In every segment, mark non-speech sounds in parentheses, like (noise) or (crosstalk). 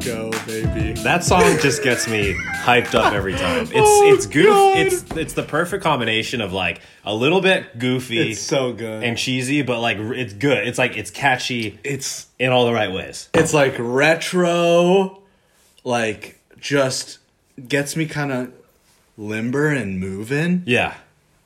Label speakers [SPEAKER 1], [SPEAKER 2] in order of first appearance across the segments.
[SPEAKER 1] go, baby.
[SPEAKER 2] That song just gets me hyped up every time. It's
[SPEAKER 1] Oh,
[SPEAKER 2] it's goof.
[SPEAKER 1] God.
[SPEAKER 2] It's it's the perfect combination of like a little bit goofy
[SPEAKER 1] It's so good.
[SPEAKER 2] and cheesy, but like r- it's good. It's like it's catchy
[SPEAKER 1] it's
[SPEAKER 2] in all the right ways.
[SPEAKER 1] it's like retro, like just gets me kind of limber and moving,
[SPEAKER 2] Yeah.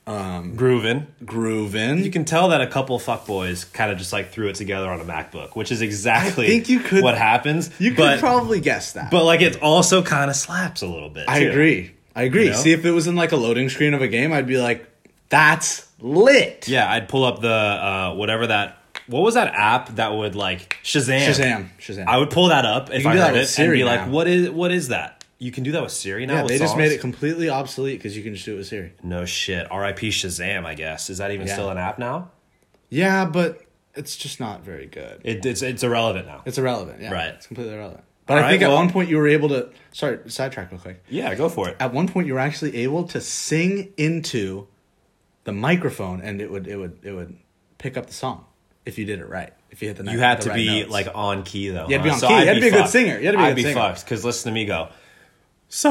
[SPEAKER 2] Um, Grooving.
[SPEAKER 1] grooving.
[SPEAKER 2] You can tell that a couple fuckboys kind of just like threw it together on a MacBook, which is exactly
[SPEAKER 1] I think you could-
[SPEAKER 2] what happens.
[SPEAKER 1] you could
[SPEAKER 2] but,
[SPEAKER 1] probably guess that.
[SPEAKER 2] but like it also kind of slaps a little bit.
[SPEAKER 1] I
[SPEAKER 2] too.
[SPEAKER 1] agree. I agree.
[SPEAKER 2] You know?
[SPEAKER 1] See, if it was in like a loading screen of a game, I'd be like, "That's lit."
[SPEAKER 2] Yeah, I'd pull up the uh, whatever that what was that app that would like Shazam.
[SPEAKER 1] Shazam, Shazam.
[SPEAKER 2] I would pull that up if
[SPEAKER 1] can
[SPEAKER 2] I
[SPEAKER 1] do that
[SPEAKER 2] heard
[SPEAKER 1] with
[SPEAKER 2] it and
[SPEAKER 1] Siri
[SPEAKER 2] be
[SPEAKER 1] now.
[SPEAKER 2] like, "What is what is that?" You can do that with Siri now.
[SPEAKER 1] Yeah,
[SPEAKER 2] with
[SPEAKER 1] they just made
[SPEAKER 2] songs?
[SPEAKER 1] it completely obsolete because you can just do it with Siri.
[SPEAKER 2] No shit. R.I.P. Shazam. I guess is that even
[SPEAKER 1] Yeah.
[SPEAKER 2] still an app now?
[SPEAKER 1] Yeah, but it's just not very good.
[SPEAKER 2] It, it's it's irrelevant now.
[SPEAKER 1] It's irrelevant. Yeah,
[SPEAKER 2] Right.
[SPEAKER 1] It's completely irrelevant. But I
[SPEAKER 2] right,
[SPEAKER 1] think at
[SPEAKER 2] well-
[SPEAKER 1] one point you were able to. Sorry, sidetrack real quick.
[SPEAKER 2] Yeah, go for it.
[SPEAKER 1] At one point you were actually able to sing into the microphone, and it would it would it would pick up the song if you did it right. If you hit the
[SPEAKER 2] You had to be like on key though. You
[SPEAKER 1] had to be on key. You had to be a good singer. You had to be a
[SPEAKER 2] I'd
[SPEAKER 1] good
[SPEAKER 2] be
[SPEAKER 1] singer.
[SPEAKER 2] fucked because listen to me go. So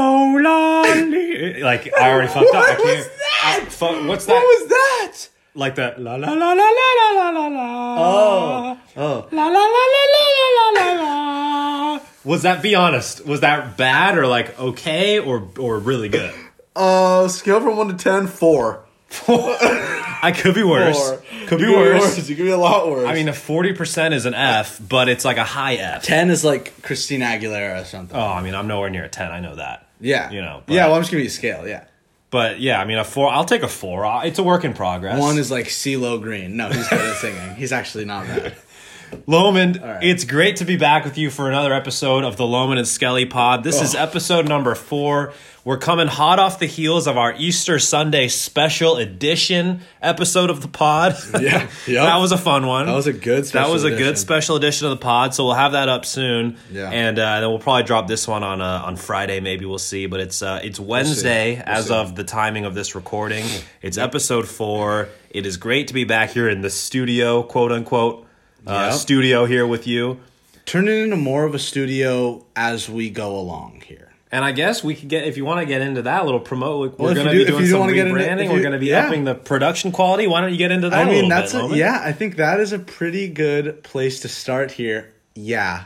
[SPEAKER 2] lonely. like I already fucked up. I
[SPEAKER 1] What
[SPEAKER 2] can't.
[SPEAKER 1] was
[SPEAKER 2] I-
[SPEAKER 1] that?
[SPEAKER 2] fuck, what's that?
[SPEAKER 1] What was that?
[SPEAKER 2] like that la la la la la la la la la
[SPEAKER 1] Oh, oh.
[SPEAKER 2] la la la la la la la la was that be honest was that bad or like okay or or really good
[SPEAKER 1] Uh, scale from one to ten, four.
[SPEAKER 2] i could be worse
[SPEAKER 1] Four.
[SPEAKER 2] could be
[SPEAKER 1] You
[SPEAKER 2] worse.
[SPEAKER 1] You could be a lot worse.
[SPEAKER 2] i mean a 40% is an f but it's like a high f
[SPEAKER 1] ten is like Christina Aguilera or something.
[SPEAKER 2] oh i mean i'm nowhere near a 10 i know that
[SPEAKER 1] yeah.
[SPEAKER 2] you know, but-
[SPEAKER 1] Yeah. Well, I'm just gonna be scale. Yeah.
[SPEAKER 2] but yeah i mean a 4 i'll take a 4 I- it's a work in progress
[SPEAKER 1] One is like CeeLo Green. No, he's good at singing. He's actually not bad.
[SPEAKER 2] Loman,
[SPEAKER 1] right.
[SPEAKER 2] it's great to be back with you for another episode of the Loman and Skelly Pod. This is
[SPEAKER 1] Ugh.
[SPEAKER 2] episode number four. We're coming hot off the heels of our Easter Sunday special edition episode of the pod.
[SPEAKER 1] (laughs)
[SPEAKER 2] (laughs)
[SPEAKER 1] Yeah, yeah.
[SPEAKER 2] that was a fun one. That
[SPEAKER 1] was a good
[SPEAKER 2] That
[SPEAKER 1] special
[SPEAKER 2] was a
[SPEAKER 1] edition.
[SPEAKER 2] good special edition of the pod. So we'll have that up soon.
[SPEAKER 1] Yeah.
[SPEAKER 2] and uh, then we'll probably drop this one on uh, on Friday. Maybe we'll see. But it's uh, it's Wednesday as
[SPEAKER 1] see.
[SPEAKER 2] of of the timing of this recording.
[SPEAKER 1] Hmm.
[SPEAKER 2] It's episode four. It is great to be back here in the studio, quote unquote, uh,
[SPEAKER 1] Yep.
[SPEAKER 2] studio here with you.
[SPEAKER 1] Turn it into more of a studio as we go along here.
[SPEAKER 2] And I guess we could get if you want to get into that a little promote. We're
[SPEAKER 1] Well, if you
[SPEAKER 2] going to
[SPEAKER 1] do-
[SPEAKER 2] be
[SPEAKER 1] if
[SPEAKER 2] doing
[SPEAKER 1] you don't
[SPEAKER 2] some
[SPEAKER 1] wanna get into-
[SPEAKER 2] rebranding.
[SPEAKER 1] if
[SPEAKER 2] We're
[SPEAKER 1] you-
[SPEAKER 2] going to be
[SPEAKER 1] yeah.
[SPEAKER 2] upping the production quality. Why don't you get into that?
[SPEAKER 1] I
[SPEAKER 2] a
[SPEAKER 1] mean,
[SPEAKER 2] little
[SPEAKER 1] that's
[SPEAKER 2] bit,
[SPEAKER 1] a,
[SPEAKER 2] Loman?
[SPEAKER 1] yeah. I think that is a pretty good place to start here. Yeah,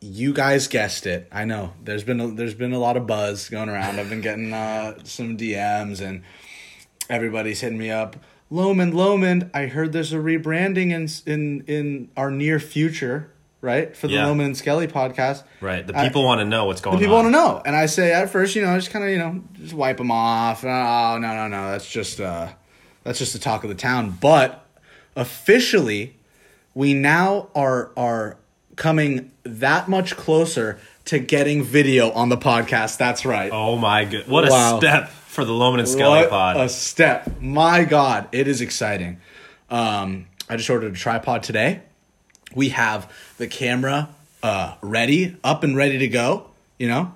[SPEAKER 1] you guys guessed it. I know there's been a, there's been a lot of buzz going around. I've been getting uh, some DMs and everybody's hitting me up. Lomond, Lomond. I heard there's a rebranding in in in our near future, right? For the
[SPEAKER 2] Yeah.
[SPEAKER 1] Lomond and Skelly podcast,
[SPEAKER 2] Right. The
[SPEAKER 1] I-
[SPEAKER 2] people want to know what's going
[SPEAKER 1] People
[SPEAKER 2] on.
[SPEAKER 1] want to know, and I say at first, you know, I just kind of, you know, just wipe them off. Oh no, no, no, that's just, uh, that's just the talk of the town. But officially, we now are are coming that much closer to getting video on the podcast. That's right.
[SPEAKER 2] oh my god! What
[SPEAKER 1] Wow.
[SPEAKER 2] a step for the Loman and Skelly
[SPEAKER 1] what
[SPEAKER 2] Pod.
[SPEAKER 1] a step! My God, it is exciting. Um, I just ordered a tripod today. We have the camera uh, ready, up and ready to go. You know,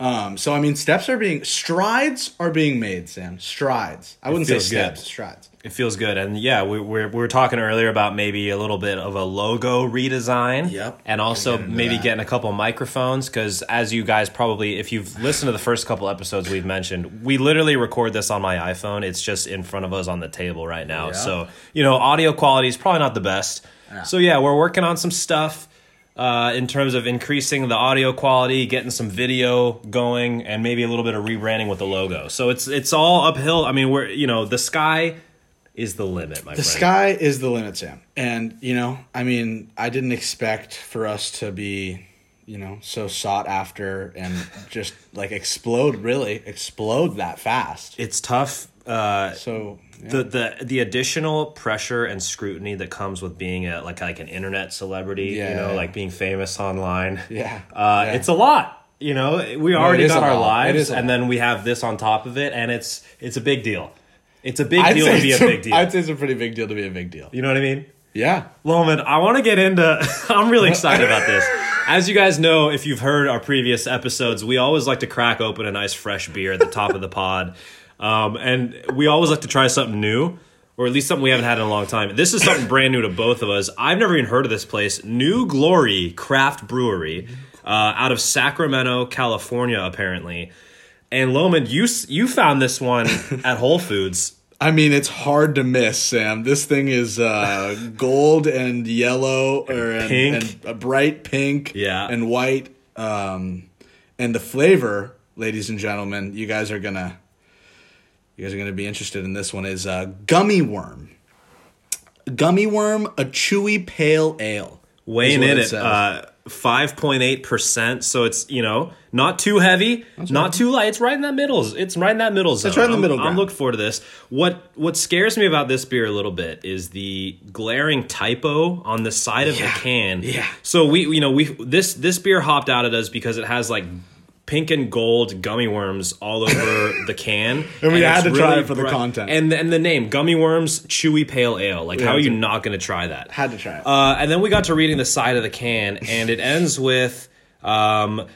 [SPEAKER 1] um, so I mean, steps are being strides are being made. Sam, strides. I wouldn't say
[SPEAKER 2] feels good.
[SPEAKER 1] steps, strides.
[SPEAKER 2] It feels good, and yeah, we, we're we were talking earlier about maybe a little bit of a logo redesign.
[SPEAKER 1] Yep.
[SPEAKER 2] and also
[SPEAKER 1] Gonna get into
[SPEAKER 2] maybe
[SPEAKER 1] that.
[SPEAKER 2] getting a couple microphones because, as you guys probably, if you've listened to the first couple episodes we've mentioned, we literally record this on my iPhone. It's just in front of us on the table right now,
[SPEAKER 1] Yeah.
[SPEAKER 2] so you know, audio quality is probably not the best. So yeah, we're working on some stuff. Uh, in terms of increasing the audio quality, getting some video going, and maybe a little bit of rebranding with the logo, so it's it's all uphill. I mean, we're you know the sky is the limit, my
[SPEAKER 1] The
[SPEAKER 2] friend.
[SPEAKER 1] sky is the limit, Sam. And you know, I mean, I didn't expect for us to be, you know, so sought after and just like explode, really explode that fast.
[SPEAKER 2] it's tough. Uh,
[SPEAKER 1] So yeah.
[SPEAKER 2] the the the additional pressure and scrutiny that comes with being a like like an internet celebrity, you
[SPEAKER 1] Yeah,
[SPEAKER 2] know,
[SPEAKER 1] yeah.
[SPEAKER 2] like being famous online.
[SPEAKER 1] Yeah,
[SPEAKER 2] uh,
[SPEAKER 1] yeah.
[SPEAKER 2] it's a lot. You know, we already
[SPEAKER 1] is
[SPEAKER 2] got
[SPEAKER 1] a
[SPEAKER 2] our
[SPEAKER 1] lot. It
[SPEAKER 2] lives,
[SPEAKER 1] is a
[SPEAKER 2] and
[SPEAKER 1] lot.
[SPEAKER 2] then we have this on top of it, and it's it's a big deal. It's a big
[SPEAKER 1] I'd
[SPEAKER 2] deal
[SPEAKER 1] say
[SPEAKER 2] to be a
[SPEAKER 1] it's a-
[SPEAKER 2] big deal.
[SPEAKER 1] I'd say it's a pretty big deal to be a big deal.
[SPEAKER 2] you know what I mean?
[SPEAKER 1] Yeah.
[SPEAKER 2] Loman, I want to get into. (laughs) I'm really excited about this. As you guys know, if you've heard our previous episodes, we always like to crack open a nice fresh beer at the top of the pod, um, and we always like to try something new. or at least something we haven't had in a long time. This is something brand new to both of us. I've never even heard of this place. New Glory Craft Brewery uh, out of Sacramento, California, apparently. And Loman, you s- you found this one at Whole Foods.
[SPEAKER 1] I mean, it's hard to miss, Sam. This thing is (laughs) uh, gold and yellow, or and,
[SPEAKER 2] pink.
[SPEAKER 1] and a bright pink,
[SPEAKER 2] Yeah.
[SPEAKER 1] and white. Um, and the flavor, ladies and gentlemen, you guys are gonna, you guys are gonna be interested in this one is uh, gummy worm. Gummy worm, a chewy pale ale.
[SPEAKER 2] weighing
[SPEAKER 1] is what
[SPEAKER 2] in
[SPEAKER 1] it
[SPEAKER 2] at
[SPEAKER 1] says.
[SPEAKER 2] uh, 5.8%. So it's, you know, not too heavy, not too light. It's right in that middle. It's right in that middle zone.
[SPEAKER 1] right in the
[SPEAKER 2] I'm-
[SPEAKER 1] middle
[SPEAKER 2] I'm,
[SPEAKER 1] ground.
[SPEAKER 2] looking forward to this. What what scares me about this beer a little bit is the glaring typo on the side of
[SPEAKER 1] Yeah.
[SPEAKER 2] the can.
[SPEAKER 1] Yeah.
[SPEAKER 2] So we you know, we this this beer hopped out at us because it has like pink and gold gummy worms
[SPEAKER 1] (laughs)
[SPEAKER 2] all over the can.
[SPEAKER 1] And we had
[SPEAKER 2] it's
[SPEAKER 1] to try it for the
[SPEAKER 2] bright-
[SPEAKER 1] content.
[SPEAKER 2] And and the name, gummy worms, chewy pale ale. Like how are you
[SPEAKER 1] dude.
[SPEAKER 2] not going to try that?
[SPEAKER 1] had to try it.
[SPEAKER 2] Uh, and then we got to reading the side of the can, and it ends with um,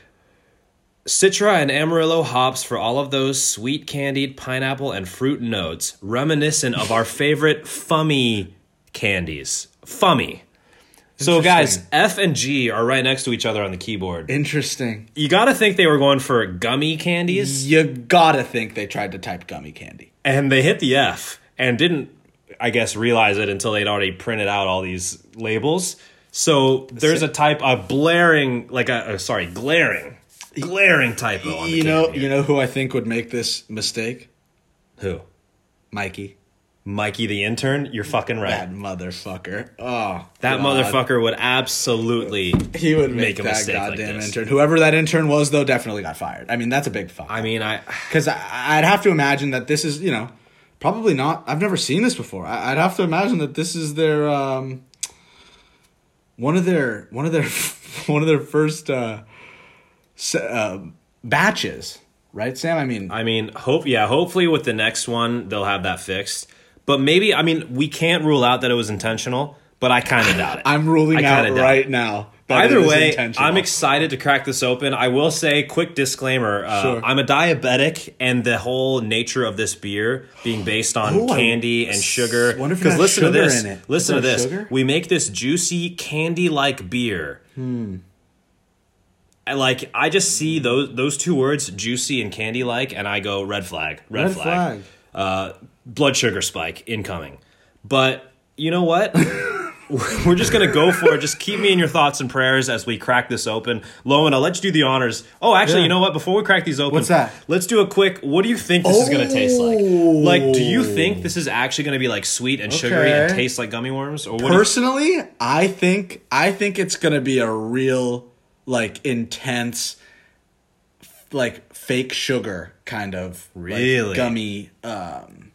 [SPEAKER 2] Citra and Amarillo hops for all of those sweet candied pineapple and fruit notes, reminiscent of our favorite Fummy candies. Fummy. So, guys, F and G are right next to each other on the keyboard.
[SPEAKER 1] Interesting.
[SPEAKER 2] You got to think they were going for gummy candies,
[SPEAKER 1] You gotta think they tried to type gummy candy.
[SPEAKER 2] and they hit the F and didn't, I guess, realize it until they'd already printed out all these labels. So there's a type, a blaring, like a, oh, sorry, glaring, glaring typo. On the
[SPEAKER 1] You know,
[SPEAKER 2] can
[SPEAKER 1] you know who I think would make this mistake?
[SPEAKER 2] here. who?
[SPEAKER 1] Mikey.
[SPEAKER 2] Mikey the intern. You're fucking right.
[SPEAKER 1] That motherfucker. Oh,
[SPEAKER 2] That
[SPEAKER 1] God.
[SPEAKER 2] motherfucker would absolutely.
[SPEAKER 1] He would make,
[SPEAKER 2] make a
[SPEAKER 1] that
[SPEAKER 2] mistake like
[SPEAKER 1] goddamn
[SPEAKER 2] this.
[SPEAKER 1] intern. Whoever that intern was, though, definitely got fired. I mean, that's a big fuck.
[SPEAKER 2] I mean, I
[SPEAKER 1] Because I'd have to imagine that this is, you know, probably not. I've never seen this before. I- I'd have to imagine that this is their um, one of their one of their (laughs) one of their first uh, se- uh, batches, right, Sam? I mean,
[SPEAKER 2] I mean, hope yeah. Hopefully, with the next one, they'll have that fixed. But maybe I mean, we can't rule out that it was intentional. But I kind of doubt it.
[SPEAKER 1] I'm ruling
[SPEAKER 2] I
[SPEAKER 1] out
[SPEAKER 2] kinda doubt
[SPEAKER 1] right now. that it
[SPEAKER 2] Either
[SPEAKER 1] is
[SPEAKER 2] way,
[SPEAKER 1] intentional.
[SPEAKER 2] I'm excited to crack this open. I will say, quick disclaimer: uh,
[SPEAKER 1] Sure.
[SPEAKER 2] I'm a diabetic, and the whole nature of this beer being based on
[SPEAKER 1] Ooh, I
[SPEAKER 2] candy and sugar.
[SPEAKER 1] wonder if it
[SPEAKER 2] Because
[SPEAKER 1] has
[SPEAKER 2] listen to
[SPEAKER 1] sugar
[SPEAKER 2] this.
[SPEAKER 1] in it. Is
[SPEAKER 2] Listen to
[SPEAKER 1] there
[SPEAKER 2] this.
[SPEAKER 1] sugar?
[SPEAKER 2] We make this juicy candy-like beer. Hmm. Like I just see those those two words, juicy and candy-like, and I go red flag, red,
[SPEAKER 1] Red
[SPEAKER 2] flag, Uh, blood sugar spike incoming. But you know what? (laughs) We're just gonna go for it. Just keep me in your thoughts and prayers as we crack this open. Lowen, I'll let you do the honors. Oh, actually,
[SPEAKER 1] Yeah.
[SPEAKER 2] you know what? Before we crack these open,
[SPEAKER 1] What's that?
[SPEAKER 2] Let's do a quick. What do you think this is gonna taste like?
[SPEAKER 1] Oh.
[SPEAKER 2] Like, do you think this is actually gonna be like sweet and sugary and
[SPEAKER 1] Okay.
[SPEAKER 2] taste like gummy worms? Or what? do you-
[SPEAKER 1] personally i think i think it's gonna be a real like intense like fake sugar kind of like,
[SPEAKER 2] Really?
[SPEAKER 1] gummy um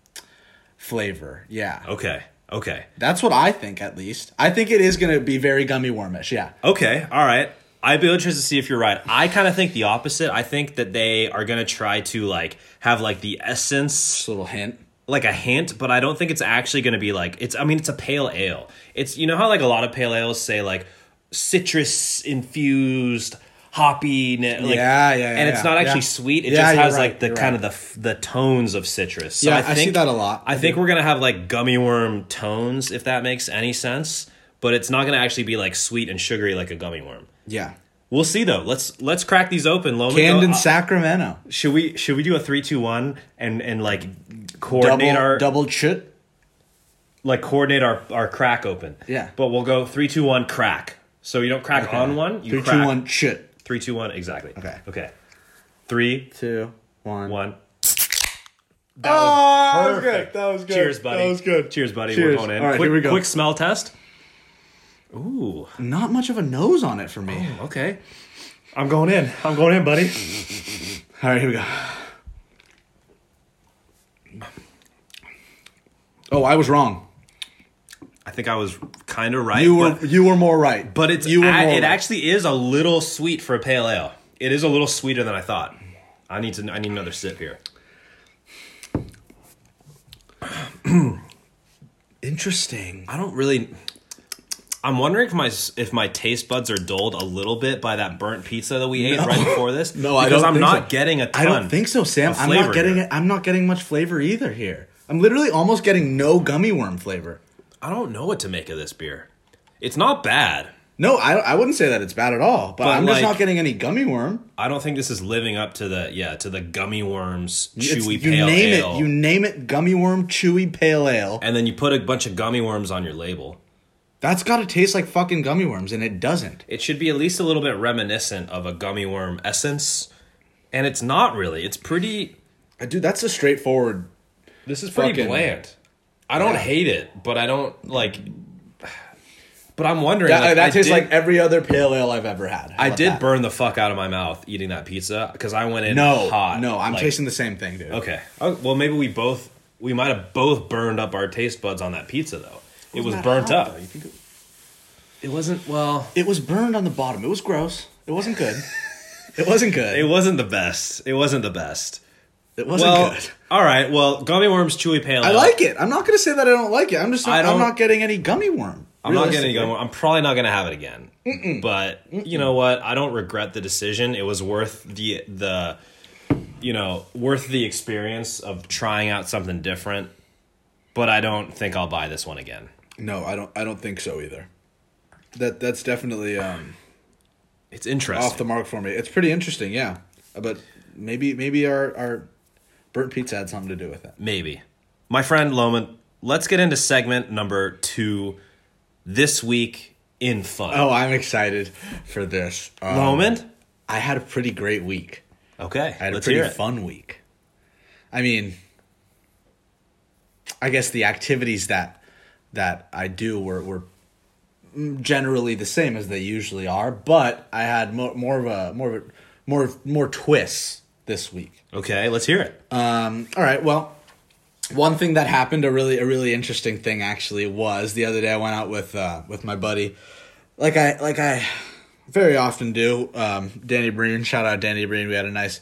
[SPEAKER 1] flavor yeah
[SPEAKER 2] okay, okay,
[SPEAKER 1] that's what i think at least i think it is gonna be very gummy wormish yeah
[SPEAKER 2] okay. All right. I'd be interested to see if you're right. I kind of think the opposite. I think that they are gonna try to like have like the essence
[SPEAKER 1] just a little hint
[SPEAKER 2] like a hint, but I don't think it's actually going to be like it's. I mean, it's a pale ale. It's you know how like a lot of pale ales say like citrus infused hoppy, ne- like,
[SPEAKER 1] Yeah, yeah,
[SPEAKER 2] and it's
[SPEAKER 1] yeah,
[SPEAKER 2] not actually
[SPEAKER 1] yeah.
[SPEAKER 2] sweet. It
[SPEAKER 1] Yeah,
[SPEAKER 2] just
[SPEAKER 1] you're
[SPEAKER 2] has like
[SPEAKER 1] right,
[SPEAKER 2] the
[SPEAKER 1] you're
[SPEAKER 2] kind of the f- the tones of citrus. So
[SPEAKER 1] Yeah, I see that a lot.
[SPEAKER 2] I think we're gonna have like gummy worm tones if that makes any sense. But it's not gonna actually be like sweet and sugary like a gummy worm.
[SPEAKER 1] yeah
[SPEAKER 2] We'll see though. Let's let's crack these open. Low
[SPEAKER 1] canned in sacramento
[SPEAKER 2] should we should we do a three two one and and like coordinate
[SPEAKER 1] double
[SPEAKER 2] our
[SPEAKER 1] double chit
[SPEAKER 2] like coordinate our, our crack open.
[SPEAKER 1] Yeah.
[SPEAKER 2] But we'll go three, two, one, crack. So you don't crack on one. You
[SPEAKER 1] three
[SPEAKER 2] crack.
[SPEAKER 1] two one chit
[SPEAKER 2] Three, two, one. Exactly.
[SPEAKER 1] Okay.
[SPEAKER 2] Okay. Three,
[SPEAKER 1] two one
[SPEAKER 2] one.
[SPEAKER 1] that was Oh,
[SPEAKER 2] perfect.
[SPEAKER 1] Ah, that was good
[SPEAKER 2] Cheers, buddy.
[SPEAKER 1] that was good
[SPEAKER 2] Cheers, buddy. We're
[SPEAKER 1] Cheers.
[SPEAKER 2] going in.
[SPEAKER 1] All right,
[SPEAKER 2] quick,
[SPEAKER 1] here we go.
[SPEAKER 2] Quick smell test. Ooh.
[SPEAKER 1] not much of a nose on it for me
[SPEAKER 2] Okay. I'm going in. I'm going in, buddy.
[SPEAKER 1] All right, here we go. Oh, I was wrong.
[SPEAKER 2] I think I was kind of right.
[SPEAKER 1] You were
[SPEAKER 2] but,
[SPEAKER 1] you were more right.
[SPEAKER 2] but it's
[SPEAKER 1] you were
[SPEAKER 2] a-
[SPEAKER 1] more
[SPEAKER 2] it
[SPEAKER 1] right.
[SPEAKER 2] actually is a little sweet for a pale ale. It is a little sweeter than I thought. I need to. I need another sip here.
[SPEAKER 1] interesting.
[SPEAKER 2] I don't really. I'm wondering if my if my taste buds are dulled a little bit by that burnt pizza that we ate right before
[SPEAKER 1] (laughs)
[SPEAKER 2] this.
[SPEAKER 1] No, I
[SPEAKER 2] because
[SPEAKER 1] don't
[SPEAKER 2] I'm
[SPEAKER 1] think
[SPEAKER 2] not
[SPEAKER 1] so.
[SPEAKER 2] getting a ton.
[SPEAKER 1] I don't think so, Sam.
[SPEAKER 2] of
[SPEAKER 1] I'm not
[SPEAKER 2] flavor
[SPEAKER 1] getting
[SPEAKER 2] here.
[SPEAKER 1] it. I'm not getting much flavor either here. I'm literally almost getting no gummy worm flavor.
[SPEAKER 2] I don't know what to make of this beer. It's not bad.
[SPEAKER 1] No, I, I wouldn't say that it's bad at all, but,
[SPEAKER 2] But,
[SPEAKER 1] I'm just
[SPEAKER 2] like-
[SPEAKER 1] not getting any gummy worm.
[SPEAKER 2] I don't think this is living up to the yeah to the gummy worms
[SPEAKER 1] It's-
[SPEAKER 2] chewy
[SPEAKER 1] you
[SPEAKER 2] pale
[SPEAKER 1] name
[SPEAKER 2] ale.
[SPEAKER 1] it. You name it gummy worm chewy pale ale.
[SPEAKER 2] and then you put a bunch of gummy worms on your label.
[SPEAKER 1] That's got to taste like fucking gummy worms and it doesn't.
[SPEAKER 2] It should be at least a little bit reminiscent of a gummy worm essence, and it's not really. It's pretty.
[SPEAKER 1] Uh, Dude, that's a straightforward
[SPEAKER 2] This is pretty
[SPEAKER 1] Fucking-
[SPEAKER 2] bland. I don't hate it, but I don't like. (sighs) But I'm wondering.
[SPEAKER 1] That,
[SPEAKER 2] uh, like,
[SPEAKER 1] that
[SPEAKER 2] I
[SPEAKER 1] tastes
[SPEAKER 2] did-
[SPEAKER 1] like every other pale ale I've ever had. How
[SPEAKER 2] I
[SPEAKER 1] about
[SPEAKER 2] did
[SPEAKER 1] that?
[SPEAKER 2] burn the fuck out of my mouth eating that pizza because I went in
[SPEAKER 1] No,
[SPEAKER 2] hot.
[SPEAKER 1] no, I'm
[SPEAKER 2] like-
[SPEAKER 1] tasting the same thing, dude.
[SPEAKER 2] Okay. Oh, well, maybe we both we might have both burned up our taste buds on that pizza though. It was
[SPEAKER 1] not
[SPEAKER 2] burnt
[SPEAKER 1] hot,
[SPEAKER 2] up.
[SPEAKER 1] though. You think it,
[SPEAKER 2] It wasn't well.
[SPEAKER 1] it was burned on the bottom. It was gross. It wasn't (laughs) good. it wasn't good.
[SPEAKER 2] It
[SPEAKER 1] It,
[SPEAKER 2] wasn't the best. It wasn't the best.
[SPEAKER 1] wasn't
[SPEAKER 2] Well,
[SPEAKER 1] good.
[SPEAKER 2] all right. Well, gummy worms, chewy pale.
[SPEAKER 1] I like it. I'm not gonna say that I don't like it. I'm just
[SPEAKER 2] I
[SPEAKER 1] not, I'm
[SPEAKER 2] don't-
[SPEAKER 1] not getting any gummy worm.
[SPEAKER 2] I'm not getting
[SPEAKER 1] Realistically.
[SPEAKER 2] gummy. worm. I'm probably not gonna have it again. But you know what? I don't regret the decision. It was worth the the you know worth the experience of trying out something different. But I don't think I'll buy this one again.
[SPEAKER 1] No, I don't. I don't think so either. That that's definitely um,
[SPEAKER 2] It's interesting.
[SPEAKER 1] off the mark for me. It's pretty interesting, yeah. Uh, But maybe maybe our our burnt pizza had something to do with it.
[SPEAKER 2] Maybe. My friend Loman, let's get into segment number two this week in fun.
[SPEAKER 1] Oh, I'm excited for this. Um,
[SPEAKER 2] Loman?
[SPEAKER 1] I had a pretty great week.
[SPEAKER 2] Okay.
[SPEAKER 1] I had
[SPEAKER 2] Let's
[SPEAKER 1] a
[SPEAKER 2] hear
[SPEAKER 1] pretty
[SPEAKER 2] it.
[SPEAKER 1] fun week. I mean, I guess the activities that that I do were were generally the same as they usually are, but I had more, more of a more of a, more more twists this week.
[SPEAKER 2] Okay, let's hear it.
[SPEAKER 1] Um, all right, well, one thing that happened a really a really interesting thing actually was the other day I went out with uh, with my buddy, like I like I very often do. Um, Danny Breen, shout out Danny Breen. We had a nice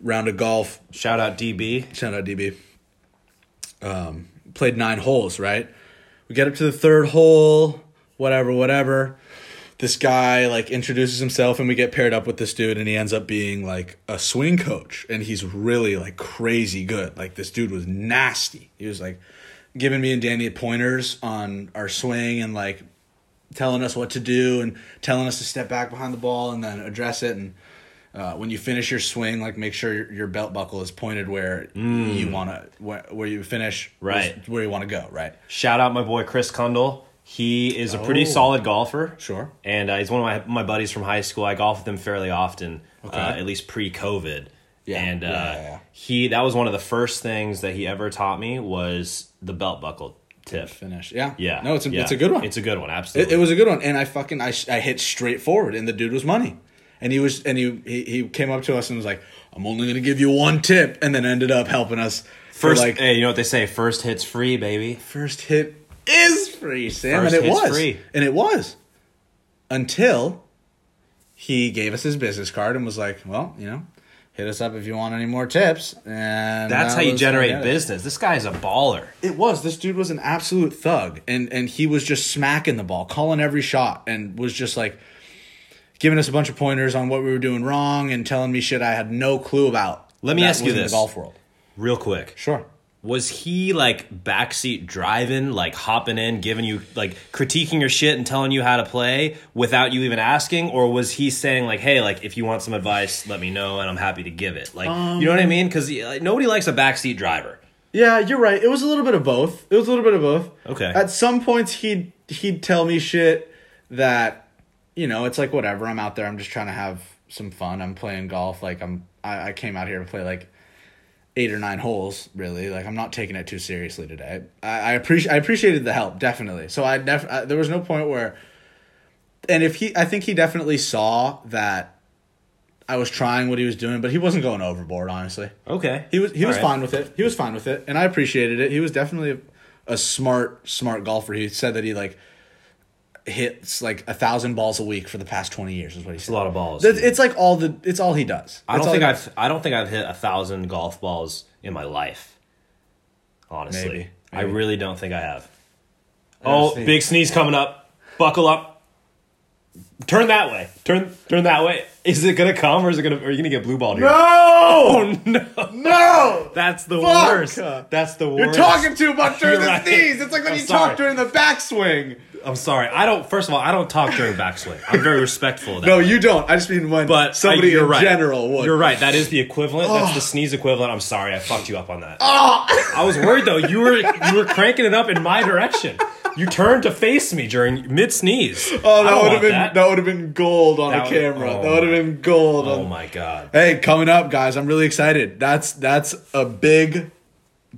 [SPEAKER 1] round of golf.
[SPEAKER 2] Shout out DB.
[SPEAKER 1] Shout out DB. Um, played nine holes, right? We get up to the third hole, whatever, whatever. This guy like introduces himself, and we get paired up with this dude, and he ends up being like a swing coach, and he's really like crazy good. Like this dude was nasty. He was like giving me and Danny pointers on our swing, and like telling us what to do, and telling us to step back behind the ball, and then address it, and uh, when you finish your swing, like make sure your, your belt buckle is pointed where you want to where, where you finish,
[SPEAKER 2] Right.
[SPEAKER 1] is where you want to go, right?
[SPEAKER 2] Shout out my boy Chris Kundle. He is a pretty
[SPEAKER 1] Oh.
[SPEAKER 2] solid golfer.
[SPEAKER 1] Sure.
[SPEAKER 2] And uh, he's one of my, my buddies from high school. I golf with him fairly often, uh, at least pre COVID.
[SPEAKER 1] Yeah,
[SPEAKER 2] And uh,
[SPEAKER 1] yeah, yeah, yeah.
[SPEAKER 2] he that was one of the first things that he ever taught me was the belt buckle tip.
[SPEAKER 1] Finish, yeah,
[SPEAKER 2] Yeah.
[SPEAKER 1] No, it's a,
[SPEAKER 2] yeah.
[SPEAKER 1] it's a good one.
[SPEAKER 2] It's a good one,
[SPEAKER 1] it,
[SPEAKER 2] absolutely.
[SPEAKER 1] it was a good one, and I fucking I, sh- I hit straight forward, and the dude was money, and he was and he, he he came up to us and was like, "I'm only gonna give you one tip," and then ended up helping us for
[SPEAKER 2] First,
[SPEAKER 1] like
[SPEAKER 2] hey, you know what they say? First hits free, baby.
[SPEAKER 1] first hit is free, Sam,
[SPEAKER 2] First
[SPEAKER 1] and it
[SPEAKER 2] hit's
[SPEAKER 1] was
[SPEAKER 2] free.
[SPEAKER 1] and it was until he gave us his business card and was like, "Well, you know, hit us up if you want any more tips." And
[SPEAKER 2] That's
[SPEAKER 1] that
[SPEAKER 2] how you
[SPEAKER 1] was-
[SPEAKER 2] generate
[SPEAKER 1] yeah.
[SPEAKER 2] business. This guy's a baller.
[SPEAKER 1] It was this dude was an absolute thug, and and he was just smacking the ball, calling every shot, and was just like giving us a bunch of pointers on what we were doing wrong and telling me shit I had no clue about.
[SPEAKER 2] Let me
[SPEAKER 1] that
[SPEAKER 2] ask you
[SPEAKER 1] was in
[SPEAKER 2] this.
[SPEAKER 1] the golf world,
[SPEAKER 2] Real quick,
[SPEAKER 1] sure.
[SPEAKER 2] was he like backseat driving, like hopping in, giving you like critiquing your shit and telling you how to play without you even asking, or was he saying like, "Hey, like if you want some advice, let me know, and I'm happy to give it." Like, you know what I
[SPEAKER 1] Um,
[SPEAKER 2] mean? Because like, nobody likes a backseat driver.
[SPEAKER 1] Yeah, you're right. It was a little bit of both. It was a little bit of both.
[SPEAKER 2] Okay.
[SPEAKER 1] At some points, he'd he'd tell me shit that, you know, it's like whatever. I'm out there. I'm just trying to have some fun. I'm playing golf. Like I'm. I, I came out here to play like eight or nine holes. Really. Like I'm not taking it too seriously today. I, I appreciate. I appreciated the help definitely. So I def. I, there was no point where. And if he, I think he definitely saw that. I was trying what he was doing, but he wasn't going overboard. Honestly,
[SPEAKER 2] Okay,
[SPEAKER 1] he was he was
[SPEAKER 2] All right.
[SPEAKER 1] fine with it. He was fine with it, and I appreciated it. He was definitely a, a smart smart golfer. He said that he like hits like a thousand balls a week for the past twenty years. Is what he said.
[SPEAKER 2] A lot of balls.
[SPEAKER 1] That's- it's like all the it's all he does.
[SPEAKER 2] I
[SPEAKER 1] That's
[SPEAKER 2] don't
[SPEAKER 1] all
[SPEAKER 2] think
[SPEAKER 1] he
[SPEAKER 2] (laughs) I've I don't think I've hit a thousand golf balls in my life. Honestly,
[SPEAKER 1] Maybe,
[SPEAKER 2] I
[SPEAKER 1] maybe.
[SPEAKER 2] really don't think I have.
[SPEAKER 1] gotta
[SPEAKER 2] Oh,
[SPEAKER 1] sneeze.
[SPEAKER 2] big sneeze coming up! Buckle up. Turn that way. Turn turn that way. Is it gonna come or is it gonna? Are you gonna get blue balled here?
[SPEAKER 1] No!
[SPEAKER 2] Oh, no.
[SPEAKER 1] No!
[SPEAKER 2] That's the
[SPEAKER 1] Fuck!
[SPEAKER 2] worst. That's the worst.
[SPEAKER 1] You're talking too
[SPEAKER 2] (laughs)
[SPEAKER 1] much during
[SPEAKER 2] You're
[SPEAKER 1] the
[SPEAKER 2] right.
[SPEAKER 1] sneeze. It's like when
[SPEAKER 2] I'm
[SPEAKER 1] you
[SPEAKER 2] sorry.
[SPEAKER 1] talk during the backswing.
[SPEAKER 2] I'm sorry. I don't. First of all, I don't talk during backswing. I'm very (laughs) respectful of that.
[SPEAKER 1] No, you don't. I just mean when
[SPEAKER 2] but I-
[SPEAKER 1] somebody
[SPEAKER 2] you're
[SPEAKER 1] in
[SPEAKER 2] right.
[SPEAKER 1] general would.
[SPEAKER 2] You're right. That is the equivalent. That's the sneeze equivalent. I'm sorry. I fucked you up on that.
[SPEAKER 1] Oh!
[SPEAKER 2] I was worried though. You were you were cranking it up in my direction. You turned to face me during mid sneeze.
[SPEAKER 1] Oh, that would have been that, would have been gold on a
[SPEAKER 2] That would-
[SPEAKER 1] camera.
[SPEAKER 2] oh
[SPEAKER 1] that would have been gold.
[SPEAKER 2] Oh
[SPEAKER 1] on,
[SPEAKER 2] my god.
[SPEAKER 1] hey, coming up, guys, I'm really excited. That's that's a big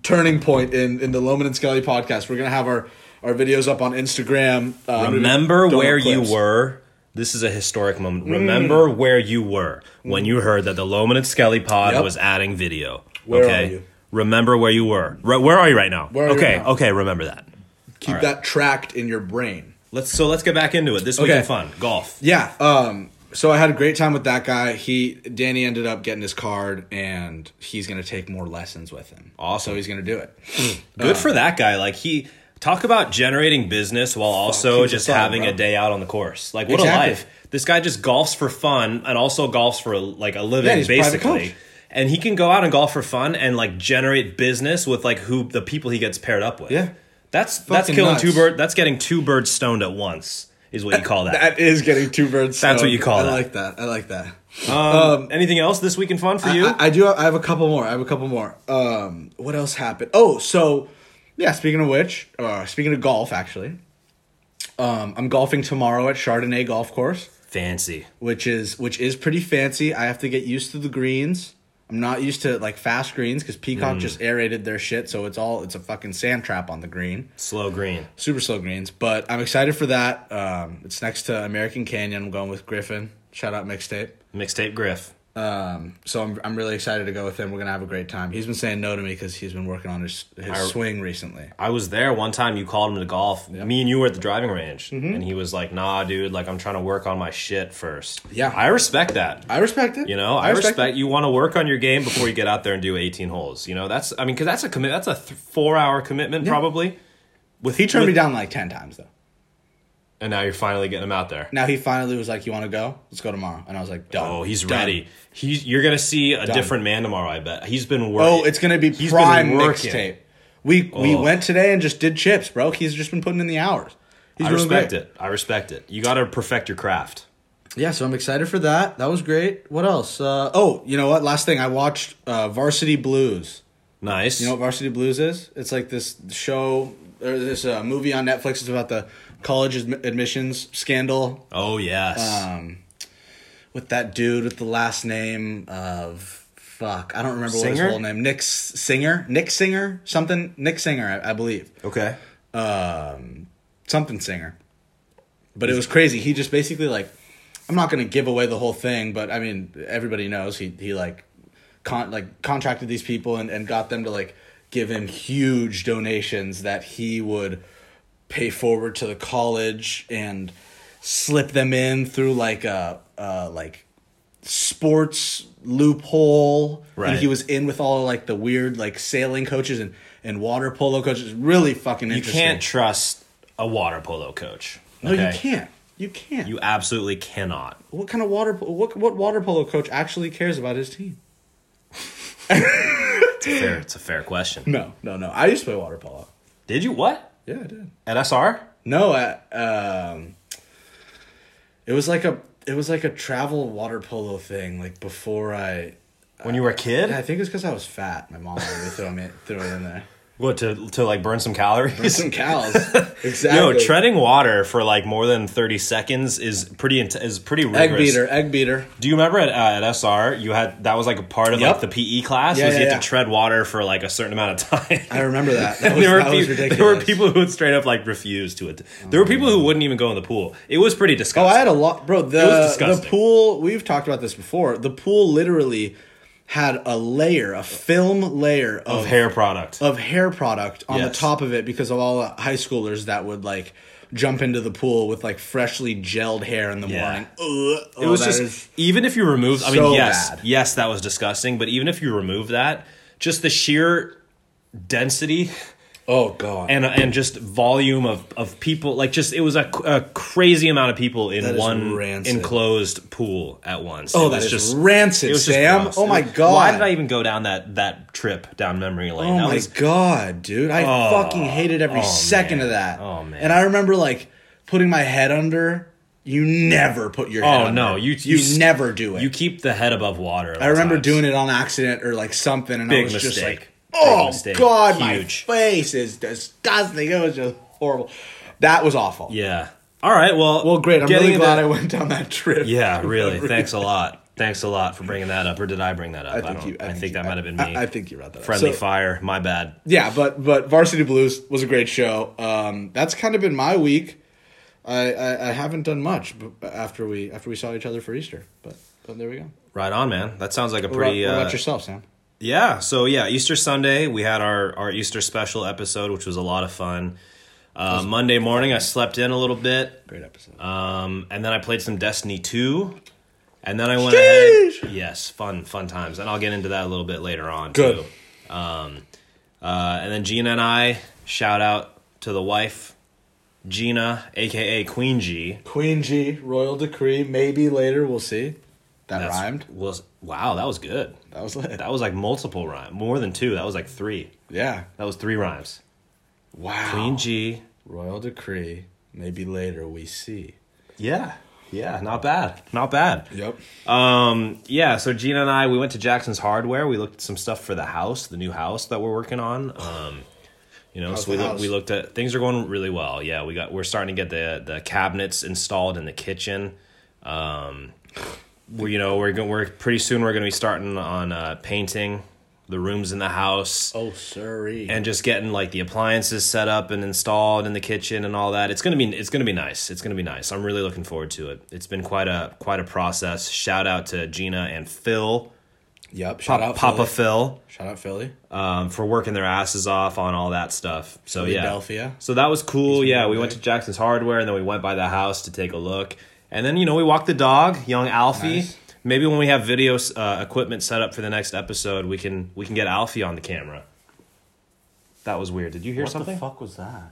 [SPEAKER 1] turning point in in the Loman and Skelly podcast. We're gonna have our our videos up on Instagram. Uh,
[SPEAKER 2] Remember
[SPEAKER 1] donut
[SPEAKER 2] where you
[SPEAKER 1] clips. Hmm.
[SPEAKER 2] were. This is a historic moment. Remember where you were when you heard that the Loman and Skelly pod
[SPEAKER 1] Yep.
[SPEAKER 2] was adding video.
[SPEAKER 1] Where
[SPEAKER 2] okay.
[SPEAKER 1] are you?
[SPEAKER 2] Remember where you were. Re- where are you right now?
[SPEAKER 1] Where are you
[SPEAKER 2] okay.
[SPEAKER 1] right now?
[SPEAKER 2] Okay. Remember that.
[SPEAKER 1] Keep that tracked in your brain.
[SPEAKER 2] Let's so let's get back into it. This week
[SPEAKER 1] Okay.
[SPEAKER 2] in fun golf.
[SPEAKER 1] Yeah. Um. So I had a great time with that guy. He Danny ended up getting his card, and he's gonna take more lessons with him. Also, he's gonna do it.
[SPEAKER 2] Good for that guy. Like he talk about generating business while also
[SPEAKER 1] he's a
[SPEAKER 2] just
[SPEAKER 1] thug,
[SPEAKER 2] having
[SPEAKER 1] bro.
[SPEAKER 2] a day out on the course. Like what
[SPEAKER 1] Exactly.
[SPEAKER 2] a life. This guy just golfs for fun and also golfs for like a living
[SPEAKER 1] Yeah, he's a private coach.
[SPEAKER 2] basically. And he can go out and golf for fun and like generate business with like who the people he gets paired up with.
[SPEAKER 1] Yeah.
[SPEAKER 2] That's that's
[SPEAKER 1] Fucking
[SPEAKER 2] killing
[SPEAKER 1] nuts.
[SPEAKER 2] two bird that's getting two birds stoned at once is what you call that.
[SPEAKER 1] That is getting two birds.
[SPEAKER 2] That's what
[SPEAKER 1] stoned.
[SPEAKER 2] you call
[SPEAKER 1] I
[SPEAKER 2] that.
[SPEAKER 1] like that. I like that.
[SPEAKER 2] Um,
[SPEAKER 1] um,
[SPEAKER 2] Anything else this week in fun for you?
[SPEAKER 1] I, I do. Have, I have a couple more. I have a couple more. Um, what else happened? Oh, so yeah. Speaking of which, uh, speaking of golf, actually, um, I'm golfing tomorrow at Chardonnay Golf Course,
[SPEAKER 2] Fancy.
[SPEAKER 1] which is which is pretty fancy. I have to get used to the greens. I'm not used to like fast greens because Peacock just aerated their shit, so it's all it's a fucking sand trap on the green,
[SPEAKER 2] Slow green.
[SPEAKER 1] super slow greens. But I'm excited for that. Um, it's next to American Canyon. I'm going with Griffin. Shout out mixtape.
[SPEAKER 2] Mixtape Griff.
[SPEAKER 1] Um, so I'm I'm really excited to go with him. We're gonna have a great time. He's been saying no to me because he's been working on his his swing recently.
[SPEAKER 2] I was there one time. You called him to golf. Me and you were at the driving range,
[SPEAKER 1] Mm-hmm.
[SPEAKER 2] and he was like, "Nah, dude. Like, I'm trying to work on my shit first.
[SPEAKER 1] Yeah.
[SPEAKER 2] I respect that.
[SPEAKER 1] I respect it.
[SPEAKER 2] you know, I, respect, you want to work on your game before you get out there and do 18 holes. You know, that's I mean, because that's a commit. That's a th- four hour commitment probably. With
[SPEAKER 1] He turned me
[SPEAKER 2] with-
[SPEAKER 1] down like ten times though.
[SPEAKER 2] and now you're finally getting him out there.
[SPEAKER 1] Now he finally was like, "You want to go? Let's go tomorrow." And I was like, "Done."
[SPEAKER 2] Oh, he's
[SPEAKER 1] Done.
[SPEAKER 2] ready. He's you're gonna see a different man tomorrow. I bet he's been working.
[SPEAKER 1] Oh, it's gonna be
[SPEAKER 2] He's been
[SPEAKER 1] prime
[SPEAKER 2] working.
[SPEAKER 1] mixtape. We we
[SPEAKER 2] Oh.
[SPEAKER 1] went today and just did chips, bro. He's just been putting in the hours. He's
[SPEAKER 2] I
[SPEAKER 1] doing
[SPEAKER 2] respect
[SPEAKER 1] great.
[SPEAKER 2] it. I respect it. You got to perfect your craft.
[SPEAKER 1] Yeah, so I'm excited for that. That was great. What else? Uh, oh, you know what? Last thing I watched uh, Varsity Blues.
[SPEAKER 2] Nice.
[SPEAKER 1] You know what Varsity Blues is? It's like this show or this uh, movie on Netflix. It's about the college admi- admissions scandal
[SPEAKER 2] oh yes.
[SPEAKER 1] Uh, with that dude with the last name of fuck. I don't remember what his
[SPEAKER 2] Singer?
[SPEAKER 1] whole name. Nick S- Singer, Nick Singer, something. Nick Singer, I, I believe.
[SPEAKER 2] okay.
[SPEAKER 1] something singer. But it was crazy. He just basically like I'm not gonna give away the whole thing, but I mean everybody knows he he like con like contracted these people and, and got them to like give him huge donations that he would pay forward to the college and slip them in through like a uh like sports loophole and
[SPEAKER 2] Right.
[SPEAKER 1] he was in with all like the weird like sailing coaches and and water polo coaches really fucking
[SPEAKER 2] You
[SPEAKER 1] interesting
[SPEAKER 2] can't trust a water polo coach.
[SPEAKER 1] no,
[SPEAKER 2] okay?
[SPEAKER 1] you can't. You can't.
[SPEAKER 2] You absolutely cannot.
[SPEAKER 1] what kind of water? po- What what water polo coach actually cares about his team?
[SPEAKER 2] It's a fair, it's a fair question.
[SPEAKER 1] No, no, no. I used to play water polo.
[SPEAKER 2] Did you what?
[SPEAKER 1] Yeah, I did.
[SPEAKER 2] At SR?
[SPEAKER 1] No, I, um, it was like a it was like a travel water polo thing. Like before I,
[SPEAKER 2] When you were a kid?
[SPEAKER 1] I think it's because I was fat. My mom made me throw me throw it in there.
[SPEAKER 2] What to to like burn some
[SPEAKER 1] (laughs)
[SPEAKER 2] calories? (laughs)
[SPEAKER 1] Some cows.
[SPEAKER 2] Yo,
[SPEAKER 1] (laughs) Exactly.
[SPEAKER 2] treading water for like more than thirty seconds is pretty int- is pretty rigorous.
[SPEAKER 1] egg beater. Egg beater.
[SPEAKER 2] Do you remember at, uh, at SR you had that was like a part of
[SPEAKER 1] Yep.
[SPEAKER 2] like the PE class
[SPEAKER 1] Yeah,
[SPEAKER 2] was you
[SPEAKER 1] yeah,
[SPEAKER 2] had
[SPEAKER 1] yeah.
[SPEAKER 2] to tread water for like a certain amount of time. (laughs)
[SPEAKER 1] I remember that. That was,
[SPEAKER 2] there were
[SPEAKER 1] that was
[SPEAKER 2] peop-
[SPEAKER 1] ridiculous.
[SPEAKER 2] there were people who would straight up like refuse to it. There were people who wouldn't even go in the pool. It was pretty
[SPEAKER 1] Oh,
[SPEAKER 2] disgusting.
[SPEAKER 1] I had a lot, bro. The
[SPEAKER 2] was
[SPEAKER 1] the
[SPEAKER 2] disgusting.
[SPEAKER 1] pool. We've talked about this before. The pool literally had a layer, a film layer of
[SPEAKER 2] of hair product.
[SPEAKER 1] of hair product on the
[SPEAKER 2] Yes.
[SPEAKER 1] top of it because of all the high schoolers that would like jump into the pool with like freshly gelled hair in the
[SPEAKER 2] Yeah.
[SPEAKER 1] morning. Ugh.
[SPEAKER 2] It was just even if you remove. I
[SPEAKER 1] Oh, so
[SPEAKER 2] mean, yes,
[SPEAKER 1] bad.
[SPEAKER 2] yes, that was disgusting. But even if you remove that, just the sheer density
[SPEAKER 1] Oh god.
[SPEAKER 2] and and just volume of of people like just it was a, a crazy amount of people in
[SPEAKER 1] That is
[SPEAKER 2] one
[SPEAKER 1] rancid.
[SPEAKER 2] enclosed pool at once.
[SPEAKER 1] oh,
[SPEAKER 2] It
[SPEAKER 1] that
[SPEAKER 2] was
[SPEAKER 1] is rancid,
[SPEAKER 2] just
[SPEAKER 1] Sam.
[SPEAKER 2] gross.
[SPEAKER 1] Oh my
[SPEAKER 2] It was-
[SPEAKER 1] god.
[SPEAKER 2] Why did I even go down that that trip down memory lane?
[SPEAKER 1] Oh
[SPEAKER 2] that
[SPEAKER 1] my
[SPEAKER 2] was
[SPEAKER 1] god, dude! I fucking hated every
[SPEAKER 2] oh,
[SPEAKER 1] second
[SPEAKER 2] man.
[SPEAKER 1] of that.
[SPEAKER 2] Oh, man.
[SPEAKER 1] And I remember like putting my head under. You never put your. head
[SPEAKER 2] Oh,
[SPEAKER 1] under.
[SPEAKER 2] no, you-
[SPEAKER 1] you,
[SPEAKER 2] you-
[SPEAKER 1] never do it.
[SPEAKER 2] you keep the head above water.
[SPEAKER 1] I remember doing it on accident or like something, and I
[SPEAKER 2] Big
[SPEAKER 1] was just
[SPEAKER 2] mistake.
[SPEAKER 1] like,
[SPEAKER 2] Big
[SPEAKER 1] "Oh
[SPEAKER 2] mistake.
[SPEAKER 1] god,
[SPEAKER 2] Huge.
[SPEAKER 1] my face is disgusting." It was just horrible. That was awful.
[SPEAKER 2] Yeah. All right. Well.
[SPEAKER 1] Well, great. I'm
[SPEAKER 2] getting
[SPEAKER 1] really glad
[SPEAKER 2] into-
[SPEAKER 1] I went down that trip. (laughs)
[SPEAKER 2] Yeah. Really. Thanks a lot. Thanks a lot for bringing that up. Or did I bring that up?
[SPEAKER 1] I think,
[SPEAKER 2] don't.
[SPEAKER 1] you,
[SPEAKER 2] I, think
[SPEAKER 1] you-
[SPEAKER 2] that might have been me.
[SPEAKER 1] I, I think you read that.
[SPEAKER 2] Friendly
[SPEAKER 1] up. So-
[SPEAKER 2] fire. My bad.
[SPEAKER 1] yeah, but but Varsity Blues was a great show. Um, that's kind of been my week. I, I, I haven't done much b- after we after we saw each other for Easter, but but there we go.
[SPEAKER 2] Right on, man. That sounds like a
[SPEAKER 1] What about,
[SPEAKER 2] pretty.
[SPEAKER 1] what
[SPEAKER 2] uh,
[SPEAKER 1] about yourself, Sam?
[SPEAKER 2] Yeah. So yeah, Easter Sunday we had our our Easter special episode, which was a lot of fun. Uh, Monday morning I slept in a little bit,
[SPEAKER 1] Great episode.
[SPEAKER 2] um, and then I played some Destiny two, and then I went
[SPEAKER 1] Sheesh.
[SPEAKER 2] ahead. Yes, fun fun times, and I'll get into that a little bit later on.
[SPEAKER 1] Good.
[SPEAKER 2] Too. Um, uh, and then Gina and I shout out to the wife, Gina, aka Queen G.
[SPEAKER 1] Queen G, Royal Decree, maybe later we'll see. That rhymed.
[SPEAKER 2] Was wow, that was good.
[SPEAKER 1] That was lit.
[SPEAKER 2] That was like multiple rhymes, more than two. That was like three.
[SPEAKER 1] Yeah.
[SPEAKER 2] That was three rhymes.
[SPEAKER 1] Wow.
[SPEAKER 2] Queen G.
[SPEAKER 1] Royal Decree, maybe later we see.
[SPEAKER 2] Yeah. Yeah, not bad. Not bad.
[SPEAKER 1] Yep.
[SPEAKER 2] Um, yeah, so Gina and I we went to Jackson's Hardware. We looked at some stuff for the house, the new house that we're working on. Um, you know,
[SPEAKER 1] How's
[SPEAKER 2] so we
[SPEAKER 1] the
[SPEAKER 2] look,
[SPEAKER 1] house?
[SPEAKER 2] we looked at things are going really well. Yeah, we got we're starting to get the the cabinets installed in the kitchen. Um, we you know, we're going we're pretty soon we're going to be starting on uh painting the rooms in the house
[SPEAKER 1] Oh, sorry.
[SPEAKER 2] and just getting like the appliances set up and installed in the kitchen and all that. It's gonna be it's gonna be nice. It's gonna be nice. I'm really looking forward to it. It's been quite a quite a process. Shout out to Gina and Phil,
[SPEAKER 1] yep. Shout out
[SPEAKER 2] Papa
[SPEAKER 1] Philly.
[SPEAKER 2] Phil,
[SPEAKER 1] Shout out Philly.
[SPEAKER 2] um, for working their asses off on all that stuff. So yeah,
[SPEAKER 1] Philadelphia.
[SPEAKER 2] so that was cool. Yeah, we went
[SPEAKER 1] big.
[SPEAKER 2] to Jackson's Hardware and then we went by the house to take a look. And then you know we walked the dog, young Alfie.
[SPEAKER 1] Nice.
[SPEAKER 2] Maybe when we have video uh, equipment set up for the next episode, we can we can get Alfie on the camera. That was weird. Did you hear something?
[SPEAKER 1] fuck was that?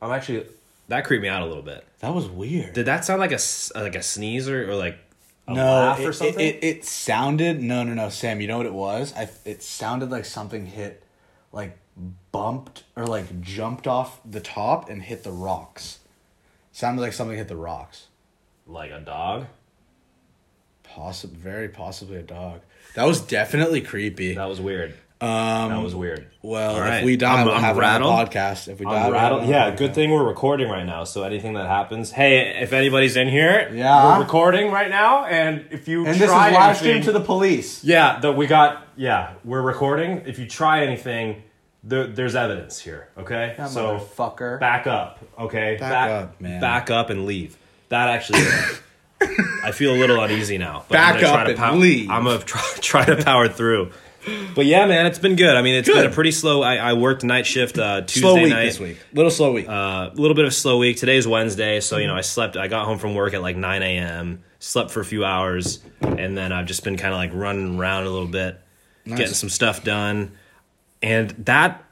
[SPEAKER 2] I'm actually that creeped me out a little bit.
[SPEAKER 1] That was weird.
[SPEAKER 2] Did that sound like a s- like a sneeze or, or like a
[SPEAKER 1] no,
[SPEAKER 2] laugh
[SPEAKER 1] it,
[SPEAKER 2] or
[SPEAKER 1] it-
[SPEAKER 2] something?
[SPEAKER 1] It, it, sounded no, no, no, Sam. You know what it was? I, it sounded like something hit, like bumped or like jumped off the top and hit the rocks. Sounded like something hit the rocks.
[SPEAKER 2] like a dog?
[SPEAKER 1] Possible, very possibly a dog. That was definitely creepy.
[SPEAKER 2] That was weird. Um, that was weird.
[SPEAKER 1] Well,
[SPEAKER 2] All
[SPEAKER 1] if
[SPEAKER 2] right.
[SPEAKER 1] we die,
[SPEAKER 2] I'm-
[SPEAKER 1] we'll
[SPEAKER 2] I'm
[SPEAKER 1] have it on the
[SPEAKER 2] rattled.
[SPEAKER 1] podcast. If we die,
[SPEAKER 2] I'm
[SPEAKER 1] we'll have it
[SPEAKER 2] rattled.
[SPEAKER 1] on the
[SPEAKER 2] Yeah,
[SPEAKER 1] podcast.
[SPEAKER 2] good thing we're recording right now. So anything that happens, hey, if anybody's in here,
[SPEAKER 1] Yeah.
[SPEAKER 2] we're recording right now. And if you
[SPEAKER 1] And this is
[SPEAKER 2] try
[SPEAKER 1] live stream
[SPEAKER 2] anything,
[SPEAKER 1] to the police.
[SPEAKER 2] yeah, that we got yeah, we're recording. If you try anything, there, there's evidence here. Okay, so
[SPEAKER 1] fucker.
[SPEAKER 2] back up, okay? Back,
[SPEAKER 1] up, man.
[SPEAKER 2] Back up and leave. That actually, I feel a little uneasy now. But
[SPEAKER 1] Back
[SPEAKER 2] I'm gonna try
[SPEAKER 1] up
[SPEAKER 2] to
[SPEAKER 1] and
[SPEAKER 2] pow-
[SPEAKER 1] leave.
[SPEAKER 2] I'm gonna try, (laughs) try to power through. But yeah, man, it's been good. I mean, it's been
[SPEAKER 1] Good.
[SPEAKER 2] a pretty slow. I, I worked night shift uh, Tuesday
[SPEAKER 1] slow week
[SPEAKER 2] night.
[SPEAKER 1] this week. Little slow week.
[SPEAKER 2] Uh, a little bit of slow week. Today's Wednesday, so you know, I slept. I got home from work at like 9 a.m. Slept for a few hours, and then I've just been kind of like running around a little bit, getting some stuff done, and that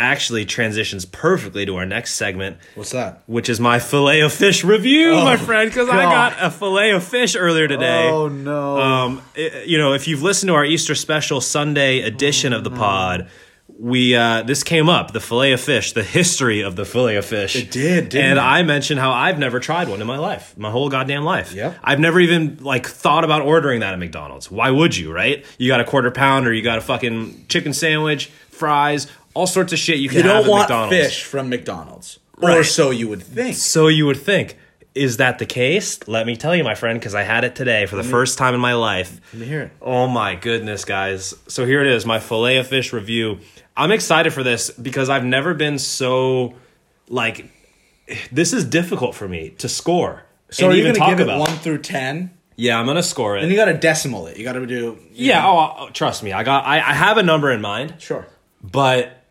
[SPEAKER 2] actually transitions perfectly to our next segment,
[SPEAKER 1] What's that?
[SPEAKER 2] which is my fillet of fish review, my friend, because I
[SPEAKER 1] God. Oh,
[SPEAKER 2] got a fillet of fish earlier today.
[SPEAKER 1] no.
[SPEAKER 2] Um, i- you know, if you've listened to our Easter special Sunday edition of the
[SPEAKER 1] Mm-hmm.
[SPEAKER 2] pod, we uh, this came up the fillet of fish, the history of the fillet of fish. It
[SPEAKER 1] did, didn't
[SPEAKER 2] and
[SPEAKER 1] it?
[SPEAKER 2] I mentioned how I've never tried one in my life, my whole goddamn life.
[SPEAKER 1] Yep.
[SPEAKER 2] I've never even like thought about ordering that at McDonald's. Why would you? Right? You got a quarter pounder, you got a fucking chicken sandwich, fries, all sorts of shit you
[SPEAKER 1] you
[SPEAKER 2] can have
[SPEAKER 1] don't
[SPEAKER 2] at
[SPEAKER 1] want
[SPEAKER 2] McDonald's.
[SPEAKER 1] fish from McDonald's, or
[SPEAKER 2] Right.
[SPEAKER 1] so you would think.
[SPEAKER 2] So you would think, is that the case? Let me tell you, my friend, because I had it today for the first time in my life.
[SPEAKER 1] Let me hear it.
[SPEAKER 2] Oh my goodness, guys. So here it is, my filet of fish review. I'm excited for this because I've never been so like this is difficult for me to score.
[SPEAKER 1] So
[SPEAKER 2] and
[SPEAKER 1] are you going
[SPEAKER 2] even
[SPEAKER 1] to
[SPEAKER 2] talk
[SPEAKER 1] give
[SPEAKER 2] about.
[SPEAKER 1] it one through ten?
[SPEAKER 2] yeah, I'm gonna score it.
[SPEAKER 1] And you got to decimal it. You got to do.
[SPEAKER 2] yeah, oh, oh, trust me. I got I, I have a number in mind,
[SPEAKER 1] sure.
[SPEAKER 2] but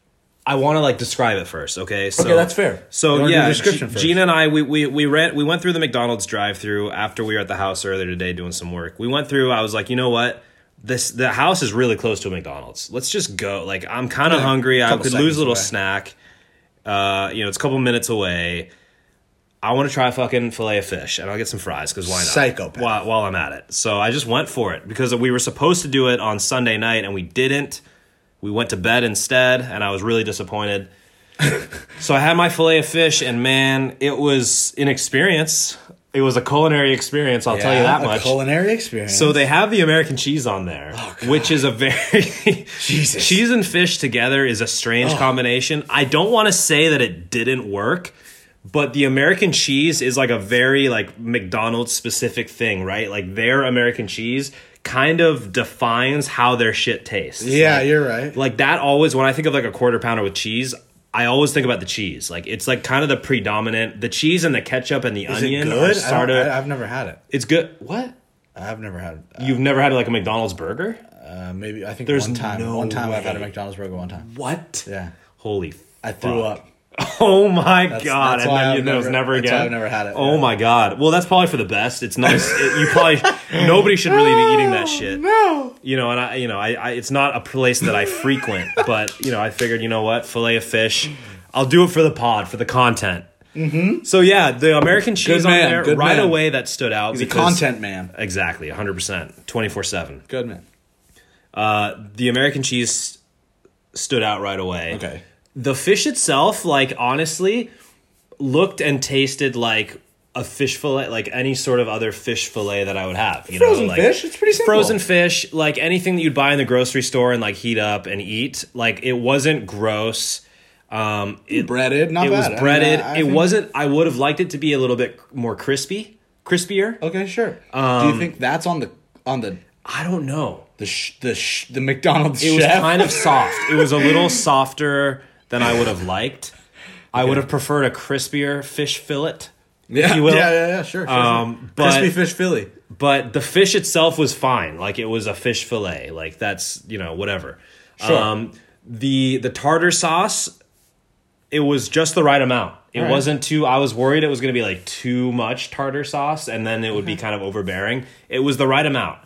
[SPEAKER 2] I want to like describe it first, okay? So
[SPEAKER 1] Okay, that's fair. You
[SPEAKER 2] So
[SPEAKER 1] wanna do
[SPEAKER 2] yeah,
[SPEAKER 1] the description
[SPEAKER 2] G-
[SPEAKER 1] first.
[SPEAKER 2] Gina and I we we we ran we went through the McDonald's drive-through after we were at the house earlier today doing some work. We went through. I was like, you know what? this the house is really close to a McDonald's. Let's just go. Like I'm kind of hungry. I
[SPEAKER 1] couple
[SPEAKER 2] could lose
[SPEAKER 1] seconds
[SPEAKER 2] a little
[SPEAKER 1] away.
[SPEAKER 2] snack. Uh, you know, it's a couple minutes away. I want to try fucking fillet of fish, and I'll get some fries because why not?
[SPEAKER 1] Psychopath.
[SPEAKER 2] While, while I'm at it, so I just went for it because we were supposed to do it on Sunday night, and we didn't. We went to bed instead, and I was
[SPEAKER 1] (laughs)
[SPEAKER 2] really disappointed. so I had my fillet of fish, and man, it was an experience. It was a culinary experience. I'll tell you
[SPEAKER 1] Yeah,
[SPEAKER 2] that
[SPEAKER 1] a
[SPEAKER 2] much.
[SPEAKER 1] culinary experience.
[SPEAKER 2] So they have the American cheese on there, which is a very
[SPEAKER 1] (laughs) Jesus. Oh.
[SPEAKER 2] cheese and fish together is a strange combination. I don't want to say that it didn't work, but the American cheese is like a very like McDonald's specific thing, right? Like their American cheese kind of defines how their shit tastes.
[SPEAKER 1] yeah,
[SPEAKER 2] Like-
[SPEAKER 1] you're right.
[SPEAKER 2] like that always when I think of like a quarter pounder with cheese, I always think about the cheese. Like it's like kind of the predominant the cheese and the ketchup and the
[SPEAKER 1] Is it
[SPEAKER 2] onion
[SPEAKER 1] good?
[SPEAKER 2] are
[SPEAKER 1] I
[SPEAKER 2] sort
[SPEAKER 1] don't-
[SPEAKER 2] of
[SPEAKER 1] I, I've never had it.
[SPEAKER 2] it's good. What?
[SPEAKER 1] I've never had.
[SPEAKER 2] You've never had like a McDonald's burger?
[SPEAKER 1] Uh, maybe I think
[SPEAKER 2] There's
[SPEAKER 1] one time.
[SPEAKER 2] no
[SPEAKER 1] one time I've had a
[SPEAKER 2] way.
[SPEAKER 1] McDonald's burger. One time.
[SPEAKER 2] What?
[SPEAKER 1] Yeah,
[SPEAKER 2] Holy.
[SPEAKER 1] I threw
[SPEAKER 2] fuck.
[SPEAKER 1] up.
[SPEAKER 2] Oh my god!
[SPEAKER 1] that's
[SPEAKER 2] and
[SPEAKER 1] why
[SPEAKER 2] then
[SPEAKER 1] I've
[SPEAKER 2] you, there was
[SPEAKER 1] never-
[SPEAKER 2] never
[SPEAKER 1] that's
[SPEAKER 2] again.
[SPEAKER 1] why I've never had it,
[SPEAKER 2] Oh
[SPEAKER 1] yeah.
[SPEAKER 2] my god! Well, that's probably for the best. It's nice. It-
[SPEAKER 1] (laughs)
[SPEAKER 2] you probably nobody should really be eating that shit.
[SPEAKER 1] No.
[SPEAKER 2] You know, and I, you know, I, I, it's not a place that
[SPEAKER 1] (laughs)
[SPEAKER 2] I frequent, but you know, I figured, you know what, fillet of fish, I'll do it for the pod, for the content. Mm-hmm. So yeah, the American cheese
[SPEAKER 1] man,
[SPEAKER 2] on there
[SPEAKER 1] good
[SPEAKER 2] right
[SPEAKER 1] man.
[SPEAKER 2] away that stood out.
[SPEAKER 1] He's a content man.
[SPEAKER 2] Exactly, 100, percent 24 seven.
[SPEAKER 1] Good man.
[SPEAKER 2] The American cheese stood out right away.
[SPEAKER 1] Okay.
[SPEAKER 2] The fish itself, like honestly, looked and tasted like a fish fillet, like any sort of other fish fillet that I would have. You
[SPEAKER 1] Frozen
[SPEAKER 2] know, like,
[SPEAKER 1] fish. It's pretty simple.
[SPEAKER 2] Frozen fish, like anything that you'd buy in the grocery store and like heat up and eat. Like it wasn't gross. Um, it,
[SPEAKER 1] breaded. Not
[SPEAKER 2] it was
[SPEAKER 1] bad. I mean,
[SPEAKER 2] breaded.
[SPEAKER 1] I- I
[SPEAKER 2] it
[SPEAKER 1] think-
[SPEAKER 2] wasn't. I would have liked it to be a little bit more crispy, crispier.
[SPEAKER 1] Okay, sure. Do
[SPEAKER 2] Um,
[SPEAKER 1] you think that's on the on the
[SPEAKER 2] I don't know.
[SPEAKER 1] the sh- the sh- the McDonald's
[SPEAKER 2] It was
[SPEAKER 1] chef?
[SPEAKER 2] kind of soft. It was
[SPEAKER 1] (laughs)
[SPEAKER 2] a little softer than I would have liked. I would have preferred a crispier fish fillet.
[SPEAKER 1] yeah,
[SPEAKER 2] if you will.
[SPEAKER 1] yeah, yeah, yeah, sure. sure,
[SPEAKER 2] Um,
[SPEAKER 1] sure.
[SPEAKER 2] but-
[SPEAKER 1] crispy fish Philly.
[SPEAKER 2] but the fish itself was fine like it was a fish fillet like that's you know whatever
[SPEAKER 1] Sure.
[SPEAKER 2] um the the tartar sauce it was just the right amount it
[SPEAKER 1] right.
[SPEAKER 2] wasn't too i was worried it was going to be like too much tartar sauce and then it would be kind of overbearing it was the right amount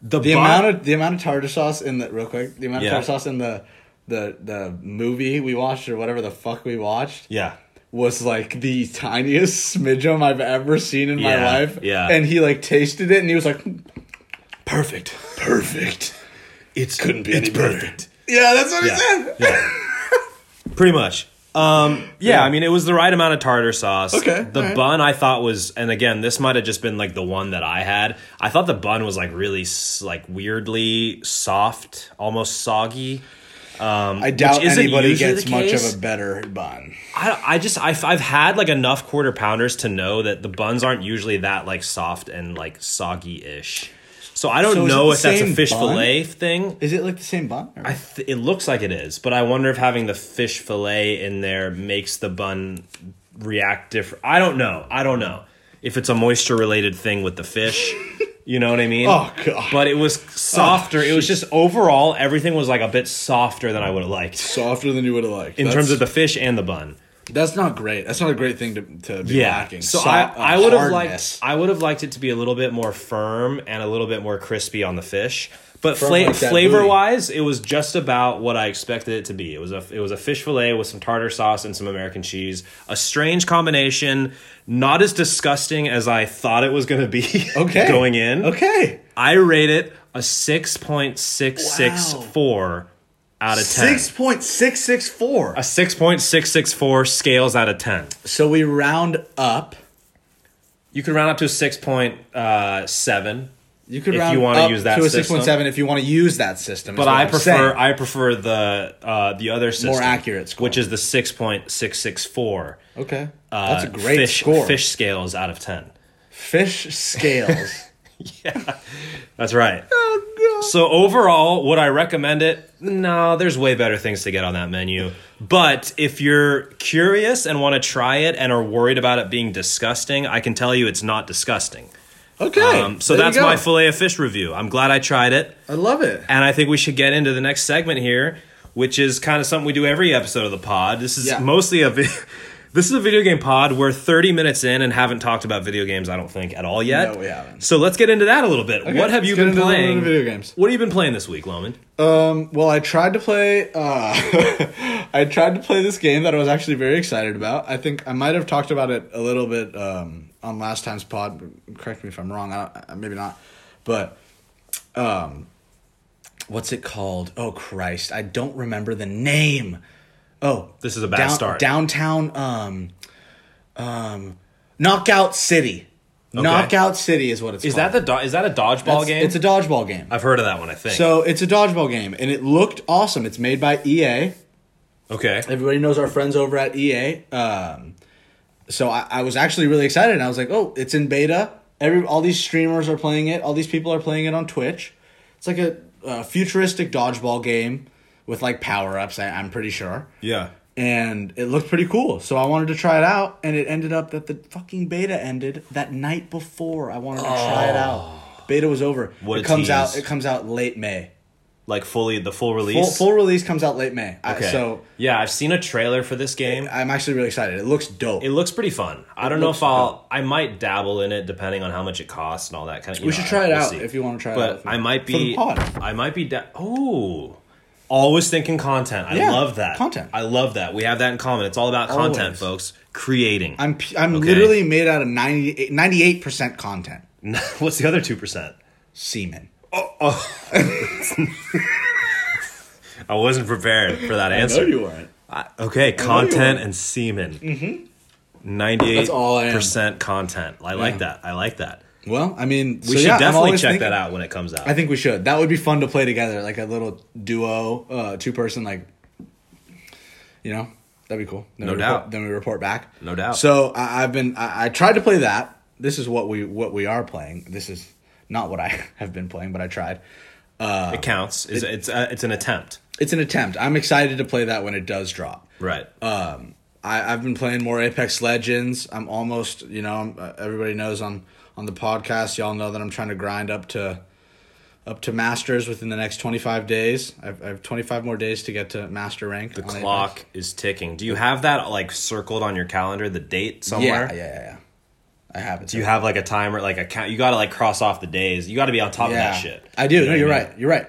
[SPEAKER 2] the,
[SPEAKER 1] Mm-hmm. The
[SPEAKER 2] bu-
[SPEAKER 1] amount of the amount of tartar sauce in the real quick. The amount
[SPEAKER 2] Yeah.
[SPEAKER 1] of tartar sauce in the the the movie we watched or whatever the fuck we watched
[SPEAKER 2] yeah
[SPEAKER 1] was like the tiniest smidgen I've ever seen in my
[SPEAKER 2] Yeah,
[SPEAKER 1] life.
[SPEAKER 2] yeah.
[SPEAKER 1] and he like tasted it and he was like, "Perfect, perfect."
[SPEAKER 2] it's couldn't be it's perfect
[SPEAKER 1] Yeah, that's what
[SPEAKER 2] Yeah.
[SPEAKER 1] he said. (laughs)
[SPEAKER 2] Yeah. Pretty much. Um, yeah, I mean, it was the right amount of tartar sauce.
[SPEAKER 1] Okay,
[SPEAKER 2] The
[SPEAKER 1] alright.
[SPEAKER 2] bun I thought was, and again, this might have just been like the one that I had. I thought the bun was like really, s- like weirdly soft, almost soggy.
[SPEAKER 1] I doubt
[SPEAKER 2] isn't
[SPEAKER 1] anybody
[SPEAKER 2] usually
[SPEAKER 1] gets
[SPEAKER 2] the
[SPEAKER 1] much
[SPEAKER 2] case.
[SPEAKER 1] of a better bun.
[SPEAKER 2] I, I just, I've, I've had like enough quarter pounders to know that the buns aren't usually that like soft and like soggy ish. So I don't
[SPEAKER 1] So is it
[SPEAKER 2] know
[SPEAKER 1] the
[SPEAKER 2] if that's a
[SPEAKER 1] same
[SPEAKER 2] fish
[SPEAKER 1] bun?
[SPEAKER 2] fillet thing.
[SPEAKER 1] Is it like the same bun? or-
[SPEAKER 2] I th- it looks like it is, but I wonder if having the fish fillet in there makes the bun react different. I don't know. I don't know if it's a moisture related thing with the fish. You know what I mean?
[SPEAKER 1] (laughs) Oh, God. Oh,
[SPEAKER 2] But it was softer. it was just overall everything was like a bit softer than I would have liked
[SPEAKER 1] Softer than you would have liked.
[SPEAKER 2] in terms of the fish and the bun.
[SPEAKER 1] That's not great. That's not a great thing to, to be
[SPEAKER 2] Yeah.
[SPEAKER 1] lacking.
[SPEAKER 2] So
[SPEAKER 1] Soft-
[SPEAKER 2] I,
[SPEAKER 1] uh,
[SPEAKER 2] I would have liked
[SPEAKER 1] hardness.
[SPEAKER 2] I would have liked it to be a little bit more firm and a little bit more crispy on the fish. But
[SPEAKER 1] Firm
[SPEAKER 2] fla-
[SPEAKER 1] like that
[SPEAKER 2] flavor
[SPEAKER 1] booty.
[SPEAKER 2] wise, it was just about what I expected it to be. It was a it was a fish fillet with some tartar sauce and some American cheese. A strange combination, not as disgusting as I thought it was going to be. (laughs)
[SPEAKER 1] Okay.
[SPEAKER 2] going in,
[SPEAKER 1] Okay.
[SPEAKER 2] I rate it a six point six six four out of ten.
[SPEAKER 1] Six point six six four.
[SPEAKER 2] a six point six six four scales out of ten.
[SPEAKER 1] So we round up.
[SPEAKER 2] You could round up to a six point uh, seven.
[SPEAKER 1] You could
[SPEAKER 2] If
[SPEAKER 1] round
[SPEAKER 2] you wanna
[SPEAKER 1] up
[SPEAKER 2] use that
[SPEAKER 1] to a
[SPEAKER 2] system.
[SPEAKER 1] six point seven if you want to use that system. is
[SPEAKER 2] But
[SPEAKER 1] what
[SPEAKER 2] I
[SPEAKER 1] I'm
[SPEAKER 2] prefer
[SPEAKER 1] saying.
[SPEAKER 2] I prefer the uh, the other system,
[SPEAKER 1] accurate score.
[SPEAKER 2] which is the six point six six four. uh,
[SPEAKER 1] okay. That's a great
[SPEAKER 2] fish,
[SPEAKER 1] score.
[SPEAKER 2] Fish scales out of ten.
[SPEAKER 1] Fish
[SPEAKER 2] (laughs)
[SPEAKER 1] scales.
[SPEAKER 2] That's right. Oh, So overall, would I recommend it? No, there's way better things to get on that menu. But if you're curious and want to try it and are worried about it being disgusting, I can tell you it's not disgusting.
[SPEAKER 1] okay.
[SPEAKER 2] Um, so
[SPEAKER 1] there you
[SPEAKER 2] that's
[SPEAKER 1] go.
[SPEAKER 2] my fillet of fish review. I'm glad I tried it.
[SPEAKER 1] I love it.
[SPEAKER 2] And I think we should get into the next segment here, which is kind of something we do every episode of the pod. This is
[SPEAKER 1] Yeah.
[SPEAKER 2] mostly a vi- (laughs) This is a video game pod. We're 30 minutes in and haven't talked about video games, I don't think, at all yet.
[SPEAKER 1] No, we haven't.
[SPEAKER 2] So let's get into that a little bit. what have
[SPEAKER 1] let's
[SPEAKER 2] you
[SPEAKER 1] get
[SPEAKER 2] been
[SPEAKER 1] into the
[SPEAKER 2] playing?
[SPEAKER 1] video games.
[SPEAKER 2] What have you been playing this week, Loman?
[SPEAKER 1] Um, well, I tried to play. Uh, (laughs) I tried to play this game that I was actually very excited about. I think I might have talked about it a little bit um, on last time's pod. but Correct me if I'm wrong. I don't, uh, maybe not, but um, what's it called? Oh Christ, I don't remember the name. Oh,
[SPEAKER 2] This is a bad
[SPEAKER 1] down,
[SPEAKER 2] start.
[SPEAKER 1] Downtown, um, um, Knockout City. Knockout City is what it's
[SPEAKER 2] Is
[SPEAKER 1] called.
[SPEAKER 2] that the do- is that a dodgeball game?
[SPEAKER 1] It's a dodgeball game.
[SPEAKER 2] I've heard of that one, I think.
[SPEAKER 1] So it's a dodgeball game, and it looked awesome. It's made by EA.
[SPEAKER 2] okay.
[SPEAKER 1] Everybody knows our friends over at EA. Um, so I, I was actually really excited, and I was like, "Oh, it's in beta. Every all these streamers are playing it. All these people are playing it on Twitch. It's like a, a futuristic dodgeball game with like power ups. I'm pretty sure."
[SPEAKER 2] Yeah.
[SPEAKER 1] And it looked pretty cool, so I wanted to try it out. And it ended up that the fucking beta ended that night before I wanted to try it out. Beta was over.
[SPEAKER 2] Oh. What
[SPEAKER 1] it
[SPEAKER 2] a
[SPEAKER 1] comes out.
[SPEAKER 2] tease.
[SPEAKER 1] It comes out late May.
[SPEAKER 2] Like fully the full release.
[SPEAKER 1] Full, full release comes out late May. I-
[SPEAKER 2] Okay.
[SPEAKER 1] so
[SPEAKER 2] yeah, I've seen a trailer for this game.
[SPEAKER 1] I'm actually really excited. It looks dope.
[SPEAKER 2] It looks pretty fun. I don't know
[SPEAKER 1] looks
[SPEAKER 2] if I'll. I might dabble in it depending on how much it costs and all that kind of.
[SPEAKER 1] we should try it out if you want to try it out.
[SPEAKER 2] But
[SPEAKER 1] for-
[SPEAKER 2] I might
[SPEAKER 1] for the
[SPEAKER 2] be.
[SPEAKER 1] pod.
[SPEAKER 2] I might be. Da- oh, always thinking content. I
[SPEAKER 1] Yeah,
[SPEAKER 2] love that
[SPEAKER 1] content.
[SPEAKER 2] I love that. We have that in common. It's all about content,
[SPEAKER 1] Always.
[SPEAKER 2] folks. Creating.
[SPEAKER 1] I'm p- I'm
[SPEAKER 2] Okay.
[SPEAKER 1] literally made out of 98 percent content.
[SPEAKER 2] (laughs) What's the other two percent?
[SPEAKER 1] Semen.
[SPEAKER 2] I wasn't prepared for that answer.
[SPEAKER 1] weren't.
[SPEAKER 2] I- okay,
[SPEAKER 1] weren't.
[SPEAKER 2] content and semen. Mm-hmm. Ninety-eight
[SPEAKER 1] all I am.
[SPEAKER 2] percent content. I like
[SPEAKER 1] Yeah.
[SPEAKER 2] that. I like that.
[SPEAKER 1] Well, I mean,
[SPEAKER 2] We should definitely check that out when it comes out.
[SPEAKER 1] I think we should. That would be fun to play together, like a little duo, uh, two person, like you know, that'd be cool. Then
[SPEAKER 2] No
[SPEAKER 1] we
[SPEAKER 2] doubt.
[SPEAKER 1] Report, then we report back.
[SPEAKER 2] No doubt.
[SPEAKER 1] So I, I've been. I, I tried to play that. This is what we what we are playing. This is not what I (laughs) have been playing, but I tried.
[SPEAKER 2] it counts. It's it's, uh, it's an attempt.
[SPEAKER 1] It's an attempt. I'm excited to play that when it does drop.
[SPEAKER 2] Right.
[SPEAKER 1] Um, I, I've been playing more Apex Legends. I'm almost, you know, I'm, uh, everybody knows on on the podcast. Y'all know that I'm trying to grind up to up to masters within the next 25 days. I've, I have 25 more days to get to master rank. The
[SPEAKER 2] Clock is ticking. Do you have that like circled on your calendar, the date somewhere?
[SPEAKER 1] Yeah, yeah, yeah, yeah. I have it.
[SPEAKER 2] Do you have like a timer, like a count? You got to like cross off the days. You got to be on top of
[SPEAKER 1] yeah.
[SPEAKER 2] that shit.
[SPEAKER 1] I do.
[SPEAKER 2] You know
[SPEAKER 1] no,
[SPEAKER 2] what
[SPEAKER 1] you're
[SPEAKER 2] mean?
[SPEAKER 1] right. You're right.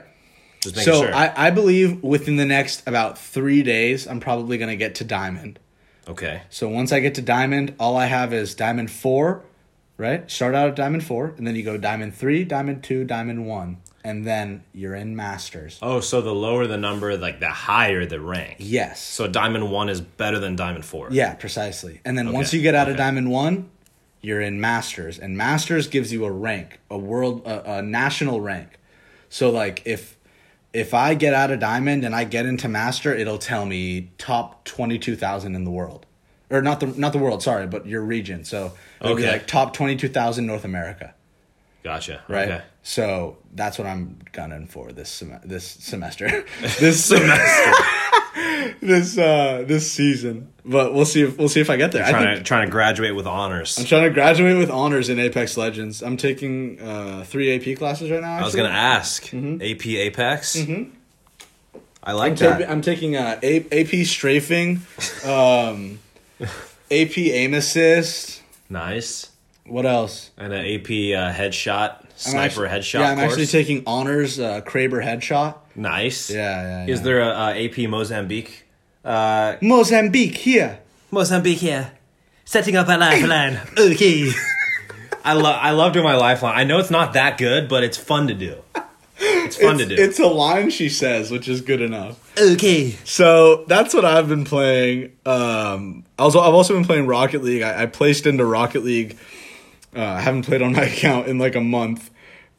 [SPEAKER 2] Just making
[SPEAKER 1] So
[SPEAKER 2] sure.
[SPEAKER 1] I, I believe within the next about three days, I'm probably going to get to diamond.
[SPEAKER 2] okay.
[SPEAKER 1] So once I get to diamond, all I have is diamond four, right? Start out at diamond four, and then you go diamond three, diamond two, diamond one, and then you're in masters.
[SPEAKER 2] Oh, so the lower the number, like the higher the rank.
[SPEAKER 1] Yes.
[SPEAKER 2] So diamond one is better than diamond four.
[SPEAKER 1] yeah, precisely. And then once
[SPEAKER 2] Okay,
[SPEAKER 1] you get out of
[SPEAKER 2] okay.
[SPEAKER 1] diamond one, you're in masters, and masters gives you a rank, a world, a, a national rank. So like if if I get out of diamond and I get into master, it'll tell me top twenty two thousand in the world. Or not the not the world, sorry, but your region. So it'll be
[SPEAKER 2] Okay.
[SPEAKER 1] like top twenty two thousand North America.
[SPEAKER 2] Gotcha.
[SPEAKER 1] right?
[SPEAKER 2] Okay.
[SPEAKER 1] So that's what I'm gunning for this sem- this semester, (laughs) this
[SPEAKER 2] (laughs) Semester.
[SPEAKER 1] this uh, this season. But we'll see if we'll see if I get there. I think
[SPEAKER 2] trying to trying to graduate with honors.
[SPEAKER 1] I'm trying to graduate with honors in Apex Legends. I'm taking uh, three AP classes right now.
[SPEAKER 2] I was gonna ask AP Apex.
[SPEAKER 1] Mm-hmm.
[SPEAKER 2] I like
[SPEAKER 1] I'm,
[SPEAKER 2] that.
[SPEAKER 1] ta- I'm taking uh, A- AP strafing,
[SPEAKER 2] (laughs)
[SPEAKER 1] um, AP aim assist.
[SPEAKER 2] nice.
[SPEAKER 1] What else?
[SPEAKER 2] And an AP uh, headshot
[SPEAKER 1] I'm
[SPEAKER 2] sniper
[SPEAKER 1] actu-
[SPEAKER 2] headshot.
[SPEAKER 1] Yeah, I'm
[SPEAKER 2] course.
[SPEAKER 1] actually taking honors uh, Kraber headshot.
[SPEAKER 2] nice.
[SPEAKER 1] Yeah, yeah.
[SPEAKER 2] Is
[SPEAKER 1] yeah.
[SPEAKER 2] there a, uh AP Mozambique? Uh,
[SPEAKER 1] Mozambique here?
[SPEAKER 2] Mozambique here, setting up a lifeline. (laughs) okay. I love I love doing my lifeline. I know it's not that good, but it's fun to do. It's fun
[SPEAKER 1] It's-
[SPEAKER 2] to do.
[SPEAKER 1] it's a line she says, which is good enough.
[SPEAKER 2] okay.
[SPEAKER 1] So that's what I've been playing. Um, also, I've also been playing Rocket League. I, I placed into Rocket League. Uh, I haven't played on (laughs) my account in like a month,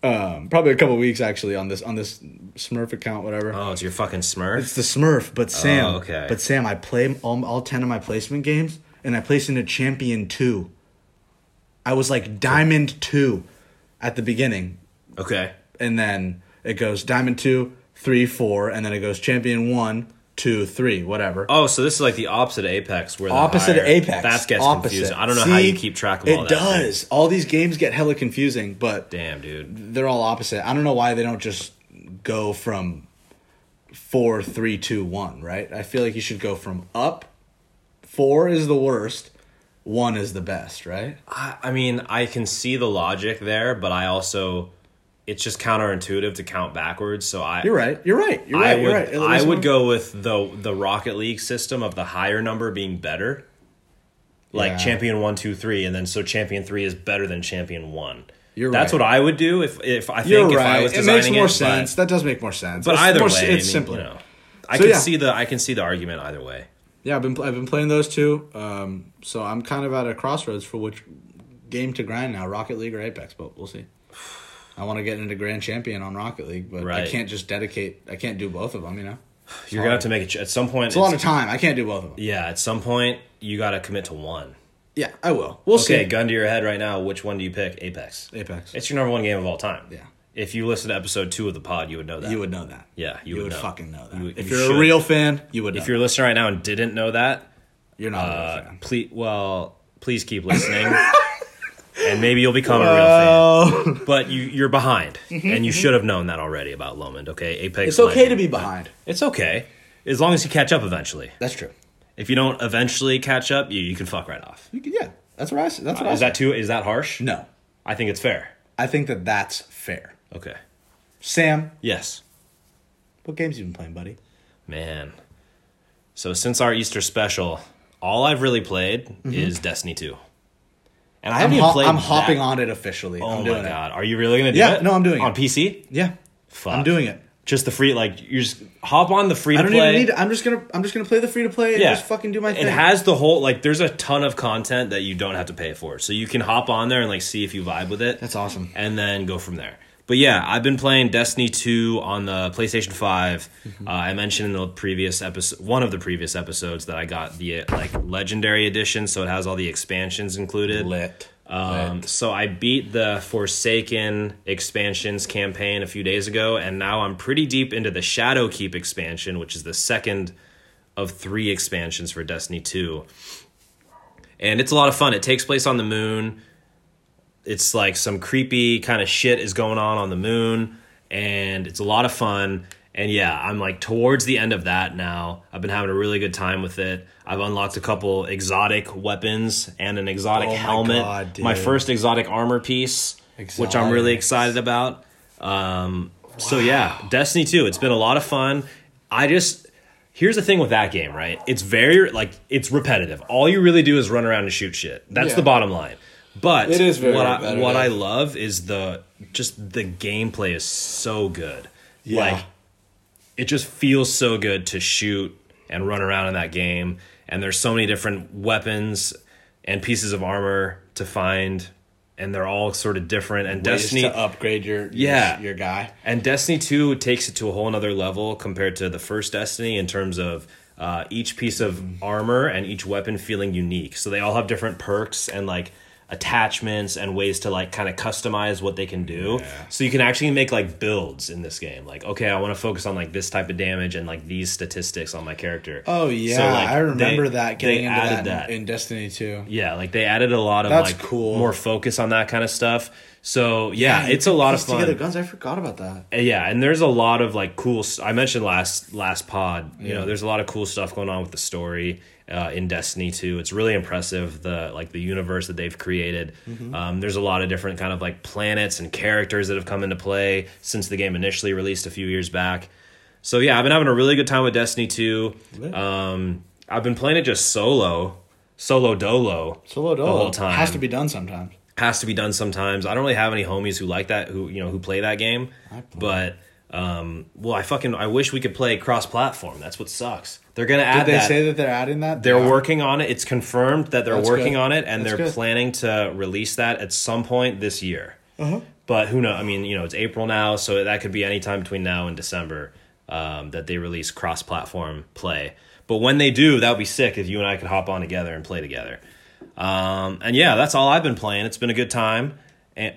[SPEAKER 1] um, probably a couple weeks actually on this on this Smurf account, whatever.
[SPEAKER 2] Oh, it's your fucking
[SPEAKER 1] it's
[SPEAKER 2] Smurf.
[SPEAKER 1] the Smurf, but Sam.
[SPEAKER 2] okay.
[SPEAKER 1] But Sam, I play all, all ten of my placement games, and I placed into Champion Two. I was like Diamond Two at the beginning,
[SPEAKER 2] Okay.
[SPEAKER 1] and then it goes Diamond Two, Three, Four, and then it goes Champion One, Two, Three, whatever.
[SPEAKER 2] Oh, so this is like the opposite of Apex, where the
[SPEAKER 1] opposite
[SPEAKER 2] higher-
[SPEAKER 1] of Apex.
[SPEAKER 2] That gets
[SPEAKER 1] opposite.
[SPEAKER 2] confusing. I don't know how you
[SPEAKER 1] See?
[SPEAKER 2] keep track of
[SPEAKER 1] it
[SPEAKER 2] all that.
[SPEAKER 1] does. All these games get hella confusing, but
[SPEAKER 2] Damn, dude.
[SPEAKER 1] they're all opposite. I don't know why they don't just go from four, three, two, one. Right? I feel like you should go from up, four is the worst, one is the best, right?
[SPEAKER 2] I, I mean, I can see the logic there, but I also it's just counterintuitive to count backwards. So I
[SPEAKER 1] You're right. You're right. You're
[SPEAKER 2] I
[SPEAKER 1] right.
[SPEAKER 2] would
[SPEAKER 1] you're right.
[SPEAKER 2] I
[SPEAKER 1] There's
[SPEAKER 2] would
[SPEAKER 1] no-
[SPEAKER 2] go with the the Rocket League system of the higher number being better. Like
[SPEAKER 1] Yeah.
[SPEAKER 2] champion one, two, three, and then so champion three is better than champion one.
[SPEAKER 1] You're
[SPEAKER 2] That's
[SPEAKER 1] right.
[SPEAKER 2] what I would do if if I think
[SPEAKER 1] You're
[SPEAKER 2] if
[SPEAKER 1] right.
[SPEAKER 2] I was
[SPEAKER 1] it
[SPEAKER 2] designing
[SPEAKER 1] makes more
[SPEAKER 2] but-
[SPEAKER 1] sense. that does make more sense.
[SPEAKER 2] But
[SPEAKER 1] It's
[SPEAKER 2] either
[SPEAKER 1] more-
[SPEAKER 2] way, I
[SPEAKER 1] it's
[SPEAKER 2] mean,
[SPEAKER 1] simpler.
[SPEAKER 2] You know, I
[SPEAKER 1] So,
[SPEAKER 2] can
[SPEAKER 1] yeah.
[SPEAKER 2] see the I can see the argument either way.
[SPEAKER 1] Yeah, I've been pl- I've been playing those two. Um, so I'm kind of at a crossroads for which game to grind now: Rocket League or Apex. But we'll see. I want to get into Grand Champion on Rocket League, but I
[SPEAKER 2] Right.
[SPEAKER 1] can't just dedicate. I can't do both of them. You know,
[SPEAKER 2] You're gonna have to make it at some point.
[SPEAKER 1] it's a lot of
[SPEAKER 2] it's-
[SPEAKER 1] time. I can't do both of them.
[SPEAKER 2] yeah, at some point you gotta commit to one.
[SPEAKER 1] Yeah, I will. We'll
[SPEAKER 2] Okay,
[SPEAKER 1] see.
[SPEAKER 2] gun to your head right now. Which one do you pick? Apex.
[SPEAKER 1] Apex.
[SPEAKER 2] It's your number one game of all time.
[SPEAKER 1] Yeah.
[SPEAKER 2] If you listen to episode two of the pod, you would know that.
[SPEAKER 1] You would know that.
[SPEAKER 2] Yeah,
[SPEAKER 1] you,
[SPEAKER 2] you
[SPEAKER 1] would,
[SPEAKER 2] would know.
[SPEAKER 1] fucking know that.
[SPEAKER 2] You-
[SPEAKER 1] if
[SPEAKER 2] you
[SPEAKER 1] you're a
[SPEAKER 2] should.
[SPEAKER 1] real fan, you would. Know.
[SPEAKER 2] If you're listening right now and didn't know that,
[SPEAKER 1] you're not a
[SPEAKER 2] uh,
[SPEAKER 1] real fan.
[SPEAKER 2] please, well, please
[SPEAKER 1] (laughs)
[SPEAKER 2] keep listening, and maybe you'll become a real fan.
[SPEAKER 1] Oh,
[SPEAKER 2] But you, you're behind, and you should have known that already about Lomond. Okay, Apex.
[SPEAKER 1] Mm-hmm, it's okay
[SPEAKER 2] Legends.
[SPEAKER 1] to be behind.
[SPEAKER 2] It's okay, as long as you catch up eventually.
[SPEAKER 1] That's true.
[SPEAKER 2] If you don't eventually catch up, you, you can fuck right off.
[SPEAKER 1] You can, yeah, that's what I. s- That's what I.
[SPEAKER 2] Uh, Is
[SPEAKER 1] said.
[SPEAKER 2] that too? Is that harsh?
[SPEAKER 1] no?
[SPEAKER 2] I think it's fair.
[SPEAKER 1] I think that that's fair.
[SPEAKER 2] Okay.
[SPEAKER 1] Sam,
[SPEAKER 2] Yes.
[SPEAKER 1] what games you been playing, buddy?
[SPEAKER 2] Man. So since our Easter special, all I've really played is Destiny 2. And
[SPEAKER 1] Mm-hmm.
[SPEAKER 2] I
[SPEAKER 1] I'm,
[SPEAKER 2] haven't even
[SPEAKER 1] ho-
[SPEAKER 2] played
[SPEAKER 1] I'm hopping
[SPEAKER 2] that.
[SPEAKER 1] on it officially.
[SPEAKER 2] Oh
[SPEAKER 1] I'm
[SPEAKER 2] my
[SPEAKER 1] doing it.
[SPEAKER 2] god. Are you really going to do
[SPEAKER 1] Yeah,
[SPEAKER 2] it?
[SPEAKER 1] no, I'm doing
[SPEAKER 2] On
[SPEAKER 1] it.
[SPEAKER 2] PC?
[SPEAKER 1] Yeah,
[SPEAKER 2] Fuck.
[SPEAKER 1] I'm doing it.
[SPEAKER 2] Just the free like you just hop on the free
[SPEAKER 1] I
[SPEAKER 2] to
[SPEAKER 1] don't
[SPEAKER 2] play.
[SPEAKER 1] even need. I'm just gonna. I'm just gonna play the free to play and
[SPEAKER 2] yeah.
[SPEAKER 1] just fucking do my thing.
[SPEAKER 2] It has the whole like there's a ton of content that you don't have to pay for. So you can hop on there and like see if you vibe with it.
[SPEAKER 1] That's awesome.
[SPEAKER 2] And then go from there. But yeah, I've been playing Destiny 2 on the PlayStation 5.
[SPEAKER 1] Mm-hmm.
[SPEAKER 2] Uh, I mentioned in the previous episode, one of the previous episodes, that I got the uh, like legendary edition, so it has all the expansions included.
[SPEAKER 1] lit.
[SPEAKER 2] Um, so I beat the Forsaken expansions campaign a few days ago, and now I'm pretty deep into the Shadowkeep expansion, which is the second of three expansions for Destiny 2. And it's a lot of fun. It takes place on the moon. It's like some creepy kind of shit is going on on the moon, and it's a lot of fun. And yeah, I'm like towards the end of that now. I've been having a really good time with it. I've unlocked a couple exotic weapons and an exotic
[SPEAKER 1] Oh my
[SPEAKER 2] helmet.
[SPEAKER 1] God, dude.
[SPEAKER 2] my first exotic armor piece, which I'm really
[SPEAKER 1] Exotics.
[SPEAKER 2] excited about. Um, So yeah, Destiny 2. It's been a lot of fun. I just here's the thing with that game, right? It's very like it's repetitive. All you really do is run around and shoot shit. That's
[SPEAKER 1] Yeah.
[SPEAKER 2] the bottom line. But
[SPEAKER 1] It is very
[SPEAKER 2] what I,
[SPEAKER 1] repetitive.
[SPEAKER 2] what I love is the just the gameplay is so good.
[SPEAKER 1] Yeah.
[SPEAKER 2] Like it just feels so good to shoot and run around in that game. And there's so many different weapons and pieces of armor to find, and they're all sort of different. And Destiny
[SPEAKER 1] Destiny to upgrade your, your
[SPEAKER 2] Yeah.
[SPEAKER 1] your guy.
[SPEAKER 2] and Destiny 2 takes it to a whole nother level compared to the first Destiny in terms of uh, each piece of armor and each weapon feeling unique. So they all have different perks and like attachments and ways to like kind of customize what they can do. So you can actually make like builds in this game. Like, okay, I want to focus on like this type of damage and like these statistics on my character.
[SPEAKER 1] Oh yeah,
[SPEAKER 2] like,
[SPEAKER 1] I remember
[SPEAKER 2] they-
[SPEAKER 1] that
[SPEAKER 2] they
[SPEAKER 1] getting into
[SPEAKER 2] added
[SPEAKER 1] that,
[SPEAKER 2] that.
[SPEAKER 1] In, in Destiny 2.
[SPEAKER 2] Yeah, like they added a lot of
[SPEAKER 1] That's
[SPEAKER 2] like
[SPEAKER 1] cool.
[SPEAKER 2] more focus on that kind of stuff. So yeah,
[SPEAKER 1] you
[SPEAKER 2] it's a
[SPEAKER 1] can
[SPEAKER 2] lot of
[SPEAKER 1] piece
[SPEAKER 2] fun.
[SPEAKER 1] Together guns. I forgot about that.
[SPEAKER 2] Uh, yeah and there's a lot of like cool s- i mentioned last last pod you know there's a lot of cool stuff going on with the story uh, in destiny 2 it's really impressive the like the universe that they've created um, there's a lot of different kind of like planets and characters that have come into play since the game initially released a few years back so yeah i've been having a really good time with destiny 2
[SPEAKER 1] Lit.
[SPEAKER 2] um, i've been playing it just solo solo dolo
[SPEAKER 1] Solo
[SPEAKER 2] the whole time
[SPEAKER 1] has to be done sometimes.
[SPEAKER 2] has to be done sometimes. I don't really have any homies who like that who you know who play that game.
[SPEAKER 1] I
[SPEAKER 2] but um, well, I fucking I wish we could play cross platform. That's what sucks. They're gonna add
[SPEAKER 1] They
[SPEAKER 2] that.
[SPEAKER 1] say that they're adding that.
[SPEAKER 2] they're
[SPEAKER 1] They are.
[SPEAKER 2] working on it. It's confirmed that they're
[SPEAKER 1] That's
[SPEAKER 2] working
[SPEAKER 1] good.
[SPEAKER 2] on it, and
[SPEAKER 1] That's
[SPEAKER 2] they're
[SPEAKER 1] good.
[SPEAKER 2] planning to release that at some point this year.
[SPEAKER 1] Uh-huh.
[SPEAKER 2] But who knows? I mean, you know, it's April now, so that could be any time between now and December um, that they release cross platform play. But when they do, that would be sick if you and I could hop on together and play together. Um, and yeah, that's all I've been playing. It's been a good time. And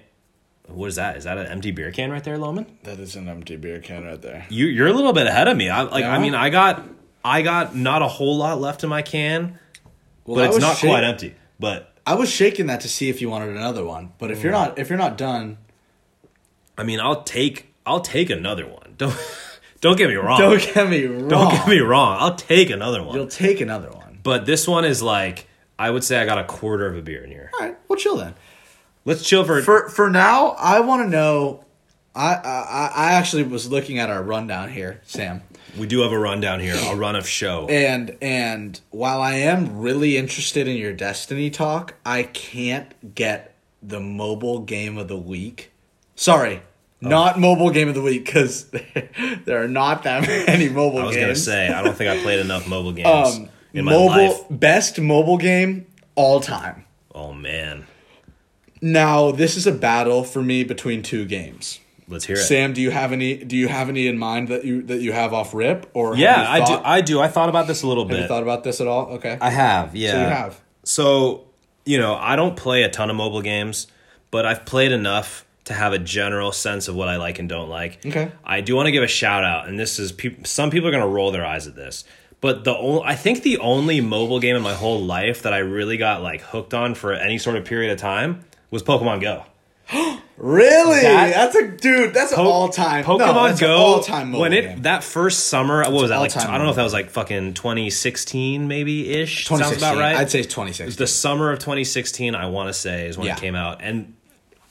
[SPEAKER 2] what is that? Is that an empty beer can right there, Loman?
[SPEAKER 1] That is an empty beer can right there.
[SPEAKER 2] You you're a little bit ahead of me. I like. I
[SPEAKER 1] Yeah.
[SPEAKER 2] mean, I got I got not a whole lot left in my can,
[SPEAKER 1] Well,
[SPEAKER 2] but
[SPEAKER 1] I
[SPEAKER 2] it's
[SPEAKER 1] was
[SPEAKER 2] not
[SPEAKER 1] shak-
[SPEAKER 2] quite empty. But
[SPEAKER 1] I was shaking that to see if you wanted another one, but if you're not, if you're not done,
[SPEAKER 2] I mean, I'll take I'll take another one. (laughs) Don't don't get me wrong.
[SPEAKER 1] don't get me wrong.
[SPEAKER 2] Don't get me wrong. I'll take another one.
[SPEAKER 1] You'll take another one.
[SPEAKER 2] But this one is like I would say I got a quarter of a beer in here.
[SPEAKER 1] All right, well, chill then.
[SPEAKER 2] Let's chill for,
[SPEAKER 1] For for now, I want to know. I, I I actually was looking at our rundown here, Sam,
[SPEAKER 2] we do have a rundown here, a run of show.
[SPEAKER 1] (laughs) and and while I am really interested in your Destiny talk, I can't get the mobile game of the week. Sorry,
[SPEAKER 2] Oh.
[SPEAKER 1] not mobile game of the week because (laughs) there are not that (laughs) many mobile games.
[SPEAKER 2] I was gonna say I don't think
[SPEAKER 1] (laughs)
[SPEAKER 2] I played enough mobile games
[SPEAKER 1] um,
[SPEAKER 2] in my
[SPEAKER 1] mobile
[SPEAKER 2] life.
[SPEAKER 1] best mobile game all time.
[SPEAKER 2] Oh man,
[SPEAKER 1] Now this is a battle for me between two games.
[SPEAKER 2] let's hear it.
[SPEAKER 1] Sam, do you have any? Do you have any in mind that you that you have off rip or have
[SPEAKER 2] yeah,
[SPEAKER 1] you
[SPEAKER 2] I do.
[SPEAKER 1] thought-
[SPEAKER 2] I do. I thought about this a little
[SPEAKER 1] have you
[SPEAKER 2] bit.
[SPEAKER 1] thought about this at all? Okay,
[SPEAKER 2] I have. Yeah.
[SPEAKER 1] So you have.
[SPEAKER 2] So, you know, I don't play a ton of mobile games, but I've played enough to have a general sense of what I like and don't like.
[SPEAKER 1] Okay.
[SPEAKER 2] I do want to give a shout out, and this is peop some people are going to roll their eyes at this, but the only I think the only mobile game in my whole life that I really got like hooked on for any sort of period of time was Pokemon Go.
[SPEAKER 1] Really?
[SPEAKER 2] That-
[SPEAKER 1] that's a dude. That's an all time
[SPEAKER 2] Pokemon Go
[SPEAKER 1] all time mobile
[SPEAKER 2] when it
[SPEAKER 1] game.
[SPEAKER 2] that first summer what was that like
[SPEAKER 1] all-time
[SPEAKER 2] I don't know if that was like fucking 2016 maybe ish sounds
[SPEAKER 1] 2016.
[SPEAKER 2] about right
[SPEAKER 1] I'd say twenty six.
[SPEAKER 2] the summer of 2016 i want to say is when
[SPEAKER 1] Yeah.
[SPEAKER 2] it came out and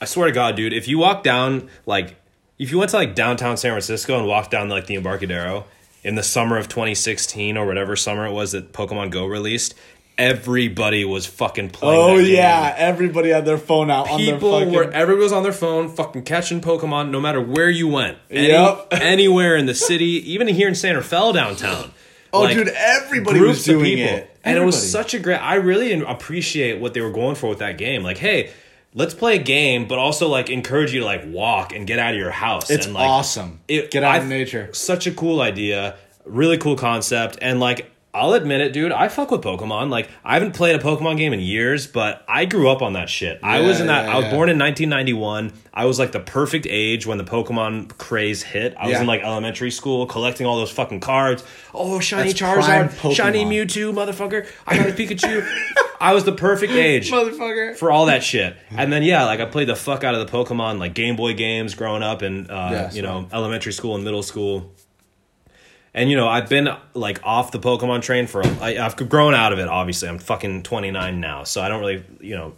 [SPEAKER 2] i swear to god dude if you walk down like if you went to like downtown san francisco and walked down like the embarcadero in the summer of 2016 or whatever summer it was that pokemon go released everybody was fucking playing
[SPEAKER 1] Oh
[SPEAKER 2] that game.
[SPEAKER 1] yeah, everybody had their phone out on their
[SPEAKER 2] People
[SPEAKER 1] fucking.
[SPEAKER 2] were everybody was on their phone, fucking catching Pokemon, no matter where you went.
[SPEAKER 1] (laughs)
[SPEAKER 2] Any-
[SPEAKER 1] Yep.
[SPEAKER 2] anywhere in the city, even here in Santa Fe downtown.
[SPEAKER 1] oh
[SPEAKER 2] Like,
[SPEAKER 1] dude, everybody was
[SPEAKER 2] groups of
[SPEAKER 1] doing
[SPEAKER 2] people.
[SPEAKER 1] it,
[SPEAKER 2] And it was
[SPEAKER 1] Everybody.
[SPEAKER 2] such a great I really appreciate what they were going for with that game. Like, hey, let's play a game, but also like encourage you to like walk and get out of your house.
[SPEAKER 1] It's
[SPEAKER 2] and, like,
[SPEAKER 1] awesome. Get out in
[SPEAKER 2] I-
[SPEAKER 1] nature.
[SPEAKER 2] Such a cool idea, really cool concept, and like I'll admit it, dude. I fuck with Pokemon. Like I haven't played a Pokemon game in years, but I grew up on that shit. I
[SPEAKER 1] Yeah,
[SPEAKER 2] was in that.
[SPEAKER 1] yeah,
[SPEAKER 2] I was
[SPEAKER 1] yeah.
[SPEAKER 2] born in 1991. I was like the perfect age when the Pokemon craze hit. I was
[SPEAKER 1] Yeah.
[SPEAKER 2] in like elementary school, collecting all those fucking cards. Oh, shiny
[SPEAKER 1] That's prime
[SPEAKER 2] Charizard, shiny
[SPEAKER 1] Pokemon.
[SPEAKER 2] Mewtwo, motherfucker. I got
[SPEAKER 1] (laughs)
[SPEAKER 2] a Pikachu. I was the perfect age
[SPEAKER 1] motherfucker.
[SPEAKER 2] for all
[SPEAKER 1] (laughs)
[SPEAKER 2] that shit. And then yeah, like I played the fuck out of the Pokemon like Game Boy games growing up in uh,
[SPEAKER 1] Yeah,
[SPEAKER 2] you know elementary school and middle school. And you know I've been like off the Pokemon train for a- I, I've grown out of it. Obviously, I'm fucking 29 now, so I don't really you know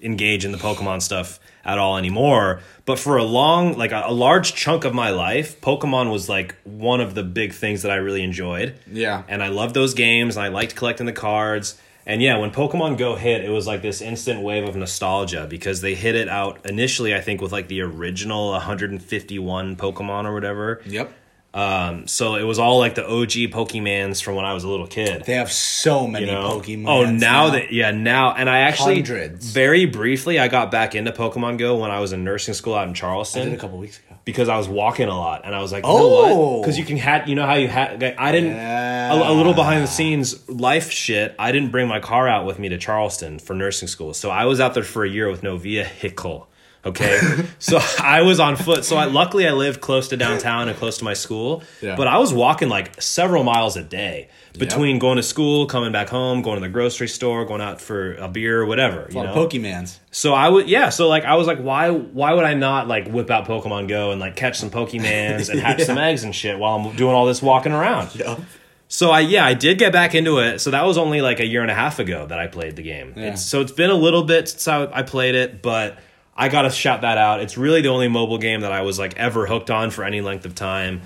[SPEAKER 2] engage in the Pokemon stuff at all anymore. But for a long like a, a large chunk of my life, Pokemon was like one of the big things that I really enjoyed.
[SPEAKER 1] Yeah.
[SPEAKER 2] And I loved those games and I liked collecting the cards. And yeah, when Pokemon Go hit, it was like this instant wave of nostalgia because they hit it out initially, I think, with like the original 151 Pokemon or whatever.
[SPEAKER 1] Yep.
[SPEAKER 2] Um, so it was all like the OG Pokemans from when I was a little kid.
[SPEAKER 1] They have so many
[SPEAKER 2] you know?
[SPEAKER 1] Pokemon.
[SPEAKER 2] Oh, now, that yeah, now and I actually
[SPEAKER 1] Hundreds.
[SPEAKER 2] very briefly I got back into Pokemon Go when I was in nursing school out in Charleston
[SPEAKER 1] did a couple weeks ago.
[SPEAKER 2] because I was walking a lot, and I was like, you oh,
[SPEAKER 1] Oh.
[SPEAKER 2] because you can hat, you know how you had. I didn't a, a little behind the scenes life shit. I didn't bring my car out with me to Charleston for nursing school, so I was out there for a year with no vehicle.
[SPEAKER 1] (laughs)
[SPEAKER 2] Okay, so I was on foot. So I luckily I lived close to downtown and close to my school,
[SPEAKER 1] Yeah.
[SPEAKER 2] but I was walking like several miles a day between going to school, coming back home, going to the grocery store, going out for a beer, whatever. you
[SPEAKER 1] A
[SPEAKER 2] know?
[SPEAKER 1] lot of Pokemans.
[SPEAKER 2] So I would, yeah. So like, I was like, why, why would I not like whip out Pokemon Go and like catch some Pokemans and hatch some eggs and shit while I'm doing all this walking around?
[SPEAKER 1] Yeah.
[SPEAKER 2] So I, yeah, I did get back into it. So that was only like a year and a half ago that I played the game. It's, so it's been a little bit since I, I played it, but I gotta shout that out. It's really the only mobile game that I was like ever hooked on for any length of time,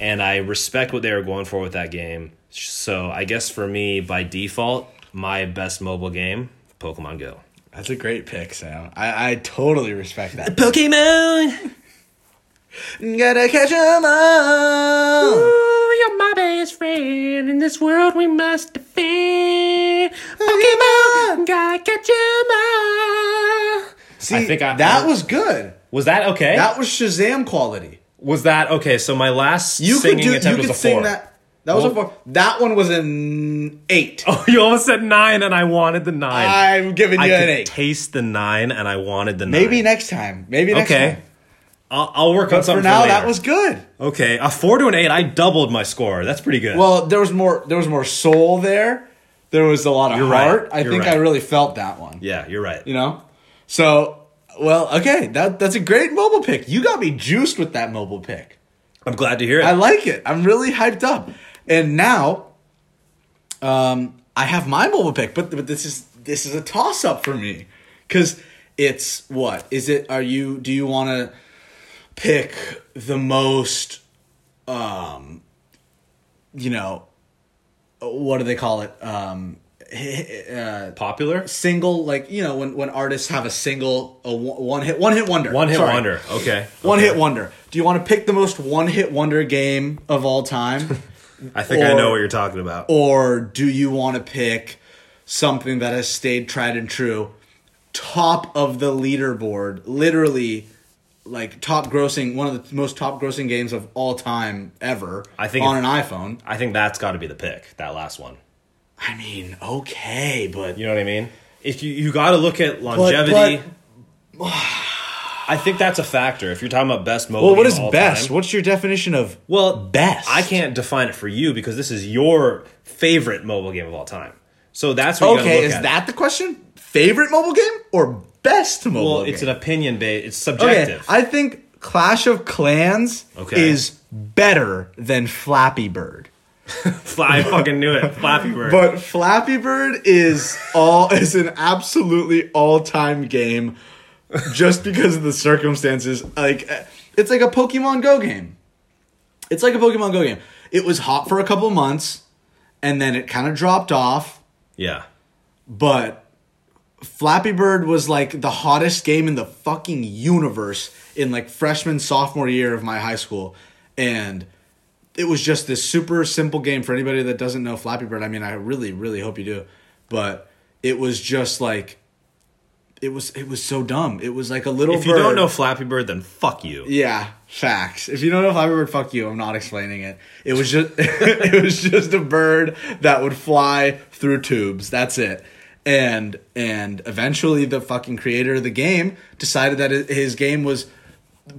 [SPEAKER 2] and I respect what they were going for with that game. So I guess for me, by default, my best mobile game, Pokemon Go.
[SPEAKER 1] That's a great pick, Sam. I, I totally respect that.
[SPEAKER 2] Pokemon.
[SPEAKER 1] Gotta catch 'em all.
[SPEAKER 2] Ooh, you're my best friend. In this world, we must defend. Pokemon, gotta catch 'em all.
[SPEAKER 1] See,
[SPEAKER 2] I think I-
[SPEAKER 1] that was good.
[SPEAKER 2] Was that okay?
[SPEAKER 1] That was Shazam quality.
[SPEAKER 2] was that okay? So my last
[SPEAKER 1] You
[SPEAKER 2] singing
[SPEAKER 1] could do. You
[SPEAKER 2] attempt
[SPEAKER 1] could
[SPEAKER 2] was a
[SPEAKER 1] sing
[SPEAKER 2] four.
[SPEAKER 1] that. That was a
[SPEAKER 2] Well-
[SPEAKER 1] four. That one was an eight.
[SPEAKER 2] (laughs) Oh, you almost said nine, and I wanted the nine.
[SPEAKER 1] I'm giving
[SPEAKER 2] I
[SPEAKER 1] you an
[SPEAKER 2] could
[SPEAKER 1] eight.
[SPEAKER 2] taste the nine, and I wanted the nine.
[SPEAKER 1] Maybe next time. Maybe next
[SPEAKER 2] okay.
[SPEAKER 1] time.
[SPEAKER 2] I'll, I'll work
[SPEAKER 1] But
[SPEAKER 2] on
[SPEAKER 1] for
[SPEAKER 2] something
[SPEAKER 1] now,
[SPEAKER 2] later.
[SPEAKER 1] that was good.
[SPEAKER 2] okay. A four to an eight. I doubled my score. That's pretty good.
[SPEAKER 1] Well, there was more. There was more soul there. There was a lot of
[SPEAKER 2] right.
[SPEAKER 1] heart. I
[SPEAKER 2] You're
[SPEAKER 1] think
[SPEAKER 2] right.
[SPEAKER 1] I really felt that one.
[SPEAKER 2] yeah, you're right.
[SPEAKER 1] You know. So well, okay. That that's a great mobile pick. You got me juiced with that mobile pick.
[SPEAKER 2] I'm glad to hear it.
[SPEAKER 1] I like it. I'm really hyped up. And now, um, I have my mobile pick, but but this is this is a toss up for me because it's what is it? Are you do you want to pick the most, um, you know, what do they call it? Um, uh,
[SPEAKER 2] Popular?
[SPEAKER 1] single like you know when when artists have a single a one hit one hit wonder
[SPEAKER 2] One hit
[SPEAKER 1] Sorry.
[SPEAKER 2] wonder. Okay.
[SPEAKER 1] One
[SPEAKER 2] Okay.
[SPEAKER 1] hit wonder. Do you want to pick the most one hit wonder game of all
[SPEAKER 2] (laughs)
[SPEAKER 1] time?
[SPEAKER 2] I think I
[SPEAKER 1] or-
[SPEAKER 2] know what you're talking about.
[SPEAKER 1] or do you want to pick something that has stayed tried and true? Top of the leaderboard, literally like top grossing, one of the most top grossing games of all time ever
[SPEAKER 2] I think
[SPEAKER 1] on an
[SPEAKER 2] if-
[SPEAKER 1] iPhone.
[SPEAKER 2] I think that's got to be the pick. That last one.
[SPEAKER 1] I mean, okay, but
[SPEAKER 2] You know what I mean? If you you got to look at longevity. (sighs) I think that's a factor. If you're talking about best mobile,
[SPEAKER 1] well, what
[SPEAKER 2] game
[SPEAKER 1] is
[SPEAKER 2] of all
[SPEAKER 1] best?
[SPEAKER 2] time-
[SPEAKER 1] What's your definition of
[SPEAKER 2] well,
[SPEAKER 1] best?
[SPEAKER 2] I can't define it for you because this is your favorite mobile game of all time. So that's what you gotta
[SPEAKER 1] Okay,
[SPEAKER 2] look
[SPEAKER 1] is
[SPEAKER 2] at.
[SPEAKER 1] that the question? Favorite mobile game or best mobile
[SPEAKER 2] well?
[SPEAKER 1] game?
[SPEAKER 2] It's an opinion based. It's subjective.
[SPEAKER 1] I think Clash of Clans
[SPEAKER 2] Okay.
[SPEAKER 1] is better than Flappy Bird.
[SPEAKER 2] (laughs) I fucking knew
[SPEAKER 1] (laughs)
[SPEAKER 2] it. Flappy Bird.
[SPEAKER 1] But Flappy Bird is all (laughs) is an absolutely all-time game just because of the circumstances. Like eh, it's like a Pokemon Go game. It's like a Pokemon Go game. It was hot for a couple months and then it kind of dropped off,
[SPEAKER 2] yeah.
[SPEAKER 1] but Flappy Bird was like the hottest game in the fucking universe in like freshman sophomore year of my high school and it was just this super simple game for anybody that doesn't know Flappy Bird. I mean, I really really hope you do, but it was just like it was it was so dumb. It was like a little
[SPEAKER 2] If you don't
[SPEAKER 1] bird-
[SPEAKER 2] know Flappy Bird, then fuck you.
[SPEAKER 1] yeah, facts. If you don't know Flappy Bird, fuck you. I'm not explaining it. It was just (laughs) it was just a bird that would fly through tubes. That's it. And and eventually the fucking creator of the game decided that hi- his game was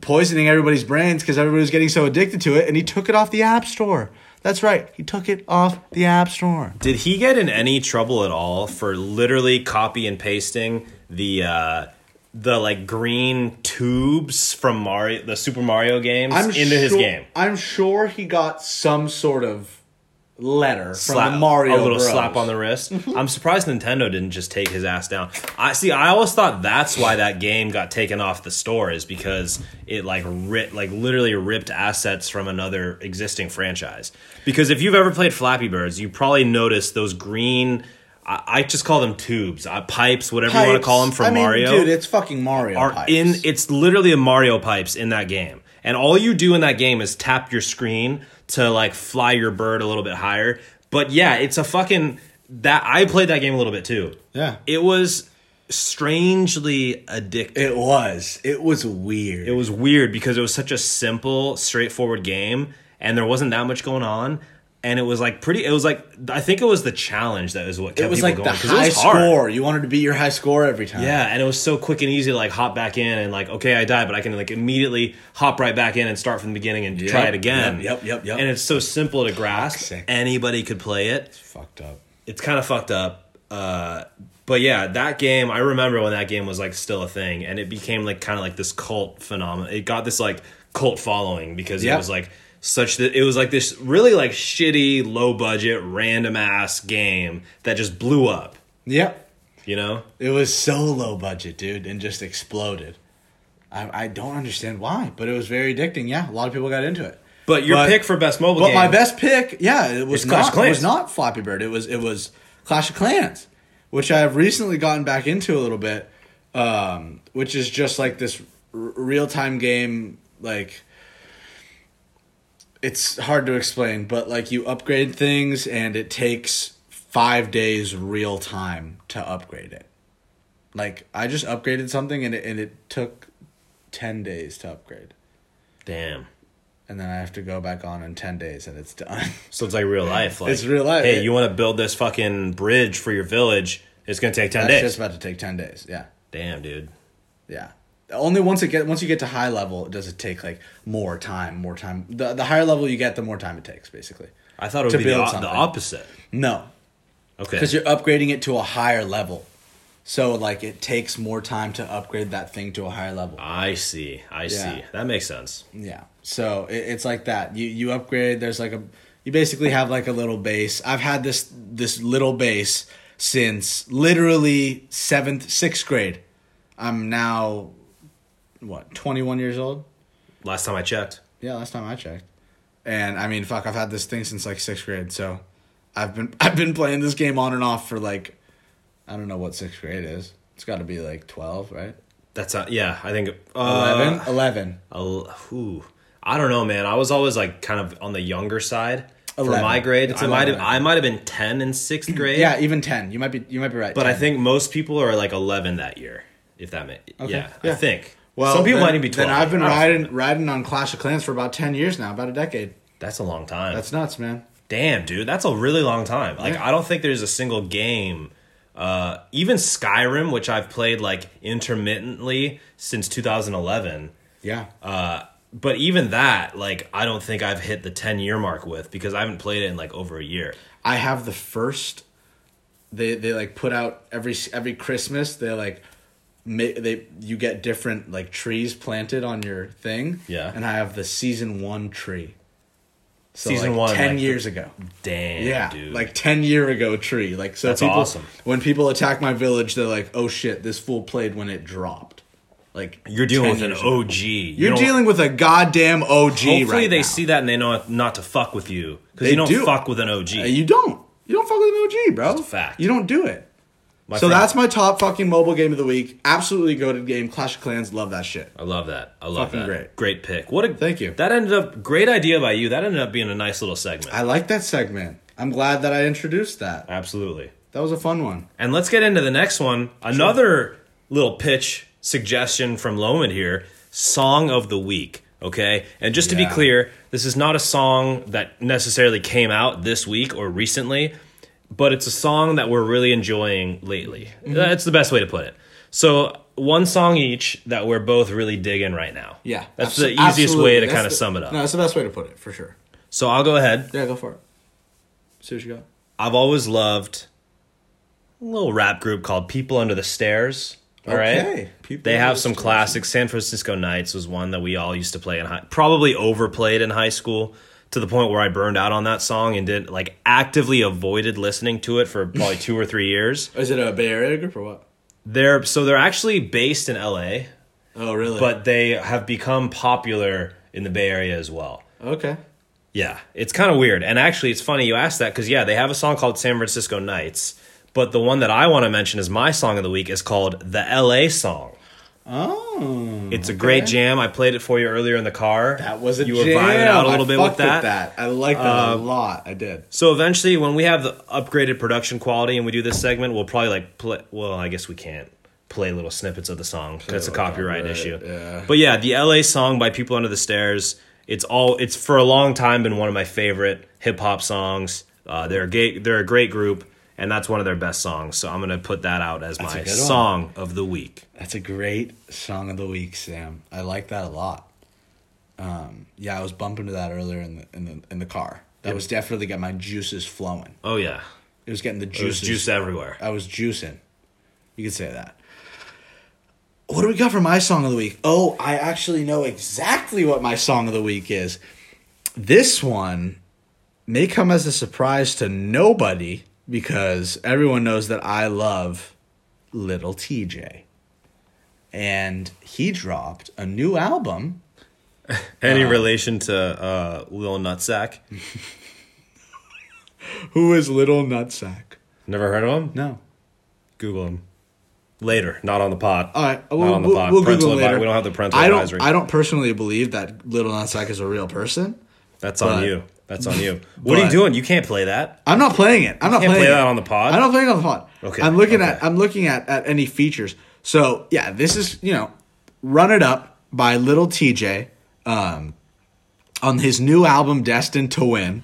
[SPEAKER 1] poisoning everybody's brains because everybody was getting so addicted to it and he took it off the app store. That's right. He took it off the app store.
[SPEAKER 2] Did he get in any trouble at all for literally copy and pasting the uh the like green tubes from Mario the Super Mario games into his
[SPEAKER 1] sure-
[SPEAKER 2] game?
[SPEAKER 1] I'm sure he got some sort of letter
[SPEAKER 2] Slap-
[SPEAKER 1] from the Mario
[SPEAKER 2] a little
[SPEAKER 1] Bros.
[SPEAKER 2] slap on
[SPEAKER 1] (laughs)
[SPEAKER 2] the wrist. I'm surprised Nintendo didn't just take his ass down. I see. I always thought that's why that game got taken off the store is because it like ripped, like literally ripped assets from another existing franchise. Because if you've ever played Flappy Birds, you probably noticed those green. I, I just call them tubes, uh, pipes, whatever you want to call them
[SPEAKER 1] Pipes.
[SPEAKER 2] from
[SPEAKER 1] I mean,
[SPEAKER 2] Mario
[SPEAKER 1] Dude, it's fucking Mario.
[SPEAKER 2] are
[SPEAKER 1] pipes.
[SPEAKER 2] in it's literally a Mario pipes in that game. And all you do in that game is tap your screen to like fly your bird a little bit higher. But yeah, it's a fucking that I played that game a little bit too.
[SPEAKER 1] Yeah.
[SPEAKER 2] It was strangely addictive. It,
[SPEAKER 1] It was. It was weird.
[SPEAKER 2] was weird because it was such a simple, straightforward game and there wasn't that much going on. And it was like pretty. It was like I think it was the challenge that was what kept
[SPEAKER 1] It was
[SPEAKER 2] people
[SPEAKER 1] like
[SPEAKER 2] going.
[SPEAKER 1] the
[SPEAKER 2] 'cause it was
[SPEAKER 1] high
[SPEAKER 2] hard.
[SPEAKER 1] score. You wanted to beat your high score every time.
[SPEAKER 2] Yeah, and it was so quick and easy to like hop back in and like, okay, I died, but I can like immediately hop right back in and start from the beginning and try it again.
[SPEAKER 1] yep, yep, yep.
[SPEAKER 2] And it's so simple to grasp.
[SPEAKER 1] sake.
[SPEAKER 2] Anybody could play it.
[SPEAKER 1] Fucked up.
[SPEAKER 2] It's kind of fucked up. Uh, but yeah, that game, I remember when that game was like still a thing and it became like kind of like this cult phenomenon. It got this like cult following because it
[SPEAKER 1] Yep.
[SPEAKER 2] was like such that it was like this really like shitty, low budget, random ass game that just blew up,
[SPEAKER 1] Yep.
[SPEAKER 2] you know?
[SPEAKER 1] It was so low budget, dude, and just exploded. I, I don't understand why, but it was very addicting. Yeah, a lot of people got into it.
[SPEAKER 2] But your pick for best mobile
[SPEAKER 1] But
[SPEAKER 2] game.
[SPEAKER 1] my best pick, yeah, it was
[SPEAKER 2] It's Clash
[SPEAKER 1] not
[SPEAKER 2] of Clans.
[SPEAKER 1] it was not Flappy Bird. It was it was Clash of Clans, which I have recently gotten back into a little bit, um, which is just like this r- real time game. Like it's hard to explain, but like you upgrade things, and it takes five days real time to upgrade it. Like I just upgraded something, and it and it took ten days to upgrade.
[SPEAKER 2] Damn.
[SPEAKER 1] And then I have to go back on in ten days, and it's done. (laughs)
[SPEAKER 2] So it's like real life. Like,
[SPEAKER 1] It's real life.
[SPEAKER 2] Hey, you want to build this fucking bridge for your village? It's gonna take ten
[SPEAKER 1] That's
[SPEAKER 2] days.
[SPEAKER 1] just about to take ten days. Yeah,
[SPEAKER 2] Damn, dude.
[SPEAKER 1] yeah. Only once it get once you get to high level does it take like more time, more time. The the higher level you get, the more time it takes, basically.
[SPEAKER 2] I thought it would
[SPEAKER 1] To
[SPEAKER 2] be the,
[SPEAKER 1] build
[SPEAKER 2] op- the
[SPEAKER 1] something.
[SPEAKER 2] opposite.
[SPEAKER 1] No,
[SPEAKER 2] Okay.
[SPEAKER 1] because you're upgrading it to a higher level, so like it takes more time to upgrade that thing to a higher level.
[SPEAKER 2] I see. I see. That makes sense.
[SPEAKER 1] Yeah. So it, it's like that. You you upgrade. There's like a you basically have like a little bass. I've had this this little bass since literally seventh, sixth grade. I'm now what, twenty one years old?
[SPEAKER 2] Last time I checked.
[SPEAKER 1] Yeah, last time I checked. And I mean fuck, I've had this thing since like sixth grade, so I've been (laughs) I've been playing this game on and off for like I don't know what sixth grade is. It's gotta be like twelve, right?
[SPEAKER 2] That's not, yeah. I think
[SPEAKER 1] Eleven?
[SPEAKER 2] uh,
[SPEAKER 1] Eleven.
[SPEAKER 2] el- ooh. I don't know, man. I was always like kind of on the younger side for
[SPEAKER 1] Eleven.
[SPEAKER 2] my grade.
[SPEAKER 1] It's
[SPEAKER 2] I might have
[SPEAKER 1] eleven.
[SPEAKER 2] I might have been ten
[SPEAKER 1] (clears throat)
[SPEAKER 2] in sixth grade.
[SPEAKER 1] Yeah, even ten. You might be you might be right.
[SPEAKER 2] but
[SPEAKER 1] 10.
[SPEAKER 2] I think most people are like eleven that year. If that makes yeah, I
[SPEAKER 1] yeah.
[SPEAKER 2] think.
[SPEAKER 1] Well,
[SPEAKER 2] some people
[SPEAKER 1] then,
[SPEAKER 2] might even be twelve.
[SPEAKER 1] Then I've been
[SPEAKER 2] I don't know.
[SPEAKER 1] riding riding on Clash of Clans for about ten years now, about a decade.
[SPEAKER 2] That's a long time.
[SPEAKER 1] That's nuts, man.
[SPEAKER 2] Damn, dude, that's a really long time. Like,
[SPEAKER 1] Yeah.
[SPEAKER 2] I don't think there's a single game, uh, even Skyrim, which I've played like intermittently since 2011.
[SPEAKER 1] Yeah,
[SPEAKER 2] Uh, but even that, like, I don't think I've hit the 10 year mark with because I haven't played it in like over a year.
[SPEAKER 1] I have the first. They they like put out every every Christmas. They like, ma- they you get different like trees planted on your thing.
[SPEAKER 2] Yeah.
[SPEAKER 1] and I have the season one tree. So
[SPEAKER 2] Season
[SPEAKER 1] like,
[SPEAKER 2] one,
[SPEAKER 1] ten
[SPEAKER 2] like the-
[SPEAKER 1] years ago.
[SPEAKER 2] Damn,
[SPEAKER 1] Yeah,
[SPEAKER 2] dude.
[SPEAKER 1] like ten year ago tree. Like so,
[SPEAKER 2] That's
[SPEAKER 1] people,
[SPEAKER 2] awesome.
[SPEAKER 1] When people attack my village, they're like, "Oh shit, this fool played when it dropped." Like
[SPEAKER 2] you're dealing
[SPEAKER 1] 10
[SPEAKER 2] with an
[SPEAKER 1] years ago.
[SPEAKER 2] OG. You
[SPEAKER 1] You're
[SPEAKER 2] don't-
[SPEAKER 1] dealing with a goddamn OG
[SPEAKER 2] Hopefully,
[SPEAKER 1] right
[SPEAKER 2] they
[SPEAKER 1] now.
[SPEAKER 2] see that and they know not to fuck with you because
[SPEAKER 1] They
[SPEAKER 2] you don't
[SPEAKER 1] do.
[SPEAKER 2] fuck with an OG.
[SPEAKER 1] Uh, You don't. You don't fuck with an OG, bro.
[SPEAKER 2] a fact.
[SPEAKER 1] You don't do it.
[SPEAKER 2] My
[SPEAKER 1] so
[SPEAKER 2] friend-
[SPEAKER 1] that's my top fucking mobile game of the week. Absolutely goaded game. Clash of Clans. Love that shit.
[SPEAKER 2] I love that. I love
[SPEAKER 1] Fucking
[SPEAKER 2] that.
[SPEAKER 1] great.
[SPEAKER 2] Great pick. What a
[SPEAKER 1] Thank you.
[SPEAKER 2] That ended up great idea by you. That ended up being a nice little segment.
[SPEAKER 1] I like that segment. I'm glad that I introduced that.
[SPEAKER 2] Absolutely.
[SPEAKER 1] That was a fun one.
[SPEAKER 2] And let's get into the next one. Another little pitch suggestion from Loman here Song of the Week. Okay. And just to
[SPEAKER 1] Yeah.
[SPEAKER 2] be clear, this is not a song that necessarily came out this week or recently, but it's a song that we're really enjoying lately.
[SPEAKER 1] Mm-hmm.
[SPEAKER 2] That's the best way to put it. So, one song each that we're both really digging right now.
[SPEAKER 1] Yeah.
[SPEAKER 2] That's
[SPEAKER 1] Abso-
[SPEAKER 2] the easiest way
[SPEAKER 1] absolutely.
[SPEAKER 2] to
[SPEAKER 1] That's
[SPEAKER 2] kind of
[SPEAKER 1] the-
[SPEAKER 2] sum it up.
[SPEAKER 1] No, that's the best way to put it, for sure.
[SPEAKER 2] So, I'll go ahead.
[SPEAKER 1] Yeah, go for it. See what you got.
[SPEAKER 2] I've always loved a little rap group called People Under the Stairs. All right,
[SPEAKER 1] Okay, People
[SPEAKER 2] they
[SPEAKER 1] Under
[SPEAKER 2] have
[SPEAKER 1] the
[SPEAKER 2] some
[SPEAKER 1] Stairs.
[SPEAKER 2] classics. San Francisco Nights was one that we all used to play in high, probably overplayed in high school to the point where I burned out on that song and did like actively avoided listening to it for probably two or three years.
[SPEAKER 1] Is it a Bay Area group or what?
[SPEAKER 2] They're so they're actually based in L.A.,
[SPEAKER 1] Oh, really?
[SPEAKER 2] but they have become popular in the Bay Area as well.
[SPEAKER 1] okay.
[SPEAKER 2] Yeah, it's kind of weird. And actually, it's funny you asked that because, yeah, they have a song called San Francisco Nights. But the one that I want to mention is my song of the week is called The LA Song.
[SPEAKER 1] Oh,
[SPEAKER 2] It's a great jam. I played it for you earlier in the car.
[SPEAKER 1] that was a
[SPEAKER 2] You
[SPEAKER 1] jam.
[SPEAKER 2] were vibing out a little
[SPEAKER 1] I
[SPEAKER 2] bit with
[SPEAKER 1] fucked
[SPEAKER 2] that. Um,
[SPEAKER 1] I like that a lot. I did.
[SPEAKER 2] So eventually, when we have the upgraded production quality and we do this segment, we'll probably like play. Well, I guess we can't play little snippets of the song. That's a
[SPEAKER 1] like
[SPEAKER 2] copyright
[SPEAKER 1] copyright,
[SPEAKER 2] issue.
[SPEAKER 1] yeah.
[SPEAKER 2] But yeah, the LA song by People Under the Stairs. It's all. It's for a long time been one of my favorite hip hop songs. Uh, they're a gay, they're a great group, and that's one of their best songs. So I'm gonna put that out as
[SPEAKER 1] a
[SPEAKER 2] my
[SPEAKER 1] good one.
[SPEAKER 2] song of the week.
[SPEAKER 1] That's a great song of the week, Sam. I like that a lot. Um, yeah, I was bumping to that earlier in the in the in the car. That was definitely got my juices flowing.
[SPEAKER 2] Oh yeah,
[SPEAKER 1] It was getting the
[SPEAKER 2] there's
[SPEAKER 1] juices.
[SPEAKER 2] juice everywhere.
[SPEAKER 1] I was juicing. You could say that. What do we got for my song of the week? Oh, I actually know exactly what my song of the week is. This one may come as a surprise to nobody because everyone knows that I love Little TJ. And he dropped a new album.
[SPEAKER 2] Any relation to uh, Lil Nutsack?
[SPEAKER 1] Who is Little Nutsack?
[SPEAKER 2] Never heard of him?
[SPEAKER 1] No.
[SPEAKER 2] Google them later, not on the pod.
[SPEAKER 1] All right,
[SPEAKER 2] Not
[SPEAKER 1] we'll,
[SPEAKER 2] on the
[SPEAKER 1] we'll,
[SPEAKER 2] pod.
[SPEAKER 1] we'll
[SPEAKER 2] Parental
[SPEAKER 1] Google it
[SPEAKER 2] advi-
[SPEAKER 1] later.
[SPEAKER 2] We don't have the parental
[SPEAKER 1] I don't,
[SPEAKER 2] advisory.
[SPEAKER 1] I don't personally believe that Little Nutsack is a real person.
[SPEAKER 2] That's on
[SPEAKER 1] but-
[SPEAKER 2] you. That's on (laughs) you. What are you
[SPEAKER 1] but-
[SPEAKER 2] doing? You can't play that.
[SPEAKER 1] I'm not playing it. I'm not
[SPEAKER 2] can't
[SPEAKER 1] playing
[SPEAKER 2] play
[SPEAKER 1] it.
[SPEAKER 2] that on the pod?
[SPEAKER 1] I'm not playing it on the pod.
[SPEAKER 2] Okay,
[SPEAKER 1] I'm looking at
[SPEAKER 2] okay.
[SPEAKER 1] I'm looking at, at any features. So yeah, this is you know, Run It Up by Little TJ, um, on his new album Destined to Win,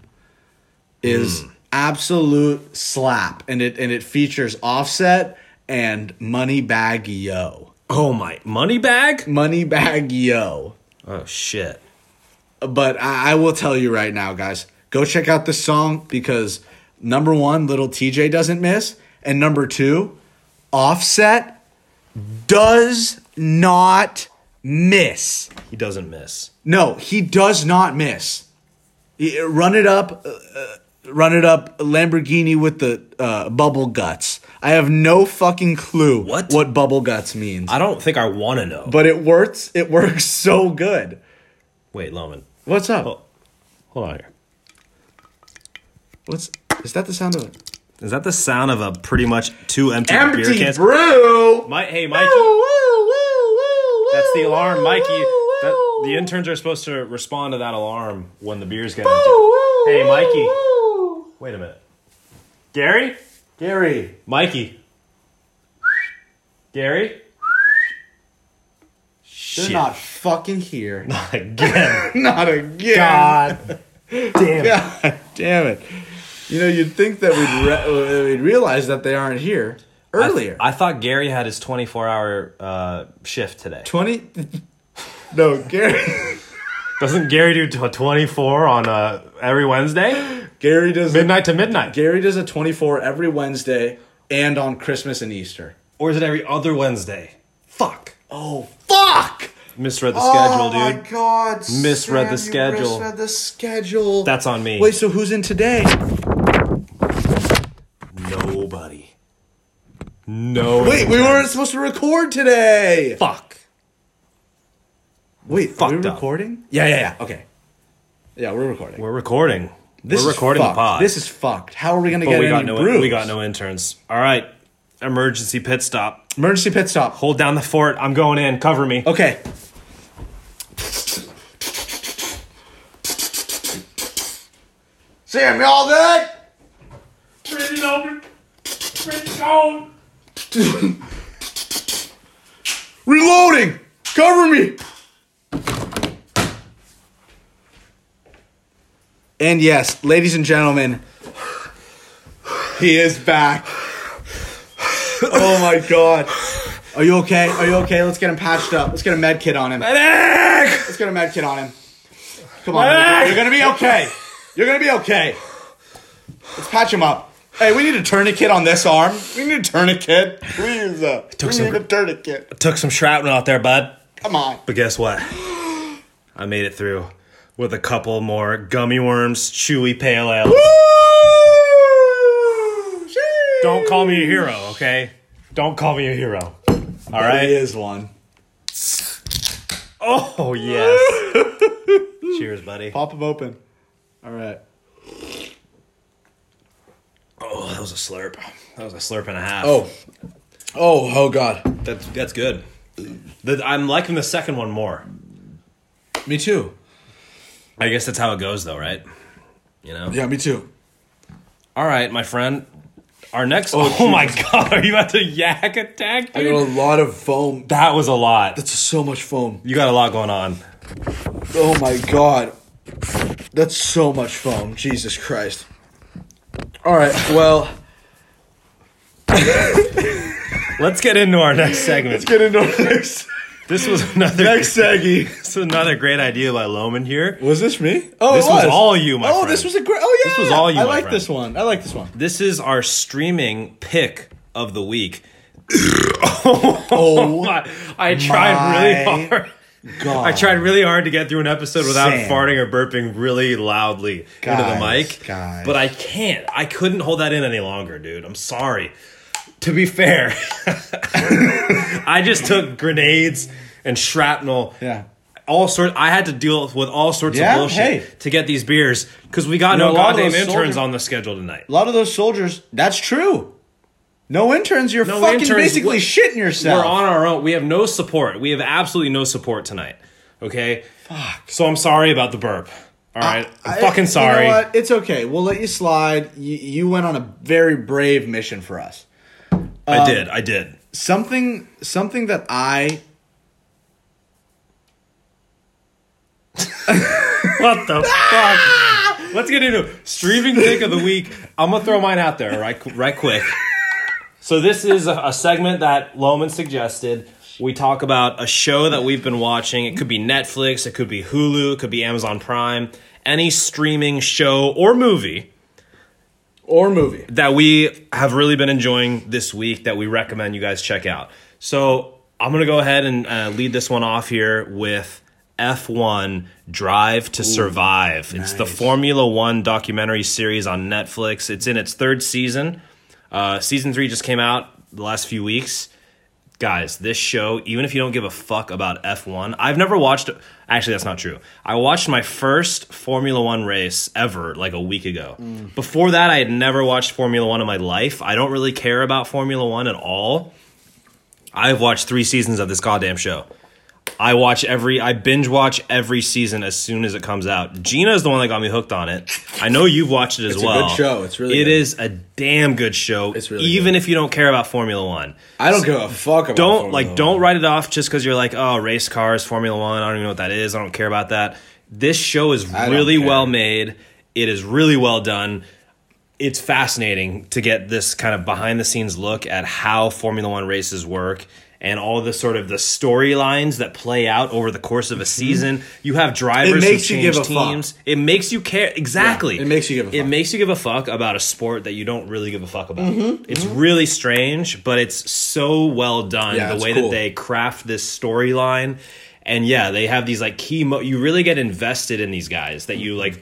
[SPEAKER 1] is
[SPEAKER 2] Hmm.
[SPEAKER 1] absolute slap, and it and it features Offset and Moneybag Yo,
[SPEAKER 2] Oh my money bag.
[SPEAKER 1] Moneybag Yo.
[SPEAKER 2] Oh shit.
[SPEAKER 1] But I, I will tell you right now, guys, go check out this song because number one, little TJ doesn't miss, and number two, Offset does not miss.
[SPEAKER 2] He doesn't miss.
[SPEAKER 1] No, he does not miss. Yeah, Run it up, uh, uh, run it up, Lamborghini with the uh, bubble guts. I have no fucking clue
[SPEAKER 2] What?
[SPEAKER 1] what bubble guts means,
[SPEAKER 2] I don't think I want to know.
[SPEAKER 1] but it works. It (laughs) works so good.
[SPEAKER 2] Wait, Loman,
[SPEAKER 1] What's up?
[SPEAKER 2] hold on here.
[SPEAKER 1] What's is that the sound of it?
[SPEAKER 2] Is that the sound of a pretty much two empty, beer
[SPEAKER 1] Empty
[SPEAKER 2] cans?
[SPEAKER 1] brew.
[SPEAKER 2] My, hey, Mikey, that's the alarm, Mikey. That, the interns are supposed to respond to that alarm when the beers get empty. Hey, Mikey. Wait a minute, Gary,
[SPEAKER 1] Gary.
[SPEAKER 2] Mikey, Gary.
[SPEAKER 1] They're
[SPEAKER 2] Shit.
[SPEAKER 1] not fucking here.
[SPEAKER 2] (laughs)
[SPEAKER 1] (laughs)
[SPEAKER 2] again.
[SPEAKER 1] not again. (laughs)
[SPEAKER 2] God damn. it.
[SPEAKER 1] God damn it. You know, you'd think that we'd, re- uh, we'd realize that they aren't here (laughs) earlier.
[SPEAKER 2] I thought Gary had his 24 hour uh, shift today.
[SPEAKER 1] 20. (laughs) no, Gary. (laughs)
[SPEAKER 2] Doesn't Gary do t- 24 on uh, every Wednesday? (gasps)
[SPEAKER 1] Gary does a,
[SPEAKER 2] Midnight to midnight.
[SPEAKER 1] Gary does a 24 every Wednesday and on Christmas and Easter.
[SPEAKER 2] Or is it every other Wednesday? Fuck.
[SPEAKER 1] Oh, fuck!
[SPEAKER 2] Misread the schedule,
[SPEAKER 1] oh
[SPEAKER 2] dude.
[SPEAKER 1] my god.
[SPEAKER 2] Misread the
[SPEAKER 1] you
[SPEAKER 2] schedule.
[SPEAKER 1] Misread the schedule.
[SPEAKER 2] That's on me.
[SPEAKER 1] Wait, so who's in today?
[SPEAKER 2] Nobody. No.
[SPEAKER 1] Wait, we weren't supposed to record today.
[SPEAKER 2] Fuck.
[SPEAKER 1] Wait, are
[SPEAKER 2] Fucked
[SPEAKER 1] we
[SPEAKER 2] up.
[SPEAKER 1] recording? Yeah, yeah, yeah. Okay. Yeah, we're recording.
[SPEAKER 2] We're recording.
[SPEAKER 1] This
[SPEAKER 2] We're
[SPEAKER 1] is
[SPEAKER 2] recording
[SPEAKER 1] fucked.
[SPEAKER 2] the pod.
[SPEAKER 1] This is fucked. How are we gonna
[SPEAKER 2] but
[SPEAKER 1] get
[SPEAKER 2] we
[SPEAKER 1] any
[SPEAKER 2] got no
[SPEAKER 1] brews?
[SPEAKER 2] we got no interns. All right. Emergency pit stop.
[SPEAKER 1] emergency pit stop. Hold-
[SPEAKER 2] Hold down the fort. I'm going in. Cover me.
[SPEAKER 1] Okay. Sam, you all good?
[SPEAKER 3] Bridget open. Bridget gone.
[SPEAKER 1] (laughs) Reloading. Cover me. And yes, ladies and gentlemen, he is (laughs) back. Oh my god. Are you okay? Are you okay? Let's get him patched up. Let's get a med kit on him.
[SPEAKER 2] Medic!
[SPEAKER 1] Let's get a med kit on him. Come on, you're- you're gonna be okay. You're gonna be okay. Let's patch him up. Hey, we need a tourniquet on this arm. We need a tourniquet. We need a, we
[SPEAKER 2] some-
[SPEAKER 1] need a tourniquet.
[SPEAKER 2] Took some shrapnel out there, bud.
[SPEAKER 1] Come on.
[SPEAKER 2] But guess what? I made it through with a couple more gummy worms, chewy pale ale. Don't call me a hero, okay? Don't call me a hero. All
[SPEAKER 1] He
[SPEAKER 2] right.
[SPEAKER 1] is one.
[SPEAKER 2] Oh (laughs) yes. Cheers, buddy.
[SPEAKER 1] Pop him open. All right.
[SPEAKER 2] Oh, that was a slurp. That was a slurp and a half.
[SPEAKER 1] Oh. Oh, oh god.
[SPEAKER 2] that's that's good. The- I'm liking the second one more.
[SPEAKER 1] Me too.
[SPEAKER 2] I guess that's how it goes, though, right? You know.
[SPEAKER 1] Yeah, me too.
[SPEAKER 2] All right, my friend. Our next. Oh, my god, (laughs) are you about to yak attack?
[SPEAKER 1] I got
[SPEAKER 2] dude?
[SPEAKER 1] a lot of foam.
[SPEAKER 2] That was a lot.
[SPEAKER 1] That's so much foam.
[SPEAKER 2] You got a lot going on.
[SPEAKER 1] Oh my god. That's so much foam. Jesus Christ. All right. Well,
[SPEAKER 2] Let's get into our (laughs) next segment.
[SPEAKER 1] get into our next
[SPEAKER 2] This (laughs) was (laughs) another
[SPEAKER 1] next seggy.
[SPEAKER 2] (laughs) this was another great idea by Loman here.
[SPEAKER 1] Was this me? Oh,
[SPEAKER 2] This
[SPEAKER 1] it
[SPEAKER 2] was all you, my
[SPEAKER 1] Oh,
[SPEAKER 2] friend.
[SPEAKER 1] this was a great. Oh yeah.
[SPEAKER 2] This was all you,
[SPEAKER 1] I
[SPEAKER 2] my
[SPEAKER 1] like
[SPEAKER 2] friend.
[SPEAKER 1] this one. I like this
[SPEAKER 2] (laughs)
[SPEAKER 1] one.
[SPEAKER 2] This is our streaming pick of the week.
[SPEAKER 1] Oh
[SPEAKER 2] I, I tried
[SPEAKER 1] My
[SPEAKER 2] really hard.
[SPEAKER 1] god.
[SPEAKER 2] I tried really hard to get through an episode without
[SPEAKER 1] Sam.
[SPEAKER 2] farting or burping really loudly into the
[SPEAKER 1] Guys,
[SPEAKER 2] mic.
[SPEAKER 1] guys.
[SPEAKER 2] But I can't. I couldn't hold that in any longer, dude. I'm sorry. To be fair, (laughs) I just took grenades and shrapnel
[SPEAKER 1] Yeah.
[SPEAKER 2] all sorts. I had to deal with all sorts
[SPEAKER 1] Yeah,
[SPEAKER 2] of bullshit
[SPEAKER 1] hey.
[SPEAKER 2] to get these beers because we got
[SPEAKER 1] You know, a
[SPEAKER 2] no
[SPEAKER 1] lot of
[SPEAKER 2] goddamn
[SPEAKER 1] those
[SPEAKER 2] interns
[SPEAKER 1] soldier-
[SPEAKER 2] on the schedule tonight.
[SPEAKER 1] A lot of those soldiers. That's true. No interns. You're
[SPEAKER 2] No
[SPEAKER 1] fucking
[SPEAKER 2] interns.
[SPEAKER 1] basically
[SPEAKER 2] What-
[SPEAKER 1] shitting yourself.
[SPEAKER 2] We're on our own. We have no support. We have absolutely no support tonight. Okay. Fuck. So I'm sorry about the burp. All right. I, am
[SPEAKER 1] I-
[SPEAKER 2] fucking
[SPEAKER 1] you know
[SPEAKER 2] sorry.
[SPEAKER 1] what? It's okay. We'll let you slide. You, you went on a very brave mission for us. Um,
[SPEAKER 2] I did. I did.
[SPEAKER 1] Something something that I
[SPEAKER 2] What the
[SPEAKER 1] (laughs)
[SPEAKER 2] fuck? Let's get into it. streaming pick of the week. I'm gonna throw mine out there right, right quick. So this is a, a segment that Loman suggested. We talk about a show that we've been watching. It could be Netflix, it could be Hulu, it could be Amazon Prime, any streaming show or movie
[SPEAKER 1] or movie.
[SPEAKER 2] that we have really been enjoying this week that we recommend you guys check out. So I'm gonna go ahead and uh, lead this one off here with F1 Drive to Survive. It's the
[SPEAKER 1] nice.
[SPEAKER 2] Formula One documentary series on Netflix. It's in its third season. Uh, season three just came out the last few weeks. Guys, this show, even if you don't give a fuck about F1, I've never watched. Actually, that's not true. I watched my first Formula One race ever like a week ago.
[SPEAKER 1] Mm.
[SPEAKER 2] Before that, I had never watched Formula One in my life. I don't really care about Formula One at all. I've watched three seasons of this goddamn show. I watch every, I binge watch every season as soon as it comes out. Gina is the one that got me hooked on it. I know you've watched it as
[SPEAKER 1] It's a good
[SPEAKER 2] well.
[SPEAKER 1] show. It's really
[SPEAKER 2] It
[SPEAKER 1] good.
[SPEAKER 2] is a damn good show.
[SPEAKER 1] It's really
[SPEAKER 2] even
[SPEAKER 1] good.
[SPEAKER 2] if you don't care about Formula One.
[SPEAKER 1] I don't give a fuck about
[SPEAKER 2] Don't
[SPEAKER 1] Formula
[SPEAKER 2] like,
[SPEAKER 1] One.
[SPEAKER 2] don't write it off just because you're like, oh, race cars, Formula One. I don't even know what that is. I don't care about that. This show is
[SPEAKER 1] don't
[SPEAKER 2] really
[SPEAKER 1] care.
[SPEAKER 2] well made. It is really well done. It's fascinating to get this kind of behind the scenes look at how Formula One races work and all the sort of the storylines that play out over the course of a season. You have drivers who
[SPEAKER 1] Mm-hmm. makes you
[SPEAKER 2] change
[SPEAKER 1] give a fuck.
[SPEAKER 2] teams. It makes you care exactly.
[SPEAKER 1] Yeah, it makes you give a
[SPEAKER 2] It
[SPEAKER 1] fuck.
[SPEAKER 2] makes you give a fuck about a sport that you don't really give a fuck about.
[SPEAKER 1] Mm-hmm.
[SPEAKER 2] It's really strange, but it's so well done
[SPEAKER 1] Yeah,
[SPEAKER 2] the
[SPEAKER 1] it's
[SPEAKER 2] way that
[SPEAKER 1] cool.
[SPEAKER 2] they craft this storyline. And yeah, they have these like key mo- you really get invested in these guys that you like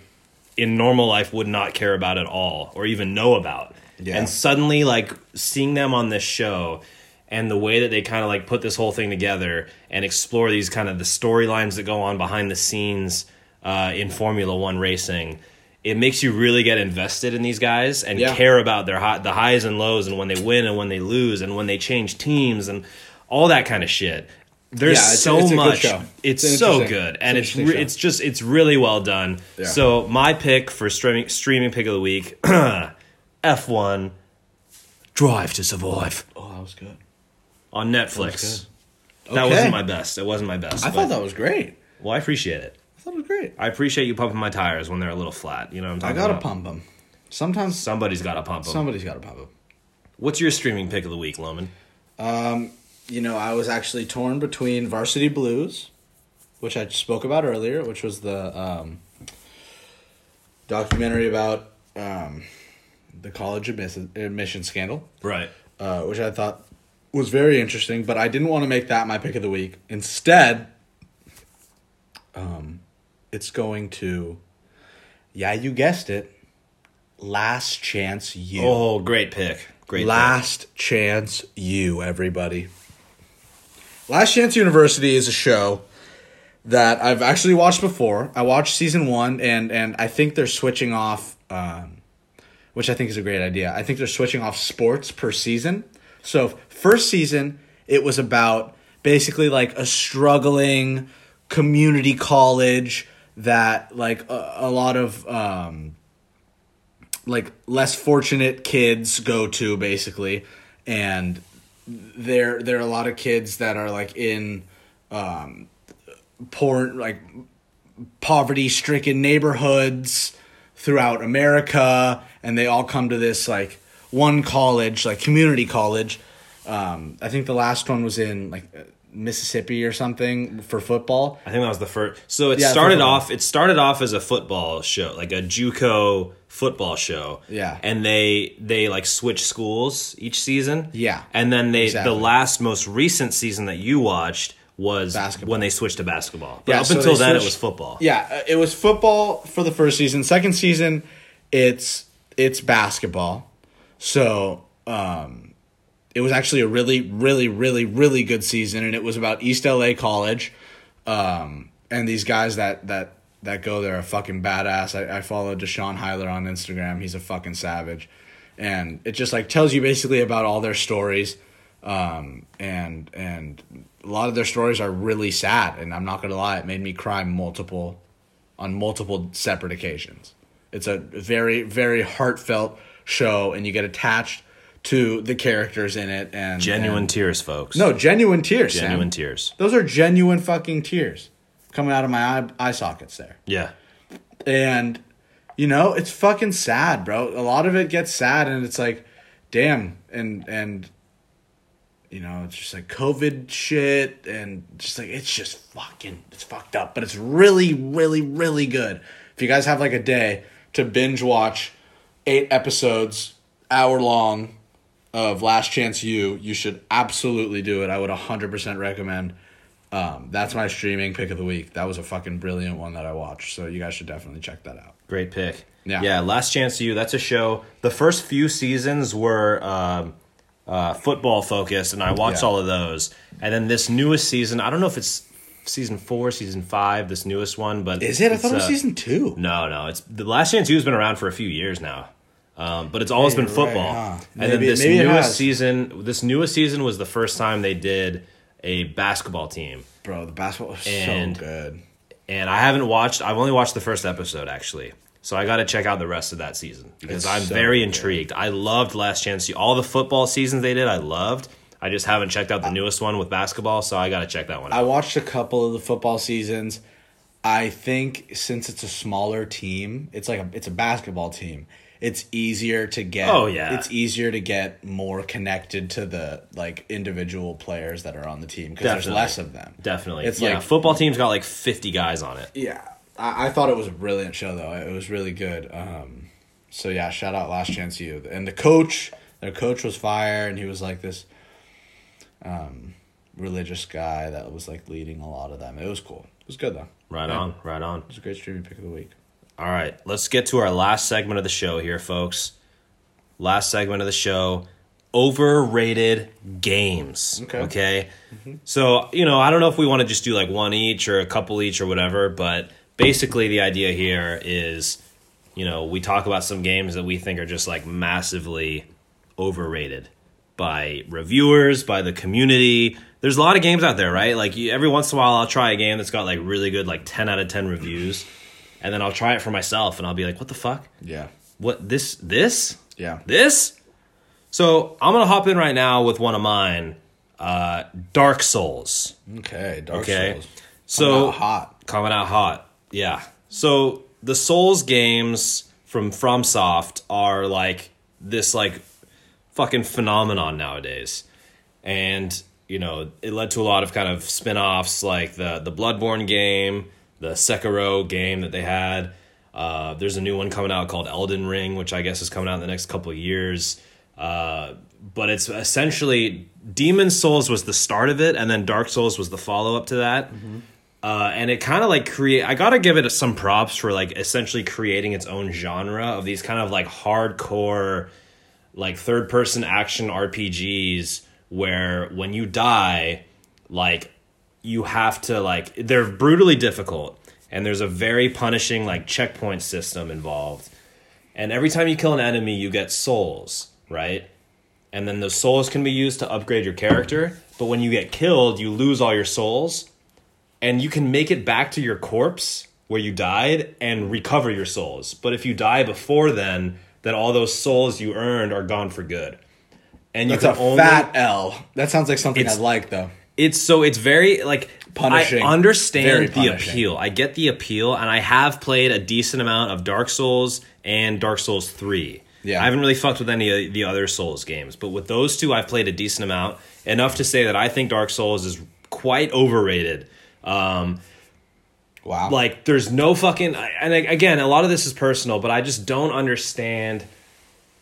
[SPEAKER 2] in normal life would not care about at all or even know about.
[SPEAKER 1] Yeah.
[SPEAKER 2] And suddenly like seeing them on this show and the way that they kind of like put this whole thing together and explore these kind of the storylines that go on behind the scenes uh, in Formula One racing, it makes you really get invested in these guys and
[SPEAKER 1] Yeah.
[SPEAKER 2] care about their high, the highs and lows and when they win and when they lose and when they change teams and all that kind of shit. There's
[SPEAKER 1] Yeah, it's-
[SPEAKER 2] so
[SPEAKER 1] it's a good
[SPEAKER 2] much.
[SPEAKER 1] show.
[SPEAKER 2] It's,
[SPEAKER 1] It's an
[SPEAKER 2] so
[SPEAKER 1] interesting-
[SPEAKER 2] good,
[SPEAKER 1] it's
[SPEAKER 2] and
[SPEAKER 1] an
[SPEAKER 2] it's
[SPEAKER 1] interesting
[SPEAKER 2] re-
[SPEAKER 1] show.
[SPEAKER 2] it's just it's really well done.
[SPEAKER 1] Yeah.
[SPEAKER 2] So my pick for streaming streaming pick of the week, (clears throat) F one, Drive to Survive
[SPEAKER 1] Oh, that was good.
[SPEAKER 2] on Netflix. That
[SPEAKER 1] Okay.
[SPEAKER 2] wasn't my best. It wasn't my best.
[SPEAKER 1] I
[SPEAKER 2] but-
[SPEAKER 1] thought that was great.
[SPEAKER 2] Well, I appreciate it.
[SPEAKER 1] I thought it was great.
[SPEAKER 2] I appreciate you pumping my tires when they're a little flat. You know what
[SPEAKER 1] I
[SPEAKER 2] I'm talking
[SPEAKER 1] gotta
[SPEAKER 2] about?
[SPEAKER 1] pump them. Sometimes
[SPEAKER 2] Somebody's got to pump them.
[SPEAKER 1] somebody's gotta pump them.
[SPEAKER 2] What's your streaming pick of the week, Loman?
[SPEAKER 1] you know, I was actually torn between Varsity Blues, which I spoke about earlier, which was the um, documentary about um, the college admis- admission scandal,
[SPEAKER 2] Right.
[SPEAKER 1] uh, which I thought was very interesting, but I didn't want to make that my pick of the week. Instead, um, it's going to, yeah, you guessed it, Last Chance You.
[SPEAKER 2] Oh, great pick. Great. pick.
[SPEAKER 1] Last Chance U, everybody. Last Chance University is a show that I've actually watched before. I watched season one, and and I think they're switching off, um, which I think is a great idea. I think they're switching off sports per season. So first season, it was about basically like a struggling community college that like a, a lot of. Um, like less fortunate kids go to basically and there there are a lot of kids that are like in um poor like poverty stricken neighborhoods throughout America and they all come to this like one college like community college um i think the last one was in like Mississippi or something for football
[SPEAKER 2] I think that was the first. So it
[SPEAKER 1] Yeah,
[SPEAKER 2] started
[SPEAKER 1] football.
[SPEAKER 2] off. It started off as a football show, like a JUCO football show.
[SPEAKER 1] Yeah.
[SPEAKER 2] And they they like switch schools each season.
[SPEAKER 1] Yeah.
[SPEAKER 2] And then they
[SPEAKER 1] Exactly.
[SPEAKER 2] the last most recent season that you watched was
[SPEAKER 1] Basketball.
[SPEAKER 2] when they switched to basketball. But
[SPEAKER 1] Yeah,
[SPEAKER 2] up
[SPEAKER 1] so
[SPEAKER 2] until
[SPEAKER 1] they
[SPEAKER 2] then, it
[SPEAKER 1] switched-
[SPEAKER 2] was football.
[SPEAKER 1] Yeah, uh, it was football for the first season. Second season, it's it's basketball. So um, it was actually a really, really, really, really good season, and it was about East LA College, um, and these guys that that that go there are fucking badass. I, I followed Deshaun Heiler on Instagram. He's a fucking savage, and it just like tells you basically about all their stories, um, and and a lot of their stories are really sad. And I'm not gonna lie, it made me cry multiple, on multiple separate occasions. It's a very very heartfelt show, and you get attached to the characters in it and
[SPEAKER 2] Genuine
[SPEAKER 1] and-
[SPEAKER 2] tears, folks.
[SPEAKER 1] no genuine tears Sam.
[SPEAKER 2] Genuine tears.
[SPEAKER 1] those are genuine fucking tears coming out of my eye, eye sockets there
[SPEAKER 2] Yeah.
[SPEAKER 1] and you know it's fucking sad bro a lot of it gets sad and it's like damn and and you know it's just like covid shit and just like it's just fucking it's fucked up but it's really really really good if you guys have like a day to binge watch eight episodes hour long of last chance you you should absolutely do it i would 100% recommend Um, that's my streaming pick of the week. That was a fucking brilliant one that I watched. So you guys should definitely check that out.
[SPEAKER 2] Great pick.
[SPEAKER 1] Yeah.
[SPEAKER 2] Yeah. Last chance to you. That's a show. The first few seasons were um, uh, football focused, and I watched
[SPEAKER 1] Yeah.
[SPEAKER 2] all of those. And then this newest season, I don't know if it's season four, season five, this newest one, but
[SPEAKER 1] Is it? I
[SPEAKER 2] it's,
[SPEAKER 1] thought it was
[SPEAKER 2] uh,
[SPEAKER 1] season two.
[SPEAKER 2] No, no. It's the last chance you has been around for a few years now, um, but it's always
[SPEAKER 1] Hey,
[SPEAKER 2] been
[SPEAKER 1] you're right,
[SPEAKER 2] football.
[SPEAKER 1] huh?
[SPEAKER 2] And then
[SPEAKER 1] Maybe-
[SPEAKER 2] this
[SPEAKER 1] maybe it
[SPEAKER 2] newest
[SPEAKER 1] has.
[SPEAKER 2] season, this newest season was the first time they did a basketball team,
[SPEAKER 1] Bro, the basketball was
[SPEAKER 2] And-
[SPEAKER 1] so good.
[SPEAKER 2] and I haven't watched. I've only watched the first episode actually, so I got to check out the rest of that season because
[SPEAKER 1] It's
[SPEAKER 2] I'm
[SPEAKER 1] so
[SPEAKER 2] very
[SPEAKER 1] good.
[SPEAKER 2] intrigued. I loved Last Chance. You all the football seasons they did, I loved. I just haven't checked out the newest one with basketball, so I got to check that one out.
[SPEAKER 1] I watched a couple of the football seasons. I think since it's a smaller team, it's like a, it's a basketball team. It's easier to get.
[SPEAKER 2] Oh, yeah.
[SPEAKER 1] it's easier to get more connected to the like individual players that are on the team because there's
[SPEAKER 2] Definitely.
[SPEAKER 1] less of them.
[SPEAKER 2] Definitely,
[SPEAKER 1] It's
[SPEAKER 2] yeah.
[SPEAKER 1] like-
[SPEAKER 2] football team's got like 50 guys on it.
[SPEAKER 1] Yeah, I, I thought it was a brilliant show though. It was really good. Um, so yeah, shout out Last Chance U and the coach. Their coach was fire, and he was like this, um, religious guy that was like leading a lot of them. It was cool. It was good though.
[SPEAKER 2] Right
[SPEAKER 1] Yeah.
[SPEAKER 2] on, right on.
[SPEAKER 1] It was a great streaming pick of the week.
[SPEAKER 2] All right, let's get to our last segment of the show here, folks. Last segment of the show overrated games.
[SPEAKER 1] Okay.
[SPEAKER 2] Okay. So, you know, I don't know if we want to just do like one each or a couple each or whatever, but basically the idea here is, you know, we talk about some games that we think are just like massively overrated by reviewers, by the community. There's a lot of games out there, right? Like you, every once in a while I'll try a game that's got like really good like 10 out of 10 reviews and then I'll try it for myself and I'll be like, "What the fuck?
[SPEAKER 1] Yeah,
[SPEAKER 2] What this this
[SPEAKER 1] yeah.
[SPEAKER 2] this?" So I'm gonna hop in right now with one of mine, uh, Dark Souls.
[SPEAKER 1] Okay, Dark
[SPEAKER 2] Okay,
[SPEAKER 1] Souls.
[SPEAKER 2] so
[SPEAKER 1] Coming out hot.
[SPEAKER 2] coming out hot, yeah. So the Souls games from FromSoft are like this like fucking phenomenon nowadays, and you know it led to a lot of kind of spin-offs like the the Bloodborne game, the Sekiro game that they had. Uh, there's a new one coming out called Elden Ring, which I guess is coming out in the next couple of years. Uh, but it's essentially Demon Souls was the start of it, and then Dark Souls was the follow up to that. Uh, and it kind of like create. I gotta give it some props for like essentially creating its own genre of these kind of like hardcore, like third person action RPGs where when you die, like you have to like they're brutally difficult and there's a very punishing like checkpoint system involved. And every time you kill an enemy, you get souls, right? And then those souls can be used to upgrade your character, but when you get killed, you lose all your souls and you can make it back to your corpse where you died and recover your souls. But if you die before then, then all those souls you earned are gone for good. And you
[SPEAKER 1] That's a
[SPEAKER 2] can only
[SPEAKER 1] fat L. That sounds like something
[SPEAKER 2] It's-
[SPEAKER 1] I'd like though.
[SPEAKER 2] it's so it's very like
[SPEAKER 1] Punishing.
[SPEAKER 2] I
[SPEAKER 1] Very
[SPEAKER 2] understand the
[SPEAKER 1] punishing.
[SPEAKER 2] appeal. I get the appeal, and I have played a decent amount of Dark Souls and Dark Souls Three.
[SPEAKER 1] Yeah.
[SPEAKER 2] I haven't really fucked with any of the other Souls games, but with those two, I've played a decent amount enough to say that I think Dark Souls is quite overrated. Um,
[SPEAKER 1] Wow.
[SPEAKER 2] like there's no fucking I- and a- again a lot of this is personal but i just don't understand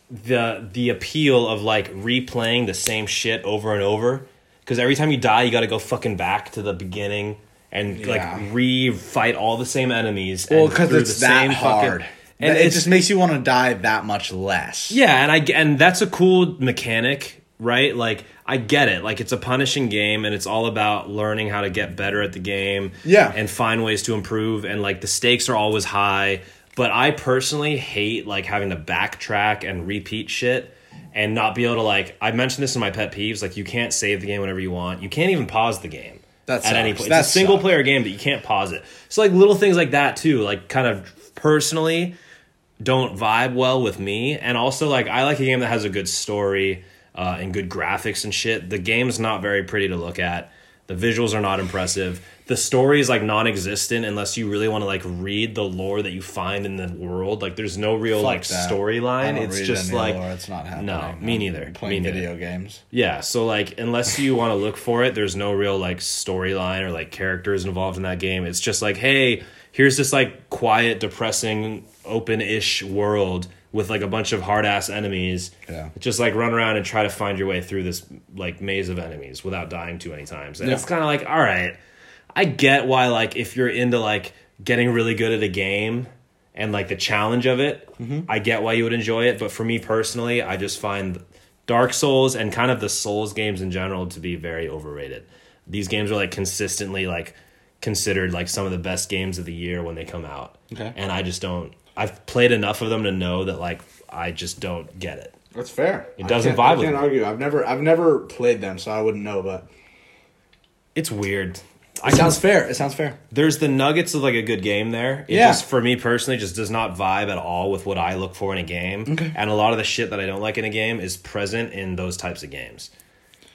[SPEAKER 2] the the appeal of like replaying the same shit over and over because every time you die you gotta go fucking back to the beginning and
[SPEAKER 1] Yeah.
[SPEAKER 2] like re-fight all the same enemies
[SPEAKER 1] well,
[SPEAKER 2] and
[SPEAKER 1] because
[SPEAKER 2] through
[SPEAKER 1] it's that hard,
[SPEAKER 2] and
[SPEAKER 1] and
[SPEAKER 2] it's
[SPEAKER 1] it just makes you want to die that much less.
[SPEAKER 2] yeah, and I g- and that's a cool mechanic, right? Like I get it. Like it's a punishing game and it's all about learning how to get better at the game
[SPEAKER 1] Yeah.
[SPEAKER 2] and find ways to improve and like the stakes are always high, but I personally hate like having to backtrack and repeat shit and not be able to like I mentioned this in my pet peeves, like you can't save the game whenever you want. You can't even pause the game.
[SPEAKER 1] That
[SPEAKER 2] at any
[SPEAKER 1] sucks.
[SPEAKER 2] point.
[SPEAKER 1] That
[SPEAKER 2] it's a single
[SPEAKER 1] sucks.
[SPEAKER 2] player game, but you can't pause it. So like little things like that too, like kind of personally don't vibe well with me. And also, like, I like a game that has a good story uh, and good graphics and shit. The game's not very pretty to look at. The visuals are not impressive. The story is like non-existent unless you really want to like read the lore that you find in the world. Like, there's no real
[SPEAKER 1] Fuck
[SPEAKER 2] like
[SPEAKER 1] that. I
[SPEAKER 2] storyline.
[SPEAKER 1] don't
[SPEAKER 2] It's
[SPEAKER 1] read
[SPEAKER 2] just
[SPEAKER 1] any
[SPEAKER 2] like
[SPEAKER 1] lore. it's not happening.
[SPEAKER 2] no, me
[SPEAKER 1] I'm
[SPEAKER 2] neither. Me
[SPEAKER 1] Playing
[SPEAKER 2] neither.
[SPEAKER 1] video games.
[SPEAKER 2] Yeah, so like unless you want to look for it, there's no real like storyline or like characters involved in that game. It's just like, hey, here's this like quiet, depressing, open-ish world with like a bunch of hard ass enemies.
[SPEAKER 1] Yeah.
[SPEAKER 2] Just like run around and try to find your way through this like maze of enemies without dying too many times. And
[SPEAKER 1] Yeah.
[SPEAKER 2] it's kind of like, all right, I get why like if you're into like getting really good at a game and like the challenge of it,
[SPEAKER 1] Mm-hmm.
[SPEAKER 2] I get why you would enjoy it. But for me personally, I just find Dark Souls and kind of the Souls games in general to be very overrated. These games are like consistently like considered like some of the best games of the year when they come out.
[SPEAKER 1] Okay.
[SPEAKER 2] And I just don't I've played enough of them to know that like I just don't get it.
[SPEAKER 1] That's fair. It
[SPEAKER 2] doesn't
[SPEAKER 1] I can't,
[SPEAKER 2] vibe
[SPEAKER 1] I
[SPEAKER 2] with
[SPEAKER 1] can't
[SPEAKER 2] me.
[SPEAKER 1] argue. I've never I've never played them, so I wouldn't know. But
[SPEAKER 2] It's weird. I
[SPEAKER 1] it
[SPEAKER 2] can
[SPEAKER 1] sounds fair. It sounds fair.
[SPEAKER 2] there's the nuggets of like a good game there. It
[SPEAKER 1] Yeah.
[SPEAKER 2] just for me personally just does not vibe at all with what I look for in a game. Okay. And a lot of the shit that I don't like in a game is present in those types of games.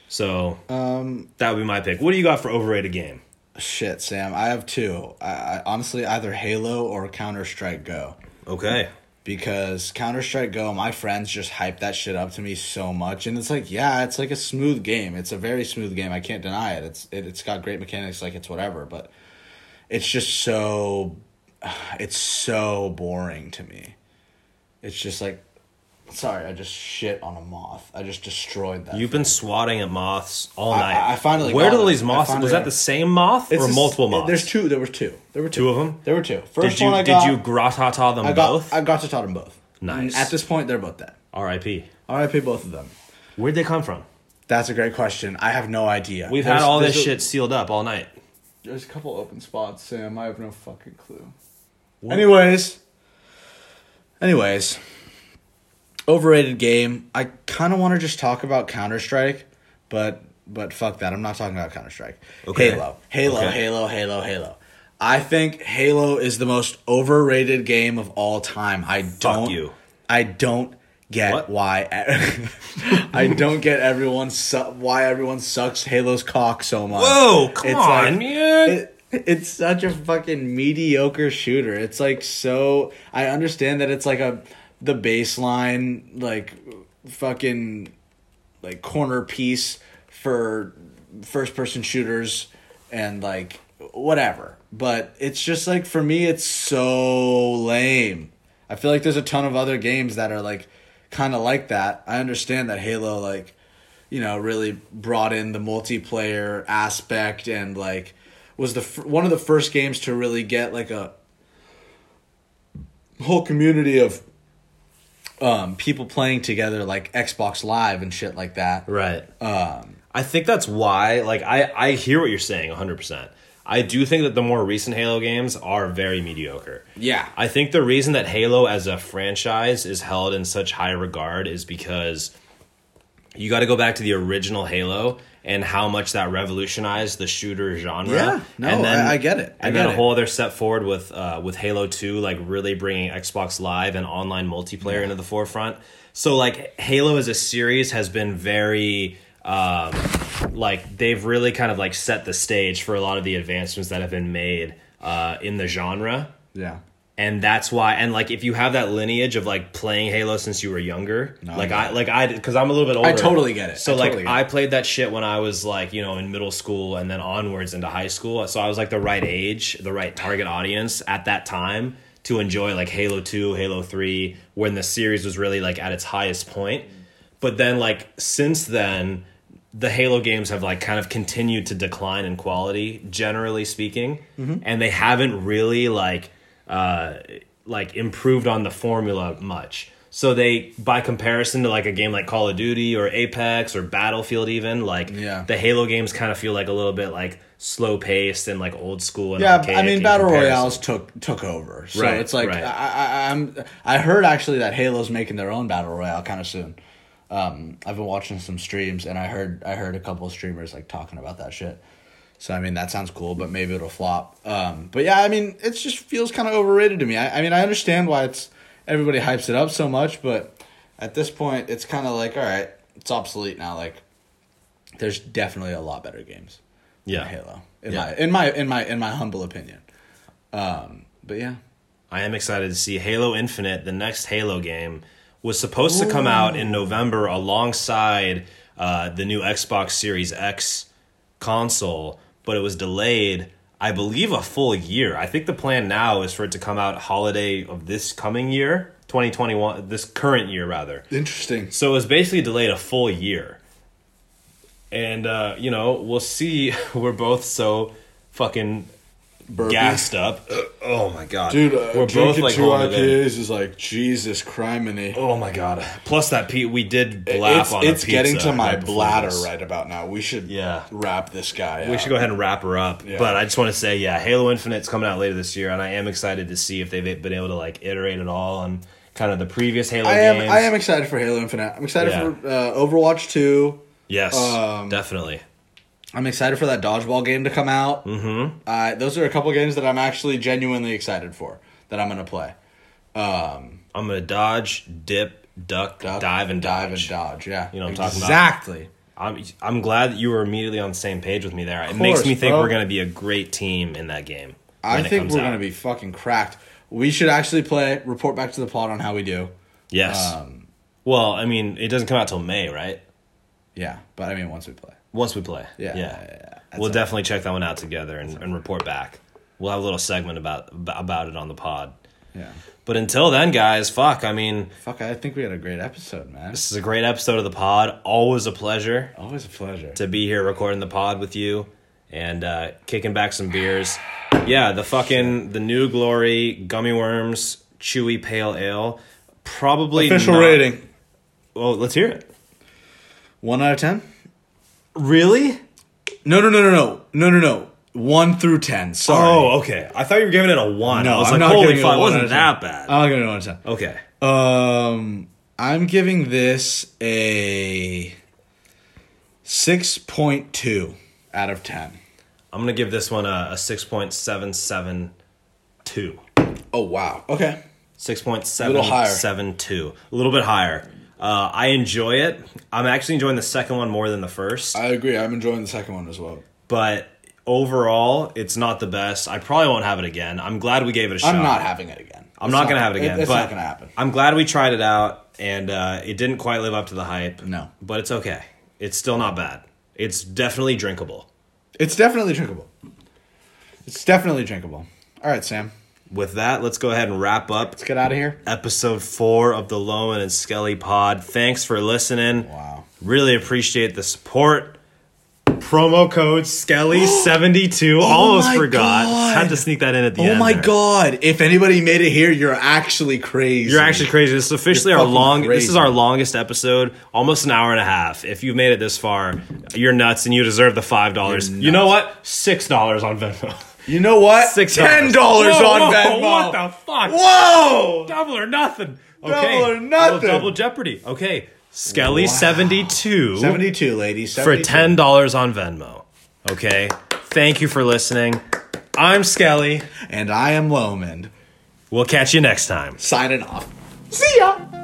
[SPEAKER 2] So
[SPEAKER 1] Um,
[SPEAKER 2] that would be my pick. What do you got for overrated game?
[SPEAKER 1] Shit, Sam. I have two. I, I honestly either Halo or Counter Strike Go.
[SPEAKER 2] Okay.
[SPEAKER 1] because Counter Strike Go, my friends just hype that shit up to me so much, and it's like, yeah, it's like a smooth game. It's a very smooth game. I can't deny it. It's it, it's got great mechanics, like it's whatever, but it's just so, (sighs) it's so boring to me. It's just like, sorry, I just shit on a moth. I just destroyed that.
[SPEAKER 2] You've been swatting at moths all
[SPEAKER 1] I-
[SPEAKER 2] night.
[SPEAKER 1] I finally
[SPEAKER 2] Where
[SPEAKER 1] got
[SPEAKER 2] did all
[SPEAKER 1] it.
[SPEAKER 2] these
[SPEAKER 1] I
[SPEAKER 2] moths?
[SPEAKER 1] finally
[SPEAKER 2] Was
[SPEAKER 1] got
[SPEAKER 2] that
[SPEAKER 1] it.
[SPEAKER 2] the same moth
[SPEAKER 1] It's
[SPEAKER 2] or
[SPEAKER 1] just-
[SPEAKER 2] multiple moths?
[SPEAKER 1] There's two. There were two. There were two.
[SPEAKER 2] Two of 'em?
[SPEAKER 1] There were two. First
[SPEAKER 2] did you
[SPEAKER 1] one I
[SPEAKER 2] did
[SPEAKER 1] got.
[SPEAKER 2] you gratata them
[SPEAKER 1] I got,
[SPEAKER 2] both?
[SPEAKER 1] I got to taught them both.
[SPEAKER 2] Nice.
[SPEAKER 1] At this point, they're both dead.
[SPEAKER 2] R.I.P.
[SPEAKER 1] R.I.P. Both of them.
[SPEAKER 2] Where'd they come from?
[SPEAKER 1] That's a great question. I have no idea.
[SPEAKER 2] We've
[SPEAKER 1] There's-
[SPEAKER 2] had all this
[SPEAKER 1] there's a-
[SPEAKER 2] shit sealed up all night.
[SPEAKER 1] There's a couple open spots, Sam. I have no fucking clue. Anyways, anyways, overrated game. I kind of want to just talk about Counter Strike, but but fuck that. I'm not talking about Counter Strike.
[SPEAKER 2] Okay.
[SPEAKER 1] Halo, Halo,
[SPEAKER 2] Okay.
[SPEAKER 1] Halo, Halo, Halo. I think Halo is the most overrated game of all time. I don't.
[SPEAKER 2] you.
[SPEAKER 1] I don't get
[SPEAKER 2] What?
[SPEAKER 1] why. e-, (laughs) I don't get everyone su- why everyone sucks Halo's cock so much.
[SPEAKER 2] Whoa, come
[SPEAKER 1] It's
[SPEAKER 2] on,
[SPEAKER 1] like-
[SPEAKER 2] man.
[SPEAKER 1] It- it's such a fucking mediocre shooter. It's like so. I understand that it's like a the baseline like fucking like corner piece for first person shooters and like whatever. But it's just like for me, it's so lame. I feel like there's a ton of other games that are like kind of like that. I understand that Halo like you know really brought in the multiplayer aspect and like was the fir- one of the first games to really get like a whole community of um, people playing together like Xbox Live and shit like that.
[SPEAKER 2] Right. Um, I think that's why. Like, I I hear what you're saying 100. percent I do think that the more recent Halo games are very mediocre.
[SPEAKER 1] Yeah.
[SPEAKER 2] I think the reason that Halo as a franchise is held in such high regard is because you got to go back to the original Halo and how much that revolutionized the shooter genre.
[SPEAKER 1] Yeah, no,
[SPEAKER 2] and
[SPEAKER 1] I- I get it. I
[SPEAKER 2] and
[SPEAKER 1] get
[SPEAKER 2] then a
[SPEAKER 1] it.
[SPEAKER 2] whole other step forward with uh, with Halo Two, like really bringing Xbox Live and online multiplayer into the forefront. So like Halo as a series has been very. Um, like they've really kind of like set the stage for a lot of the advancements that have been made uh, in the genre
[SPEAKER 1] Yeah.
[SPEAKER 2] and that's why and like if you have that lineage of like playing halo since you were younger like
[SPEAKER 1] yeah.
[SPEAKER 2] i like i because i'm a little bit older
[SPEAKER 1] totally get it.
[SPEAKER 2] so
[SPEAKER 1] I
[SPEAKER 2] like
[SPEAKER 1] totally get
[SPEAKER 2] i
[SPEAKER 1] it.
[SPEAKER 2] played that shit when i was like you know in middle school and then onwards into high school so i was like the right age the right target audience at that time to enjoy like halo 2 halo 3 when the series was really like at its highest point but then like since then the Halo games have like kind of continued to decline in quality, generally speaking,
[SPEAKER 1] Mm-hmm.
[SPEAKER 2] and they haven't really like uh, like improved on the formula much. So they, by comparison to like a game like Call of Duty or Apex or Battlefield, even like
[SPEAKER 1] Yeah.
[SPEAKER 2] the Halo games kind of feel like a little bit like slow paced and like old school. And
[SPEAKER 1] Yeah,
[SPEAKER 2] archaic
[SPEAKER 1] I mean,
[SPEAKER 2] in
[SPEAKER 1] battle
[SPEAKER 2] comparison.
[SPEAKER 1] royales took took over, so
[SPEAKER 2] Right,
[SPEAKER 1] it's like
[SPEAKER 2] right.
[SPEAKER 1] I, I, I'm. I heard actually that Halo's making their own battle royale kind of soon. Um, I've been watching some streams, and I heard I heard a couple of streamers like talking about that shit. So I mean, that sounds cool, but maybe it'll flop. Um, but yeah, I mean, it just feels kind of overrated to me. I, I mean, I understand why it's everybody hypes it up so much, but at this point, it's kind of like all right, it's obsolete now. Like, there's definitely a lot better games
[SPEAKER 2] Yeah,
[SPEAKER 1] Halo. In
[SPEAKER 2] Yeah.
[SPEAKER 1] my in my in my in my humble opinion. Um, but yeah.
[SPEAKER 2] I am excited to see Halo Infinite, the next Halo game, was supposed to come out in November alongside uh, the new Xbox Series X console, but it was delayed, I believe, a full year. I think the plan now is for it to come out holiday of this coming year, 2021, this current year, rather.
[SPEAKER 1] Interesting.
[SPEAKER 2] So it was basically delayed a full (laughs) year. And, uh, you know, we'll see. We're both so fucking
[SPEAKER 1] Burpee.
[SPEAKER 2] gassed up. (clears throat) Oh my god,
[SPEAKER 1] Dude, uh,
[SPEAKER 2] we're
[SPEAKER 1] drinking
[SPEAKER 2] both like
[SPEAKER 1] two
[SPEAKER 2] holding it
[SPEAKER 1] IPAs
[SPEAKER 2] in.
[SPEAKER 1] is like Jesus criminy.
[SPEAKER 2] Oh my god! Plus that pe- we did blap
[SPEAKER 1] It's,
[SPEAKER 2] on. a
[SPEAKER 1] it's getting
[SPEAKER 2] pizza
[SPEAKER 1] to my
[SPEAKER 2] right before
[SPEAKER 1] bladder
[SPEAKER 2] this.
[SPEAKER 1] right about now. We should
[SPEAKER 2] Yeah.
[SPEAKER 1] wrap this guy.
[SPEAKER 2] We should go ahead and wrap her up.
[SPEAKER 1] Yeah.
[SPEAKER 2] But I just want to say, yeah, Halo Infinite's coming out later this year, and I am excited to see if they've been able to like iterate at all on kind of the previous Halo
[SPEAKER 1] I
[SPEAKER 2] games.
[SPEAKER 1] am. I am excited for Halo Infinite. I'm excited
[SPEAKER 2] Yeah.
[SPEAKER 1] for uh, Overwatch Two.
[SPEAKER 2] Yes,
[SPEAKER 1] Um,
[SPEAKER 2] definitely.
[SPEAKER 1] I'm excited for that dodgeball game to come out. Mm-hmm. Uh, those are a couple games that I'm actually genuinely excited for that I'm gonna play.
[SPEAKER 2] I'm gonna dodge, dip, duck,
[SPEAKER 1] Duck,
[SPEAKER 2] dive, and
[SPEAKER 1] dive
[SPEAKER 2] dodge.
[SPEAKER 1] and dodge. Yeah,
[SPEAKER 2] You know what I'm talking about.
[SPEAKER 1] exactly.
[SPEAKER 2] I'm I'm glad that you were immediately on the same page with me there. it makes
[SPEAKER 1] course,
[SPEAKER 2] me think
[SPEAKER 1] bro.
[SPEAKER 2] we're gonna be a great team in that game.
[SPEAKER 1] I
[SPEAKER 2] when it
[SPEAKER 1] think
[SPEAKER 2] comes
[SPEAKER 1] we're
[SPEAKER 2] out.
[SPEAKER 1] gonna be fucking cracked. We should actually play. Report back to the pod on how we do.
[SPEAKER 2] Yes.
[SPEAKER 1] um,
[SPEAKER 2] well, I mean, it doesn't come out till May, right?
[SPEAKER 1] Yeah, but I mean once we play.
[SPEAKER 2] Once we play.
[SPEAKER 1] Yeah,
[SPEAKER 2] Yeah.
[SPEAKER 1] yeah, yeah, yeah. That's
[SPEAKER 2] We'll
[SPEAKER 1] all.
[SPEAKER 2] definitely check that one out together and, and report back. We'll have a little segment about about it on the pod.
[SPEAKER 1] Yeah.
[SPEAKER 2] But until then, guys, fuck. I mean,
[SPEAKER 1] Fuck, I think we had a great episode, man.
[SPEAKER 2] this is a great episode of the pod. Always a pleasure
[SPEAKER 1] Always a pleasure.
[SPEAKER 2] to be here recording the pod with you and uh, kicking back some beers. Yeah, the fucking the new glory gummy worms, chewy pale ale. Probably
[SPEAKER 1] Official
[SPEAKER 2] not-
[SPEAKER 1] rating.
[SPEAKER 2] Oh, let's hear it.
[SPEAKER 1] One out of ten?
[SPEAKER 2] Really?
[SPEAKER 1] No no no no no. No no no. One through ten. Sorry.
[SPEAKER 2] Oh, okay. I thought you were giving it a one.
[SPEAKER 1] no,
[SPEAKER 2] I was
[SPEAKER 1] I'm
[SPEAKER 2] like,
[SPEAKER 1] not
[SPEAKER 2] holy
[SPEAKER 1] giving
[SPEAKER 2] fuck,
[SPEAKER 1] it
[SPEAKER 2] it
[SPEAKER 1] a one out
[SPEAKER 2] wasn't
[SPEAKER 1] of
[SPEAKER 2] that
[SPEAKER 1] 10.
[SPEAKER 2] bad.
[SPEAKER 1] I'm not giving it a one out of ten.
[SPEAKER 2] Okay.
[SPEAKER 1] Um I'm giving this a six point two out of ten.
[SPEAKER 2] I'm gonna give this one a, a 6.772.
[SPEAKER 1] Oh wow. Okay.
[SPEAKER 2] 6.772. A little bit higher. Uh, I enjoy it. I'm actually enjoying the second one more than the first,
[SPEAKER 1] I agree. I'm enjoying the second one as well.
[SPEAKER 2] but overall, it's not the best. I probably won't have it again. I'm glad we gave it a shot.
[SPEAKER 1] I'm not having it again.
[SPEAKER 2] I'm
[SPEAKER 1] It's
[SPEAKER 2] not gonna have it again.
[SPEAKER 1] It's
[SPEAKER 2] but
[SPEAKER 1] not gonna happen.
[SPEAKER 2] I'm glad we tried it out, and uh, it didn't quite live up to the hype.
[SPEAKER 1] No.
[SPEAKER 2] but it's okay. It's still not bad. It's definitely drinkable.
[SPEAKER 1] It's definitely drinkable. It's definitely drinkable. All right, Sam.
[SPEAKER 2] With that, let's go ahead and wrap up
[SPEAKER 1] Let's get out of here.
[SPEAKER 2] episode four of the Lowen and Skelly Pod. Thanks for listening.
[SPEAKER 1] Wow.
[SPEAKER 2] Really appreciate the support. Promo
[SPEAKER 1] (gasps)
[SPEAKER 2] code Skelly72. Almost
[SPEAKER 1] Oh my
[SPEAKER 2] forgot.
[SPEAKER 1] God.
[SPEAKER 2] Had to sneak that in at the
[SPEAKER 1] Oh
[SPEAKER 2] end.
[SPEAKER 1] my
[SPEAKER 2] there.
[SPEAKER 1] god! If anybody made it here, you're actually crazy.
[SPEAKER 2] You're actually crazy. This is officially
[SPEAKER 1] You're
[SPEAKER 2] our
[SPEAKER 1] fucking
[SPEAKER 2] long. This
[SPEAKER 1] crazy.
[SPEAKER 2] is our longest episode, almost an hour and a half. If you've made it this far, you're nuts, and you deserve the five dollars. You know what? Six dollars on Venmo.
[SPEAKER 1] You know what?
[SPEAKER 2] (laughs) Six
[SPEAKER 1] ten dollars
[SPEAKER 2] Whoa,
[SPEAKER 1] on
[SPEAKER 2] whoa,
[SPEAKER 1] Venmo.
[SPEAKER 2] What the fuck?
[SPEAKER 1] Whoa!
[SPEAKER 2] Double or nothing.
[SPEAKER 1] Double or
[SPEAKER 2] A little
[SPEAKER 1] nothing.
[SPEAKER 2] Double Jeopardy. Okay, Skelly seventy two
[SPEAKER 1] Seventy-two, ladies.
[SPEAKER 2] for ten dollars on Venmo. Okay, thank you for listening. I'm Skelly.
[SPEAKER 1] And I am Lomond.
[SPEAKER 2] We'll catch you next time.
[SPEAKER 1] Signing off. See ya.